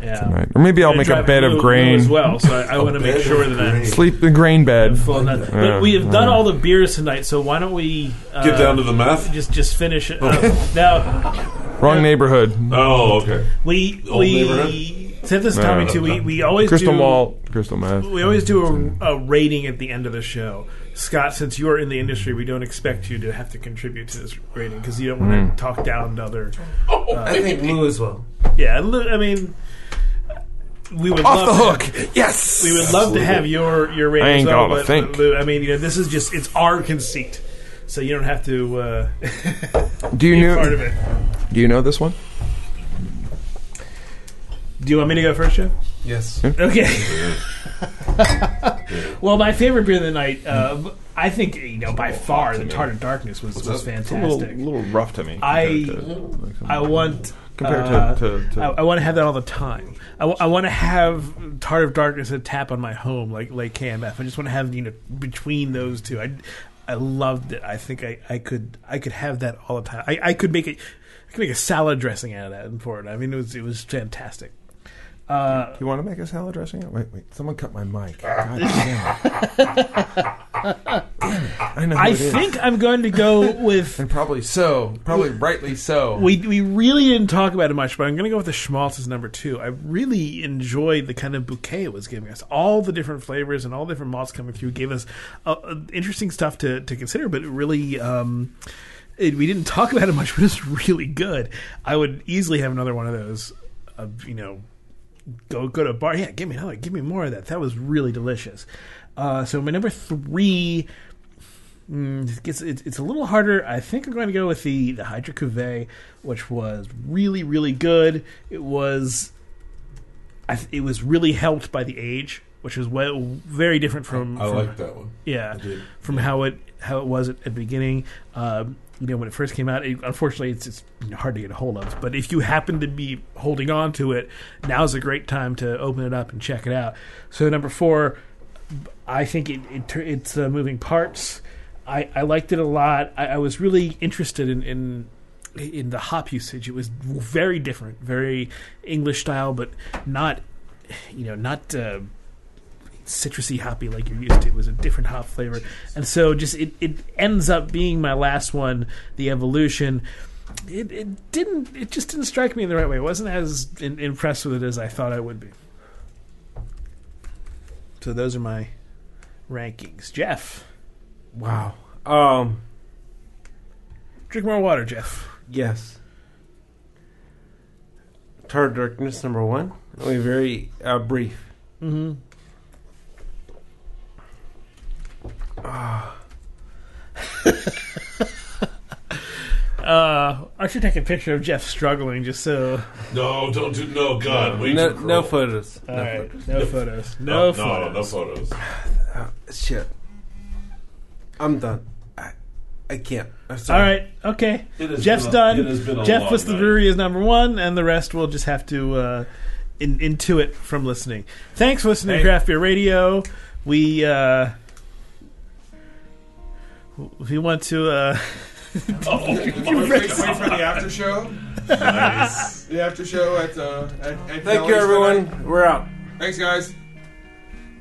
yeah. tonight, or maybe I'll And make a driving bed of Lou- Lou grain. as well. So I, I want to make bed sure of that I'm grain. Sleep the grain bed. full on that. Yeah. But we have done all the beers tonight, so why don't we uh, Get down to the Oh. math. just just finish it? up. now Wrong neighborhood. Oh, okay. we Old we neighborhood? said this to No, Tommy no, too. We we always Crystal do, malt. Crystal meth. We always do a, a rating at the end of the show. Scott, since you're in the industry, we don't expect you to have to contribute to this rating because you don't want Hmm. to talk down to other. Oh, I think Lou as well. Yeah, li- I mean, we would Off love the to- hook. Yes. We would love to have your your ratings. I ain't as well, gotta but, think. Lou, I mean, you know, this is just it's our conceit, so you don't have to uh, Do you be part of know? it. Do you know this one? Do you want me to go first, Jeff? Yes. Okay. Well, my favorite beer of the night, uh, I think you know by far, the Tart of Darkness was, was It's a little, fantastic. little rough to me. I- compared to- I want. compared to- uh, to, to, I, I want to have that all the time. I, w- I want to have Tart of Darkness and Tap on my home like like KMF. I just want to have you know between those two. I I loved it. I think I, I could I could have that all the time. I, I could make it. I could make a salad dressing out of that and pour it. I mean, it was it was fantastic. Uh, You want to make a salad dressing? Wait, wait. Someone cut my mic. God damn it. Damn it. I know. Who I it is. think I'm going to go with. And probably so. Probably rightly so. We, we really didn't talk about it much, but I'm going to go with the schmaltz as number two. I really enjoyed the kind of bouquet it was giving us. All the different flavors and all the different malts coming through gave us uh, uh, interesting stuff to, to consider, but it really. Um, it, we didn't talk about it much, but it's really good. I would easily have another one of those. Uh, you know, go go to a bar. Yeah, give me another. Give me more of that. That was really delicious. Uh, so my number three Mm, it gets, it, it's a little harder. I think I'm going to go with the the Hydra Cuvée, which was really really good. It was, I, th- it was really helped by the age, which was well, very different from, I from like that one. yeah did. from how it how it was at, at the beginning. Um, you know, when it first came out, it, unfortunately, it's, it's you know, hard to get a hold of. But if you happen to be holding on to it, now's a great time to open it up and check it out. So number four, I think it, it tur- it's uh, moving parts. I, I liked it a lot. I, I was really interested in, in in the hop usage. It was very different, very English style, but not you know not. Uh, citrusy hoppy like you're used to. It was a different hop flavor. And so just it, it ends up being my last one, the evolution. It, it didn't it just didn't strike me in the right way. I wasn't as in, impressed with it as I thought I would be. So those are my rankings. Jeff. Wow. Um. Drink more water, Jeff. Yes. Tar darkness number one. Only very uh, brief. Mm-hmm. uh, I should take a picture of Jeff struggling just so. No, don't do. No, God, wait. No, no photos. All no right, photos. no photos. No, No, no, photos. no photos. Shit. I'm done. I, I can't. I'm All sorry. right, okay. It has Jeff's been a- it has been done. a Jeff long was the night. brewery is number one, and the rest we'll just have to uh, in, intuit from listening. Thanks for listening to Craft Beer Radio. We uh, we want to. Uh, Wait for the after show. The after show at uh, at, at Thank you, Kelly's everyone. tonight. We're out. Thanks, guys.